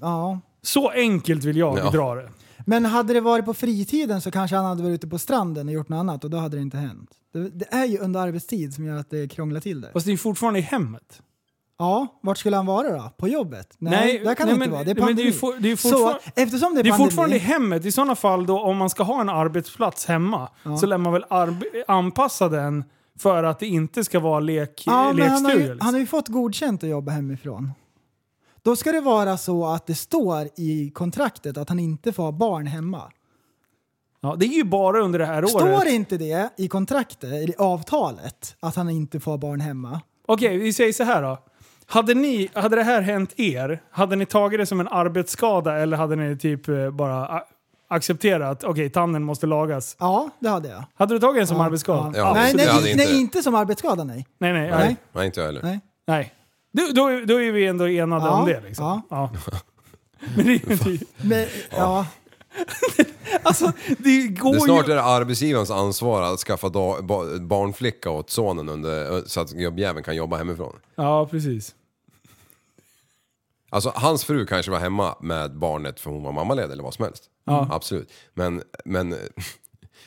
G: ja.
F: Så enkelt vill jag
H: Ja.
F: dra det.
G: Men hade det varit på fritiden så kanske han hade varit ute på stranden och gjort något annat och då hade det inte hänt. Det, det är ju under arbetstid som gör att det krånglar till det.
F: Fast det är fortfarande i hemmet.
G: Ja, vart skulle han vara då? På jobbet? Nej,
F: Nej,
G: där kan
F: nej,
G: han
F: men-
G: inte vara. Det
F: nej,
G: är
F: men
G: pandemi.
F: det är ju for- det är ju
G: så,
F: fortfar-
G: eftersom det är,
F: Det är
G: pandemi,
F: fortfarande i hemmet. I sådana fall då om man ska ha en arbetsplats hemma så lär man väl arbe- anpassa den för att det inte ska vara lek,
G: ja, men han, har
F: lekstuga.
G: ju,
F: liksom.
G: han har ju fått godkänt att jobba hemifrån. Då ska det vara så att det står i kontraktet att han inte får ha barn hemma.
F: ja, det är ju bara under det här året.
G: Står inte det i kontraktet, eller i avtalet, att han inte får ha barn hemma?
F: Okej, vi säger så här då. Hade, ni, hade det här hänt er, hade ni tagit det som en arbetsskada eller hade ni typ eh, bara a- accepterat okej, tanden måste lagas?
G: Ja, det hade jag.
F: Hade du tagit det som arbetsskada?
H: Ja.
G: nej,
H: det
G: nej,
H: hade
G: nej,
H: inte-
G: inte. som arbetsskada nej.
F: Nej, nej.
H: Nej.
F: nej.
H: Nej, inte jag heller.
G: Nej.
F: nej. Du, då, då är vi ändå enade
G: Ja,
F: om det liksom.
G: ja.
F: Men det, är ju-
G: Men, ja.
F: alltså, det går
H: Det snart
F: ju...
H: är det arbetsgivarens ansvar att skaffa da, ba, barnflicka åt sonen under, så att gubbjäveln kan jobba hemifrån.
F: Ja, precis.
H: Alltså hans fru kanske var hemma med barnet för hon var mammaledig eller vad som helst. Absolut. Mm. Men, men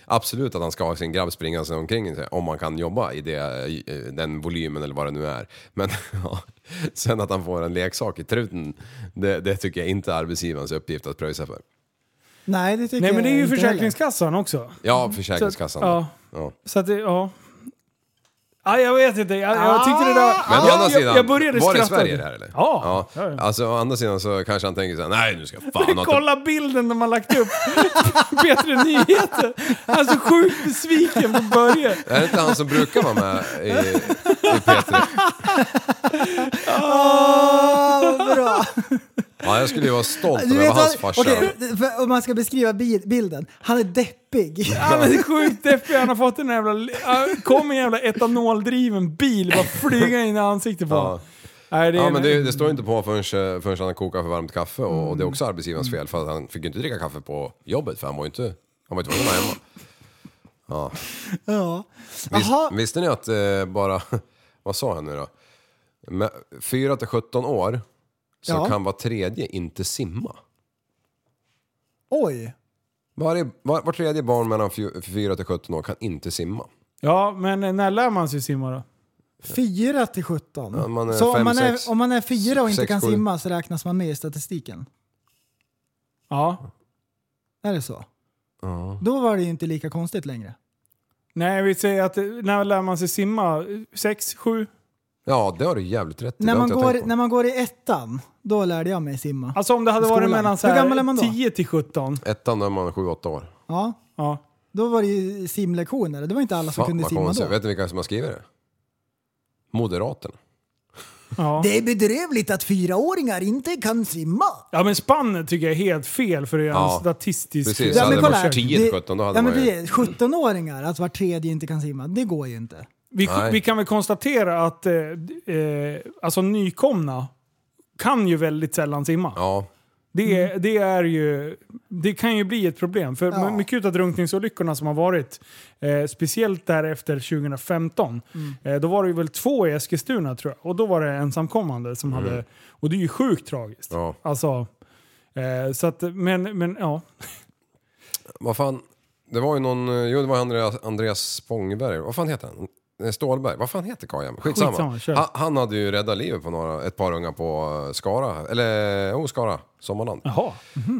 H: absolut att han ska ha sin grabb springande omkring sig om man kan jobba i det, eh, den volymen eller vad det nu är. Men ja, sen att han får en leksak i truten, det, det tycker jag inte är arbetsgivarens uppgift att pröjsa för.
G: Nej, det tycker
F: Nej men det är ju
G: jag inte
F: Försäkringskassan också.
H: Ja, Försäkringskassan.
F: Mm. Så- ja.
H: Ja.
F: Så att det, ja. Ja, jag vet inte. Jag, jag tyckte det där...
H: Men å
F: jag,
H: andra
F: jag-
H: sidan,
F: jag började
H: var det
F: skratta.
H: Sverige det här eller?
F: Ja.
H: ja. Alltså å andra sidan så kanske han tänker så här, nej nu ska jag fan ha
F: Kolla bilden de har lagt upp. Bättre nyheter. Han är så sjukt besviken på Börje.
H: Är det inte han som brukar vara med i, i P3?
G: Åh, bra.
H: Ja, jag skulle ju vara stolt om
G: Du
H: jag
G: vet
H: var hans
G: vad,
H: farsa.
G: okej, för- om man ska beskriva bi- bilden, han är deppig.
F: Han är sjukt deppig. Han har fått en jävla... Kom en jävla etanoldriven bil bara flyga in i ansiktet på honom.
H: Ja.
F: Nej, det är
H: Ja, men det, det står inte på förrän, eh, förrän han kokar för varmt kaffe och, och det är
G: Mm.
H: också arbetsgivarens fel för att han fick ju inte dricka kaffe på jobbet för han var ju inte, han var ju tvungen att vara hemma.
G: Ja.
H: Vis,
G: Jaha,
H: visste ni att eh, bara, vad sa han nu då? Med 4 till 17 år så
G: Ja.
H: kan var tredje inte simma.
G: oj.
H: Varje, var, var tredje barn mellan 4 till 17 år kan inte simma.
F: Ja, men när lär man sig simma då?
G: 4 till 17.
H: Ja, man är
G: så
H: fem,
G: om man,
H: sex,
G: är, om man är 4 och inte
H: sex,
G: kan
H: sju.
G: simma så räknas man med i statistiken?
F: Ja.
G: Är det så? Då var det ju inte lika konstigt längre.
F: Nej, vi säger att eh, när lär man sig simma? Sex, sju?
H: Ja, det har du jävligt rätt i. Det
G: När
H: har
G: man,
H: inte jag tänkt
G: går,
H: på.
G: när man går i ettan, då lärde jag mig simma.
F: Alltså om det hade
G: I
F: varit
G: skolan.
F: mellan så
G: Hur gammal är man
F: här,
G: då?
F: 10 till 17.
H: Ettan då är man 7-8 år.
G: Ja,
F: Ja.
G: då var det ju simlektioner. Det var inte alla som kunde
H: vad
G: simma
H: konstigt.
G: då.
H: Vet ni vilka som har skrivit det? Moderaterna.
F: Ja.
G: Det är bedrövligt att fyraåringar inte kan simma.
F: ja, men spannet tycker jag är helt fel för att göra
H: Ja,
F: en statistisk...
H: precis. Ja, hade det
G: kolla
H: varit
G: här.
H: 10 till 17, då hade
G: ja, men
H: man ju-
G: precis. 17-åringar, att var tredje inte kan simma, det går ju inte.
F: Vi,
H: Nej.
F: vi kan väl konstatera att eh, eh, alltså nykomna kan ju väldigt sällan simma.
H: Ja,
F: Det, det, är ju, det kan ju bli ett problem. För
G: Ja.
F: mycket av drunkningsolyckorna som har varit, eh, speciellt där efter 2015, eh, då var det ju väl två i Eskilstuna tror jag. Och då var det ensamkommande som hade... Och det är ju sjukt tragiskt.
H: Mm. ja.
F: Alltså, eh, så att, men, men ja.
H: Vad fan. Det var ju någon, eh, jo det var Andreas, Andreas Spångberg, vad fan heter han? Eh, Stålberg, vad fan heter karln? Skitsamma.
F: Skitsamma, kör.
H: han, han hade ju räddat livet på några, ett par unga på eh, Skara, eller oh, Skara, Sommarland.
F: Jaha.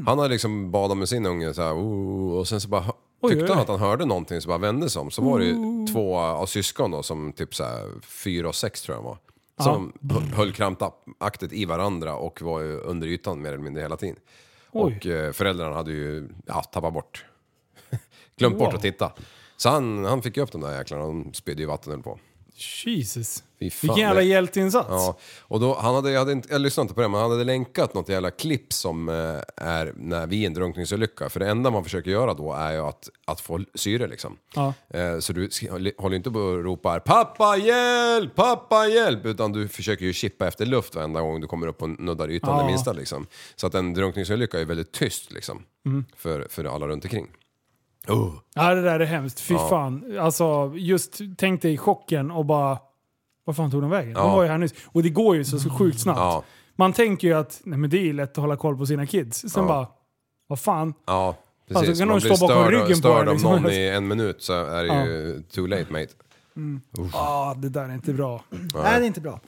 H: Han hade liksom badat med sin unge så här, "Oh", och sen så bara hö-
F: Oj,
H: tyckte
F: oj,
H: han
F: oj. Oh.
H: att han hörde någonting så bara vände sig om. Så var det ju två av syskon då som typ så här fyra och sex tror jag de var. Som hö- höll krampaktigt i varandra och var ju under ytan mer eller mindre hela tiden.
F: Oj.
H: Och eh, föräldrarna hade ju ja, tappat bort. Glömt bort
F: Wow.
H: att titta. Så han, han fick ju upp de där jäklarna och de spydde ju vatten höll på.
F: Jesus.
H: Fy fan,
F: Vilken jävla
H: det-
F: hjälteinsats.
H: Ja, och då, han hade, jag, hade inte, jag lyssnade inte på det, men han hade länkat något jävla klipp som eh, är när vi är i en drunkningsolycka. För det enda man försöker göra då är ju att, att få syre liksom.
F: Ja.
H: Eh, så du sk- håller inte på och ropar “Pappa hjälp! Pappa hjälp!” utan du försöker ju chippa efter luft varenda gång du kommer upp och nuddar ytan det
F: Ja.
H: minsta liksom. Så att en drunkningsolycka är väldigt tyst liksom.
F: Mm.
H: För, för alla runt omkring. Oh.
F: Ja, det där är hemskt. Fy fan. Alltså, just tänk dig chocken och bara... Vad fan tog de vägen? De
H: Ja.
F: var ju här nyss. Och det går ju så, så sjukt snabbt.
H: Ja.
F: Man tänker ju att nej, men det är ju lätt att hålla koll på sina kids. Sen
H: Ja.
F: bara, vad fan?
H: Ja, precis.
F: Alltså, kan
H: man
F: de
H: blir
F: stå bakom
H: störd,
F: ryggen på
H: störd
F: en,
H: av
F: liksom.
H: någon i en minut så är det ju too late mate.
F: Ah, det där är inte bra.
G: Nej, det är inte bra.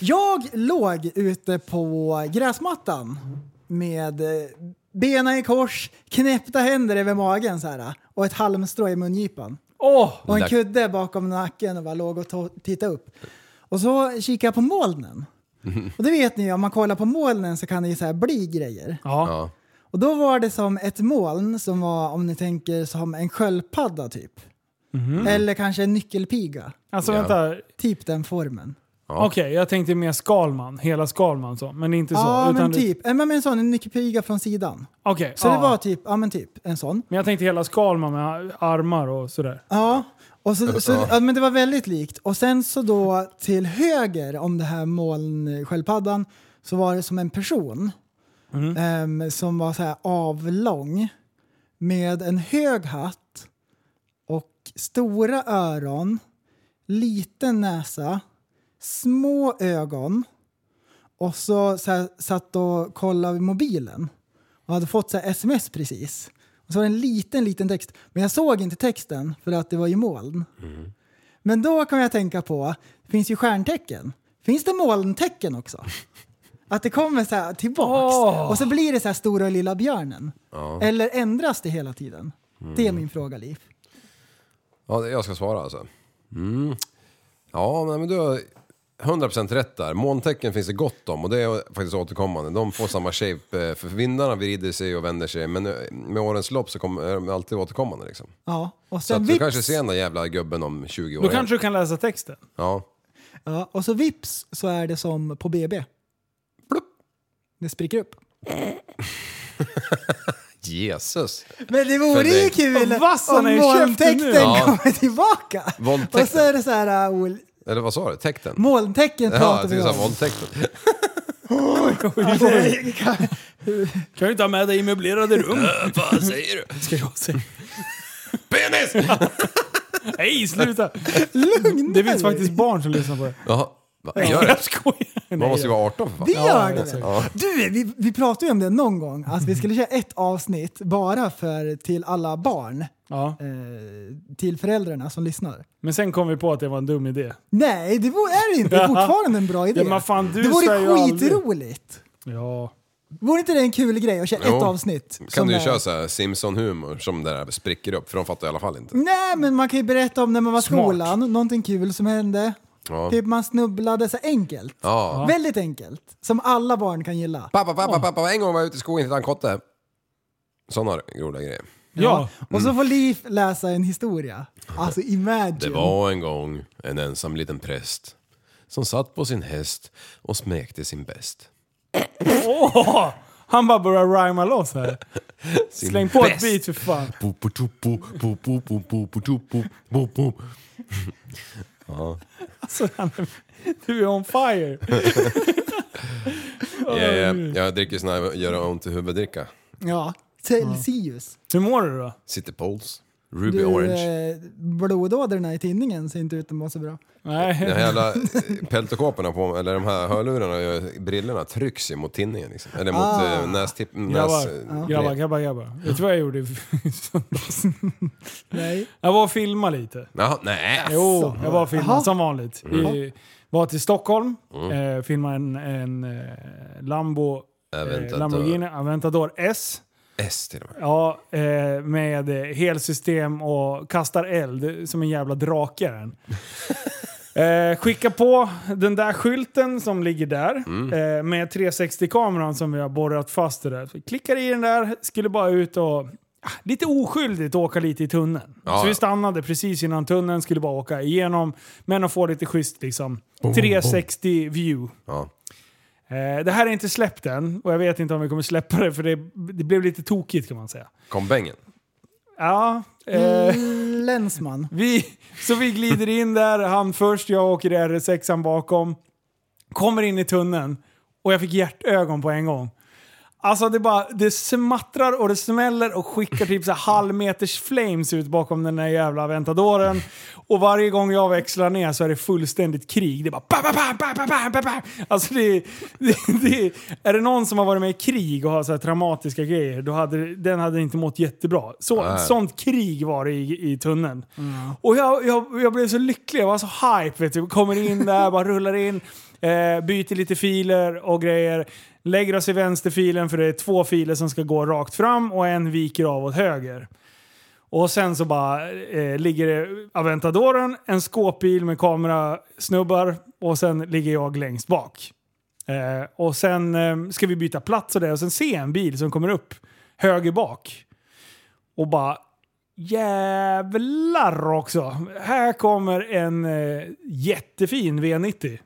G: Jag låg ute på gräsmattan med eh, benen i kors, knäppta händer över magen så här, och ett halmstrå i mungipan.
F: Åh!
G: Och en
H: Där-
G: kudde bakom nacken och bara låg och to- tittade upp. Och så kikade jag på molnen. Och det vet ni ju, om man kollar på molnen så kan det ju så här bli grejer.
F: Ja.
H: Ja.
G: Och då var det som ett moln som var, om ni tänker, som en sköldpadda typ. Eller kanske en nyckelpiga.
F: Alltså
H: Ja.
F: vänta.
G: Typ den formen.
H: Ja.
F: Okej, jag tänkte mer Skalman. Hela Skalman så. Men inte så.
G: Ja, men
F: det-
G: typ. Äh, Men en sån, en nyckelpiga från sidan.
F: Okej.
G: Så
F: ja.
G: det var typ, ja men typ en sån.
F: Men jag tänkte hela Skalman med armar och sådär.
G: Ja, och så, så, ja, men det var väldigt likt. Och sen så då till höger om det här molnsköldpaddan så var det som en person
F: Mhm.
G: ehm, som var så här avlång med en hög hatt och stora öron, liten näsa, små ögon och så, så här, satt och kollade i mobilen och hade fått så här, sms precis. Och så var det en liten, liten text. Men jag såg inte texten för att det var i moln.
H: Mm.
G: Men då kom jag att tänka på, det finns ju stjärntecken. Finns det molntecken också? Att det kommer så här tillbaks och så blir det så här stora och lilla björnen. Eller ändras det hela tiden? Det
H: Mm.
G: är min fråga, Liv.
H: Ja, jag ska svara alltså. Mm. Ja, men du har 100% rätt där. Måntecken finns det gott om och det är faktiskt återkommande. De får samma shape, eh, för vindarna vrider sig och vänder sig. Men eh, med årens lopp så kommer är de alltid återkommande liksom.
G: Ja, och
H: Så
G: sen
H: att du
G: vips,
H: kanske ser den där jävla gubben om 20 år.
F: Då
H: igen.
F: kanske du kan läsa texten.
H: Ja.
G: ja, och så vips så är det som på BB. Plupp. Det spricker upp.
H: Jesus.
G: Men
H: För
G: det vore
H: dig.
G: ju kul
F: Och vassan
G: om
F: är i käften nu.
G: molntäkten
H: Ja.
G: kommer tillbaka.
H: Våldtäkten.
G: Och så är det så här, äh, ol-
H: Eller vad sa du? Täkten? ja,
G: molntecken
H: jag
G: pratar
H: tyckte
G: vi
H: du sa
G: om.
H: våldtäkten.
F: Kan du inte ha med dig i möblerade rum?
H: Äh, vad säger du?
F: Ska jag säga.
H: Penis!
F: Nej, sluta!
G: Lugna
F: Det finns
G: dig.
F: faktiskt barn som lyssnar på det.
H: Jaha. Va, Gör det?
F: Jag skojar.
H: Man måste ju vara 18 för fan.
G: Det gör
F: jag
G: det. Du, vi, vi pratade ju om det någon gång, att vi skulle köra ett avsnitt bara för till alla barn,
F: Ja.
G: eh, till föräldrarna som lyssnar.
F: Men sen kom vi på att det var en dum idé.
G: Nej, det vore, är det inte. Det är fortfarande en bra idé.
F: Ja, men fan, du
G: det vore
F: säger ju aldrig-
G: skitroligt.
F: Ja.
G: Vore inte det en kul grej att köra
H: Jo.
G: ett avsnitt?
H: Kan
G: som
H: du ju
G: är-
H: köra så här Simpson-humor som det där spricker upp, för de fattar i alla fall inte.
G: Nej, men man kan ju berätta om när man var i
F: Smart.
G: skolan, någonting kul som hände.
H: Ja.
G: Typ man snubblade så enkelt.
H: Ja.
G: Väldigt enkelt. Som alla barn kan gilla.
H: Pappa, pappa, pappa, en gång var jag ute i skogen och hittade en kotte. Sådana roliga grejer.
F: Ja.
G: Och så får Liv läsa en historia. Alltså imagine.
H: Mm. Det var en gång en ensam liten präst som satt på sin häst och smekte sin bäst.
F: Åh! Han bara börjar rhyma loss här.
H: Sin
F: Släng på ett
H: bäst.
F: beat för fan.
H: Po, po, tu, po, po, po, po, po, po, tu, po, po, po.
F: Alltså, han är, du är on fire.
H: Ja, ja, Jag dricker såna här göra ont i huvudet-dricka.
G: Ja. Celsius.
F: Hur mår du då?
H: City Poles, Ruby
G: Du,
H: Orange.
G: eh, blodådrorna i tinningen ser inte ut att må så bra.
H: De
F: Nej.
H: här jävla eh, peltokåporna på eller de här hörlurarna och brillorna trycks ju mot tinningen liksom. Eller mot ah. nästipp... Näs,
F: Grabbar, grabbar, grabbar, grabbar. Vet du vad jag gjorde i söndags?
G: Nej.
F: Jag var och filmade lite.
H: Jaha, nej.
F: Jo, jag var och
G: Jaha.
F: filmade som vanligt. I, var till Stockholm,
H: Mm.
F: eh, filmade en, en eh, Lambo, eh,
H: Aventador.
F: Lamborghini Aventador S.
H: S till och med.
F: Ja, eh, med eh, helsystem och kastar eld som en jävla drake är den. Eh, skicka på den där skylten som ligger där
H: Mm.
F: eh, med 360-kameran som vi har borrat fast det där. Så Klickar i den där, skulle bara ut och ah, lite oskyldigt åka lite i tunneln.
H: Ja,
F: så
H: ja.
F: vi stannade precis innan tunneln, skulle bara åka igenom men att få lite schysst liksom 360 view.
H: Ja.
F: Eh, det här är inte släppt än och jag vet inte om vi kommer släppa det för det, det blev lite tokigt kan man säga.
H: Kom bängen.
F: Ja, eh,
G: Länsman.
F: vi, så vi glider in där, han först, jag åker i R6 bakom. Kommer in i tunneln och jag fick hjärtögon på en gång. Alltså det bara, det smattrar och det smäller och skickar typ så här halvmeters flames ut bakom den där jävla ventadoren. Och varje gång jag växlar ner så är det fullständigt krig. Det är bara ba, ba, ba, ba, ba, ba, ba, ba. Alltså det, det, det Är det någon som har varit med i krig och har så här traumatiska grejer, då hade, den hade inte mått jättebra. Så,
H: Nej.
F: sånt krig var det i, i tunneln. Och jag, jag, jag blev så lycklig, jag var så hype vet du. Kommer in där, bara rullar in. Eh, byter lite filer och grejer. Lägger oss i vänsterfilen för det är två filer som ska gå rakt fram och en viker av åt höger. Och sen så bara eh, ligger det Aventadoren, en skåpbil med kamerasnubbar och sen ligger jag längst bak. Eh, och sen eh, ska vi byta plats och det och sen se en bil som kommer upp höger bak. Och bara jävlar också. Här kommer en eh, jättefin V90.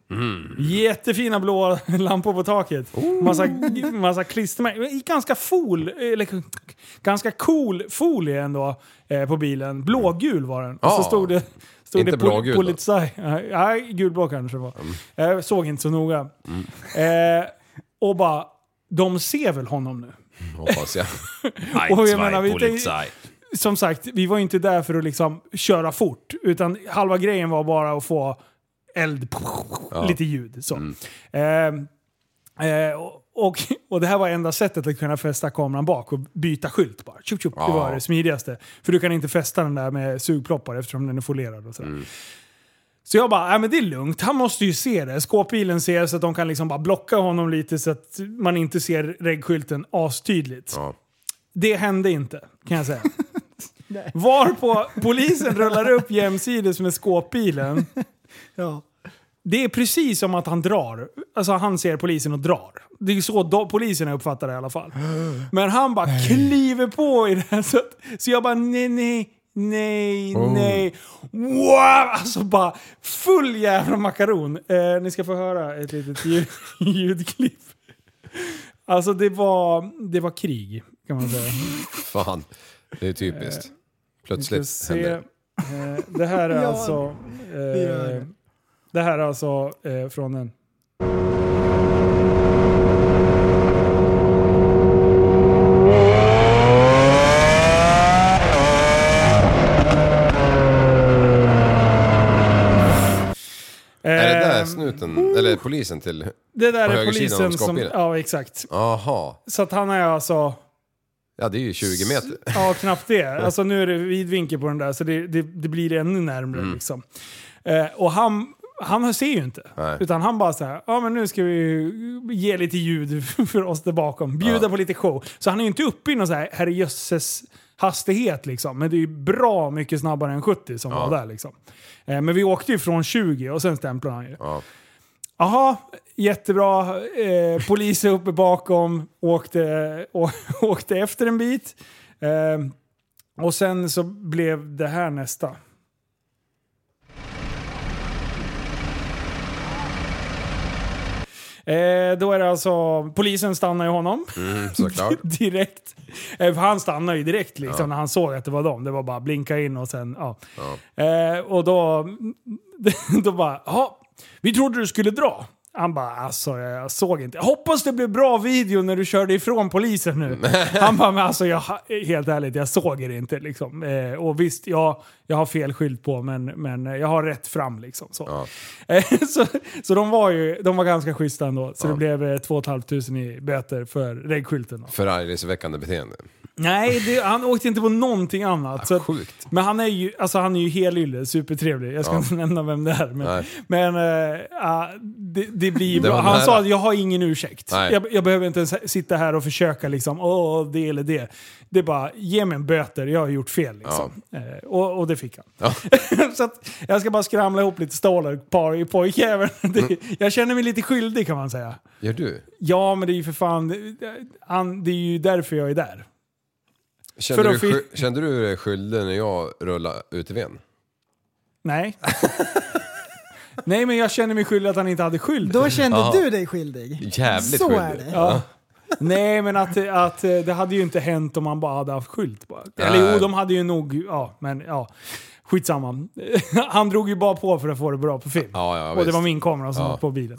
F: Jättefina blå lampor på taket. Massa, massa klistermärken. I Ganska fol, eller ganska cool folie ändå eh, på bilen. Blågul var den. Och så
H: Ja.
F: stod det, stod
H: Inte
F: det pol-
H: blågul då? Mm.
F: Polizei. Nej, gulblå kanske det var. Jag såg inte så noga. Eh, och bara, de ser väl honom nu?
H: Hoppas jag.
F: Och jag menar, vi tänkte, som sagt, vi var ju inte där för att liksom köra fort. Utan halva grejen var bara att
H: Mm.
F: få eld, lite ljud. Så. Ehm, Eh, eh, och- Och, och det här var enda sättet att kunna fästa kameran bak och byta skylt bara. Tjup, tjup, Det var
H: Ja.
F: det smidigaste. För du kan inte fästa den där med sugploppar eftersom den är folerad och sådär.
H: Mm.
F: Så jag bara, äh, men det är lugnt. Han måste ju se det. Skåpbilen ser så att de kan liksom bara blocka honom lite så att man inte ser regskylten astydligt.
H: Ja.
F: Det hände inte, kan jag säga. Varpå polisen rullar upp jämsides med skåpbilen.
G: Ja.
F: Det är precis som att han drar. Alltså han ser polisen och drar. Det är så do- polisen uppfattar det i alla fall. Men han bara kliver på i det här. Så, att, så jag bara nej, nej, nej, nej. Wow! Alltså bara full jävla makaron. Eh, ni ska få höra ett litet ljud, ljudklipp. Alltså det var, det var krig kan man säga.
H: Fan, det är typiskt.
F: Vi ska
H: Plötsligt
F: se.
H: händer det.
F: Eh, det här är
G: Ja,
F: alltså... Eh,
G: gör
F: det.
G: det.
F: här är alltså eh, från en...
H: Är det där
F: Eh,
H: snuten, eller polisen till...
F: det där
H: på
F: är
H: högersidan av
F: polisen som...
H: skåpbilen?
F: Ja, exakt.
H: Aha.
F: Så att han är alltså...
H: Ja, det är ju 20 meter.
F: Ja, knappt det. Alltså nu är det vidvinkel på den där så det, det, det blir ännu närmre
H: Mm.
F: liksom. Eh, och han, han ser ju inte.
H: Nej.
F: Utan han bara så här, ja men nu ska vi ge lite ljud för oss där bakom. Bjuda
H: Ja.
F: på lite show. Så han är ju inte uppe i någon så här herrejösses hastighet liksom. Men det är ju bra mycket snabbare än 70 som var där liksom. Eh, men vi åkte ju från 20 och sen stämplade han ju.
H: Ja.
F: Jaha, jättebra. Eh, polis är uppe bakom, åkte, å, åkte efter en bit. Eh, och sen så blev det här nästa. Eh, då är det alltså, polisen stannar ju honom
H: Mm, såklart.
F: direkt. Eh, för han stannade ju direkt liksom, när han såg att det var dem. Det var bara blinka in och sen... Ja. Eh, och då, då bara, ja, vi trodde du skulle dra. Han bara, alltså jag, jag såg inte. Jag hoppas det blev bra video när du körde ifrån polisen nu. Han bara, men alltså jag, helt ärligt, jag såg det inte liksom. Eh, och visst, jag, jag har fel skylt på men, men jag har rätt fram liksom. Så. Eh, så, så de var ju de var ganska schyssta ändå. Så det blev eh, 2 500 i böter för regskylten. Då.
H: Förargelseväckande beteende.
F: Nej, det, han åkte inte på någonting annat. Så att,
H: Sjukt.
F: men han är ju, alltså han är ju helylle, supertrevlig. Jag ska
H: Ja.
F: inte nämna vem det är. Men,
H: Nej.
F: men eh, ah, det, det blir ju
H: Det
F: bra.
H: var
F: Han
H: nära.
F: sa att jag har ingen ursäkt.
H: Nej.
F: Jag, jag behöver inte ens sitta här och försöka liksom, åh, det eller det. Det är bara, ge mig en böter, jag har gjort fel. Liksom. Eh, och, och det fick han.
H: Ja.
F: så att, jag ska bara skramla ihop lite stålar par i pojkjäveln. Det- Jag känner mig lite skyldig kan man säga.
H: Gör du?
F: Ja, men det är ju för fan, det- han, det är ju därför jag är där.
H: Kände,
F: För
H: du,
F: att fi-
H: sky- kände du dig skyldig när jag rullade UTVn?
F: Nej. Nej, men jag känner mig skyldig att han inte hade skylt.
G: Då kände
H: Ja.
G: du dig skyldig.
H: Jävligt
G: Så är
H: skyldig.
G: det.
F: Ja. Nej, men att, att eh, det hade ju inte hänt om man bara hade haft skylt. bara. Eller
H: Nej.
F: jo, de hade ju nog... Ja, men ja. Skitsamma. Han drog ju bara på för att få det bra på film.
H: Ja, ja,
F: och det
H: visst.
F: var min kamera som
H: Ja.
F: var på bilen.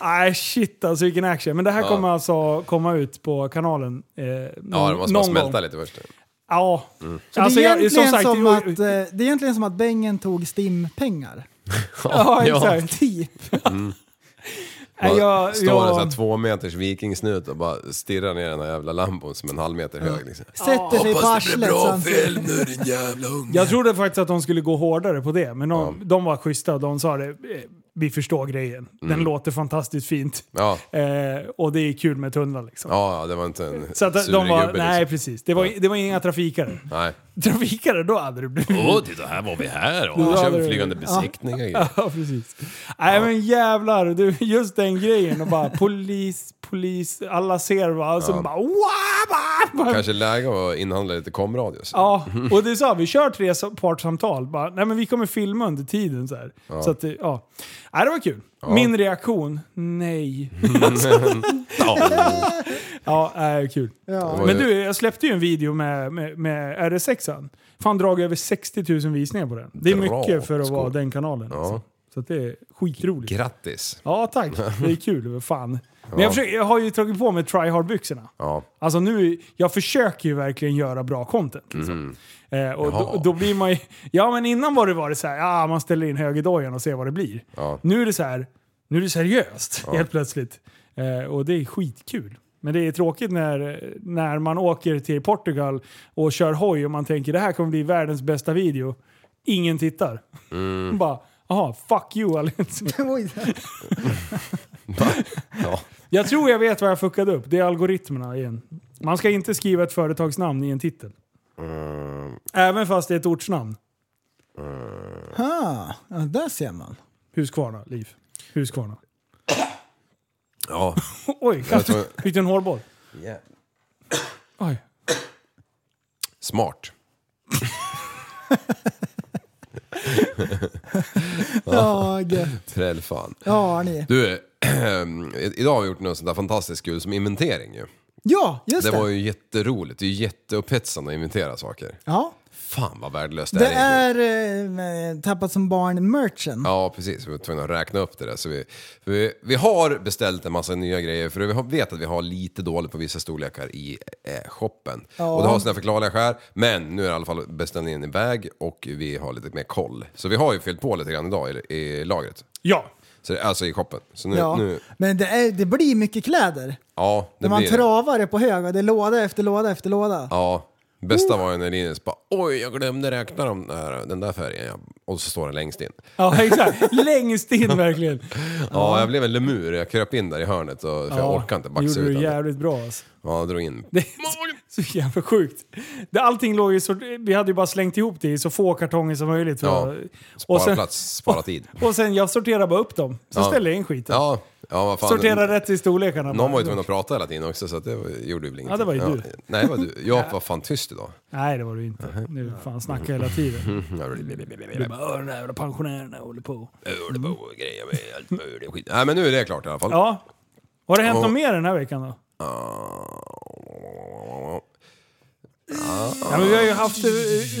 F: Nej, shit alltså vilken action. Men det här
H: Ja.
F: kommer alltså komma ut på kanalen eh, någon,
H: Ja, det måste bara
F: någon
H: smälta
F: gång.
H: lite Mm. först.
F: Ja.
G: Så
F: Alltså,
G: det, är
F: jag, som
G: egentligen
F: sagt,
G: som
F: jo,
G: att, eh, det är egentligen som att Bengen tog STIM-pengar.
F: Ja, exakt.
G: Typ.
F: Nej, jag,
H: Står en sån här
F: jag,
H: två meters vikingsnut och bara stirrar ner den här jävla lampon som en halv meter hög. Liksom.
G: Sätter sig på arslet samtidigt.
H: nu din jävla unge.
F: Jag trodde faktiskt att de skulle gå hårdare på det, men de, de var schyssta. De sa det, eh, vi förstår grejen. Den låter fantastiskt fint.
H: Mm. Ja.
F: Eh, och det är kul med tunnlar liksom.
H: Ja, ja, det var inte en
F: Så att
H: sur
F: de var,
H: gubbe,
F: nej
H: liksom.
F: precis. Det var, det var inga trafikare.
H: nej.
F: Trafikare, då hade det blivit...
H: titta här var vi här och
F: Ja,
H: nu kör
F: det-
H: vi flygande besiktning och grejer.
F: Ja, precis. Nej men jävlar, du, just den grejen. Och bara polis, polis, alla ser va. Och så bara... Wah, bah,
H: Kanske läge att inhandla lite komradios.
F: Ja, och det sa vi. Kör tre sa- partssamtal. Bara, nej men vi kommer filma under tiden så här. Så att, det- ja. Nej, det var kul. Min reaktion, nej. ja, nej, kul.
H: Det
G: Ja.
H: var
F: Men
H: ju-
F: du, jag släppte ju en video med, med, med RS6an. Fan, drag över 60 000 visningar på den. Det är
H: Bra,
F: mycket för att vara
H: skoj.
F: den kanalen. Alltså. Så att det är skitroligt.
H: Grattis!
F: Ja, tack. Det är kul. vad Fan. Men jag, försöker, jag har ju tagit på mig tryhard-byxorna.
H: Ja.
F: Alltså nu, jag försöker ju verkligen göra bra content. Liksom. Eh, och
H: Mm. Jaha.
F: då, då blir man ju... Ja men innan var det, var det så här, ja man ställer in högerdojan och ser vad det blir.
H: Ja.
F: Nu är det så här, nu är det seriöst helt plötsligt. Eh, och det är skitkul. Men det är tråkigt när, när man åker till Portugal och kör hoj och man tänker det här kommer bli världens bästa video. Ingen tittar.
H: Mm.
F: Bara, aha, fuck you Alex.
G: Oj,
H: Ja.
F: Jag tror jag vet vad jag fuckade upp. Det är algoritmerna igen. Man ska inte skriva ett företagsnamn i en titel.
H: Eh.
F: Även fast det är ett ortsnamn.
G: ha, ja, där ser man.
F: Huskvarna, Liv. Huskvarna.
H: ja.
F: Oj,
H: Jag tror-
F: fick du en hårboll? Oj.
H: Smart.
G: Ja, gött.
H: Trällfan.
G: Ja, Arne.
H: Du, idag har vi gjort något sånt där fantastiskt kul som inventering ju.
G: Ja, just
H: Det
G: det.
H: var ju jätteroligt. Det är ju jätteupphetsande att inventera saker.
G: Ja.
H: Fan vad värdelöst det,
G: Det
H: är. egentligen.
G: är eh, tappat som barn-merchen.
H: Ja, precis. Vi var tvungna att räkna upp det där. Så vi, för vi, vi har beställt en massa nya grejer för vi har- vet att vi har lite dåligt på vissa storlekar i eh, shoppen.
G: Ja.
H: Och det har sina förklarliga skär. Men nu är i alla fall beställningen iväg och vi har lite mer koll. Så vi har ju fyllt på lite grann idag i, i lagret.
F: Ja.
H: Så, det- alltså i shoppen. Så nu,
G: Ja.
H: nu,
G: Men det, är, det blir mycket kläder.
H: ja det
G: När man
H: blir det.
G: travar det på hög och det är låda efter låda efter låda.
H: Ja, bästa
G: Mm.
H: var ju när Linus bara oj jag glömde räkna de där, den där färgen. Ja, Och så står den längst in.
F: Ja, exakt. Längst in verkligen.
H: Ja, jag blev en lemur. Jag kröp in där i hörnet och, för jag orkade inte
F: gjorde
H: baxa
F: du
H: ut den.
F: jävligt bra alltså.
H: Ja, jag drog in.
F: Det är så, så jävla sjukt. Det, allting låg ju så, vi hade ju bara slängt ihop det i så få kartonger som möjligt. för
H: Ja,
F: att-
H: Spara
F: sen-
H: plats, spara tid.
F: Och sen jag sorterar bara upp dem. Så
H: Ja.
F: ställer jag in skiten.
H: Ja, ja vad fan.
F: Sortera rätt i storlekarna.
H: Någon var ju tvungen att prata hela tiden också så att det var- gjorde väl ingenting.
F: Ja, det var ju du.
H: nej, det var du. Jag var fan tyst idag.
F: Nej, det var du inte. Nu fan snackar jag hela tiden. Du bara "Åh, de där jävla pensionärerna håller på.
H: Grejer med allt möjligt skit. Nej, men nu är det klart i alla fall.
F: Ja. Har det hänt
H: Och-
F: något mer den här veckan då? Ja, men vi har ju haft eh,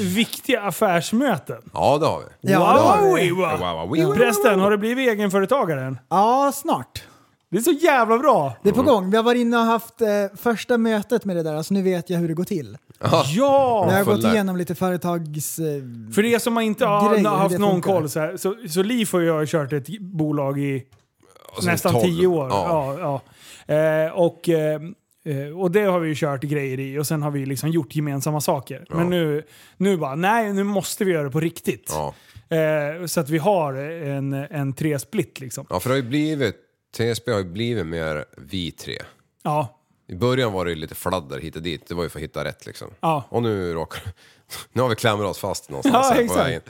F: viktiga affärsmöten.
H: Ja, det har vi.
G: Ja, det har
F: Wow,
G: vi.
H: Wow,
F: wow.
H: wow, wow.
F: Prästen, har du blivit egenföretagare än?
G: ja snart.
F: Det är så jävla bra!
G: Det är
H: Mm.
G: på gång. Vi har varit inne och haft eh, första mötet med det där, så nu vet jag hur det går till. Jag
F: Ja!
G: har gått
H: fullärd.
G: igenom lite företags... Eh,
F: För det som man inte har
G: Grejer,
F: haft
G: det
F: någon
G: funkar.
F: koll så, här, så, så Liv och jag har kört ett bolag i
H: Alltså,
F: nästan
H: tolv.
F: tio år.
H: Ja.
F: Ja. Ja, Eh, och, eh, eh, och det har vi ju kört grejer i och sen har vi liksom gjort gemensamma saker. Men nu, nu bara, nej nu måste vi göra det på riktigt.
H: Ja.
F: Eh, så att vi har en, en tre-split liksom.
H: ja, för det har ju blivit, TSB har ju blivit mer vi tre.
F: Ja,
H: I början var det ju lite fladder hit och dit, det var ju för att hitta rätt liksom.
F: Ja.
H: Och nu råkar Nu har vi klamrat oss fast någonstans
F: Ja,
H: här på
F: exakt.
H: vägen.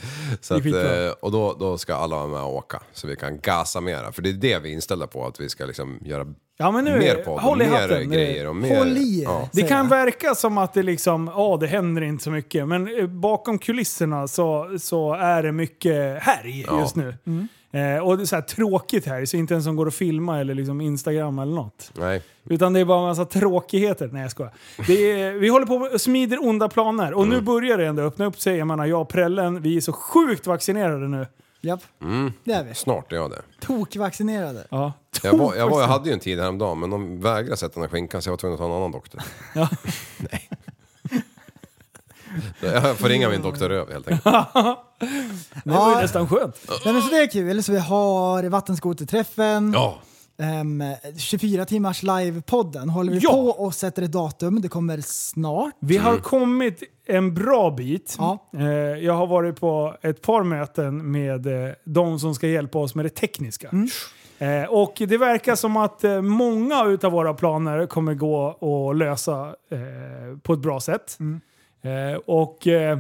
H: Så
F: är
H: att,
F: skitbra.
H: eh, och då, då ska alla vara med och åka, så vi kan gasa mera. För det är det vi är inställda på, att vi ska liksom göra
F: ja men nu,
H: mer podd, och
F: håll i
H: mer
F: hatten.
H: grejer och mer...
G: Håll i er.
H: ja.
F: Det
G: säger
F: kan
G: jag.
F: verka som att det liksom, ja det händer inte så mycket. Men eh, bakom kulisserna så, så är det mycket härj
H: Ja.
F: just nu. Eh, och det är så här tråkigt här, så inte ens som går att filma eller liksom Instagram eller något.
H: Nej.
F: Utan det är bara en massa tråkigheter. Nej jag skojar. Det är, vi håller på och smider onda planer. Och nu
H: Mm.
F: börjar det ändå öppna upp sig. Jag menar jag och prällen, vi är så sjukt vaccinerade nu.
G: japp,
H: Mm.
G: det är vi.
H: Snart är jag det.
G: Tokvaccinerade.
F: Ja.
H: Jag, var, jag, var, jag hade ju en tid häromdagen, men de vägrade sätta den här skinkan så jag var tvungen att ta en annan doktor.
F: Ja.
H: Jag får ringa min doktor Röv helt enkelt.
F: Det var ju
G: Ja.
F: nästan skönt.
G: Nej, men så det är kul. Så vi har vattenskoterträffen.
H: Ja,
G: Ehm, 24 timmars livepodden håller vi
F: Ja.
G: på och sätter ett datum. Det kommer snart.
F: Vi har
H: Mm.
F: kommit en bra bit.
G: Ja.
F: Eh, Jag har varit på ett par möten med eh, de som ska hjälpa oss med det tekniska. Eh, Och det verkar som att eh, många utav våra planer kommer gå att lösa eh, på ett bra sätt. Eh, Och eh,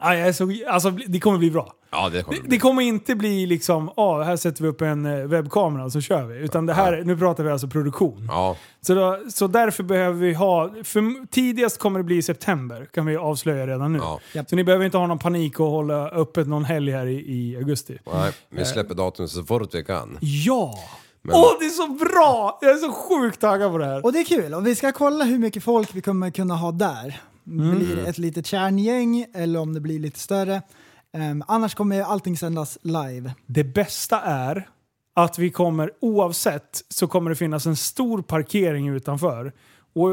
F: ja, jag är så, alltså, det kommer bli bra.
H: ja det kommer
F: Det- Det kommer inte bli liksom, ah, här sätter vi upp en eh, webbkamera och så kör vi. Utan det här, nu pratar vi alltså produktion.
H: Ja,
F: Så, då, så därför behöver vi ha, för tidigast kommer det bli i september, kan vi avslöja redan nu.
H: Ja.
G: Japp.
F: Så ni behöver inte ha någon panik och hålla öppet någon helg här i, i augusti.
H: nej, vi släpper datum så fort vi kan.
F: Eh, Ja! Åh, det är så bra! Jag är så sjukt taggad på det här.
G: Och det är kul. Och vi ska kolla hur mycket folk vi kommer kunna ha där.
H: Mm.
G: Blir det ett litet kärngäng eller om det blir lite större. Ehm, annars kommer ju allting sändas live.
F: Det bästa är att vi kommer, oavsett, så kommer det finnas en stor parkering utanför. Och,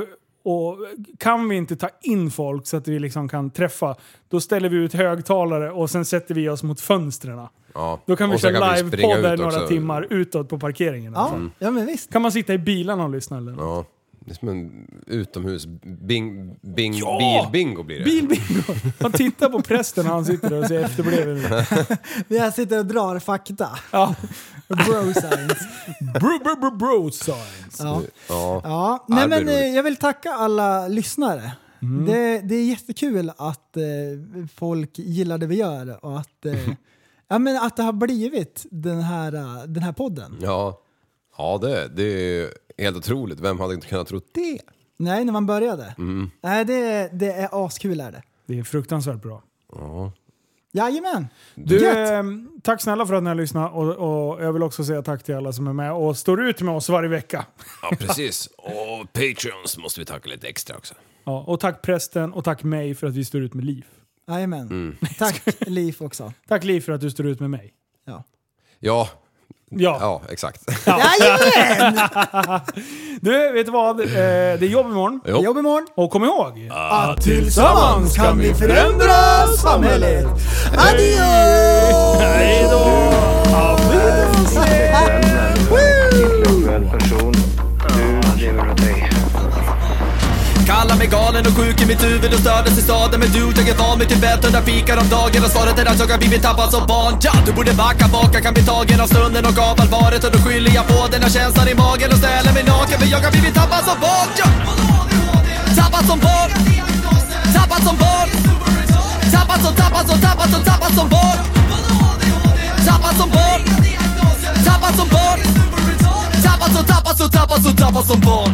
F: och kan vi inte ta in folk så att vi liksom kan träffa, då ställer vi ut högtalare och sen sätter vi oss mot fönstren.
H: Ja.
F: Då kan vi
H: Och sen
F: köra
H: vi springa
F: livepodder
H: ut
F: några
H: också.
F: timmar utåt på parkeringen. Alltså.
G: Ja, ja men visst.
F: Kan man sitta i bilarna och lyssna eller?
H: Ja. Det är som en utomhus bing, bing,
F: Ja!
H: bilbingo blir det.
F: Bilbingo! Man tittar på prästen när han sitter där och ser efterbliven
G: Vi här sitter och drar fakta.
F: Ja.
G: Bro science.
F: Bro, bro, bro, bro science.
G: Ja.
H: Ja.
G: Ja,
H: Ja,
G: nej
H: det blir
G: men eh,
H: roligt. Mm.
G: jag vill tacka alla lyssnare. Det, det är jättekul att eh, folk gillar det vi gör och att, eh, ja, men att det har blivit den här, eh, den här podden.
H: Ja, ja det, det är helt otroligt. Vem hade inte kunnat tro det?
G: Nej, när man började.
H: Mm.
G: Nej, det, det är askul är det.
F: Det är fruktansvärt bra.
G: Jajamän!
F: Du,
G: Gött.
F: eh, tack snälla för att ni har lyssnat och, och jag vill också säga tack till alla som är med och står ut med oss varje vecka.
H: Ja, precis. Och Patreons måste vi tacka lite extra också.
F: Ja, och tack prästen och tack mig för att vi står ut med Liv.
G: Jajamän.
H: Mm.
G: Tack Liv också.
F: Tack Liv för att du står ut med mig.
G: Ja.
H: Ja,
F: Ja.
H: ja exakt.
G: Jajamän!
F: Du, vet du vad? Eh, det är jobb imorgon.
H: Jo.
G: Jobb imorgon.
F: Och kom ihåg!
G: Att tillsammans kan vi förändra samhället. Addio!
F: Hej då!
C: Intellektuell människa, intellektuell person. Du lever av dig.
A: Kallar mig galen och sjuk i mitt huvud och stördes i staden Men du, jag är van vid Tibet och där fikar om dagen Och svaret är att jag har blivit tappad som barn ja, Du borde backa bak, jag kan bli tagen av stunden och av allvaret Och då skyller jag på den här känslan i magen och ställer mig naken För jag har blivit tappad som barn ja. Tappad som barn Tappad som barn Tappad som, tappad som, tappad som, tappad som barn Tappad som barn Tappad som barn Tappad som, tappad som, tappad som, tappad som barn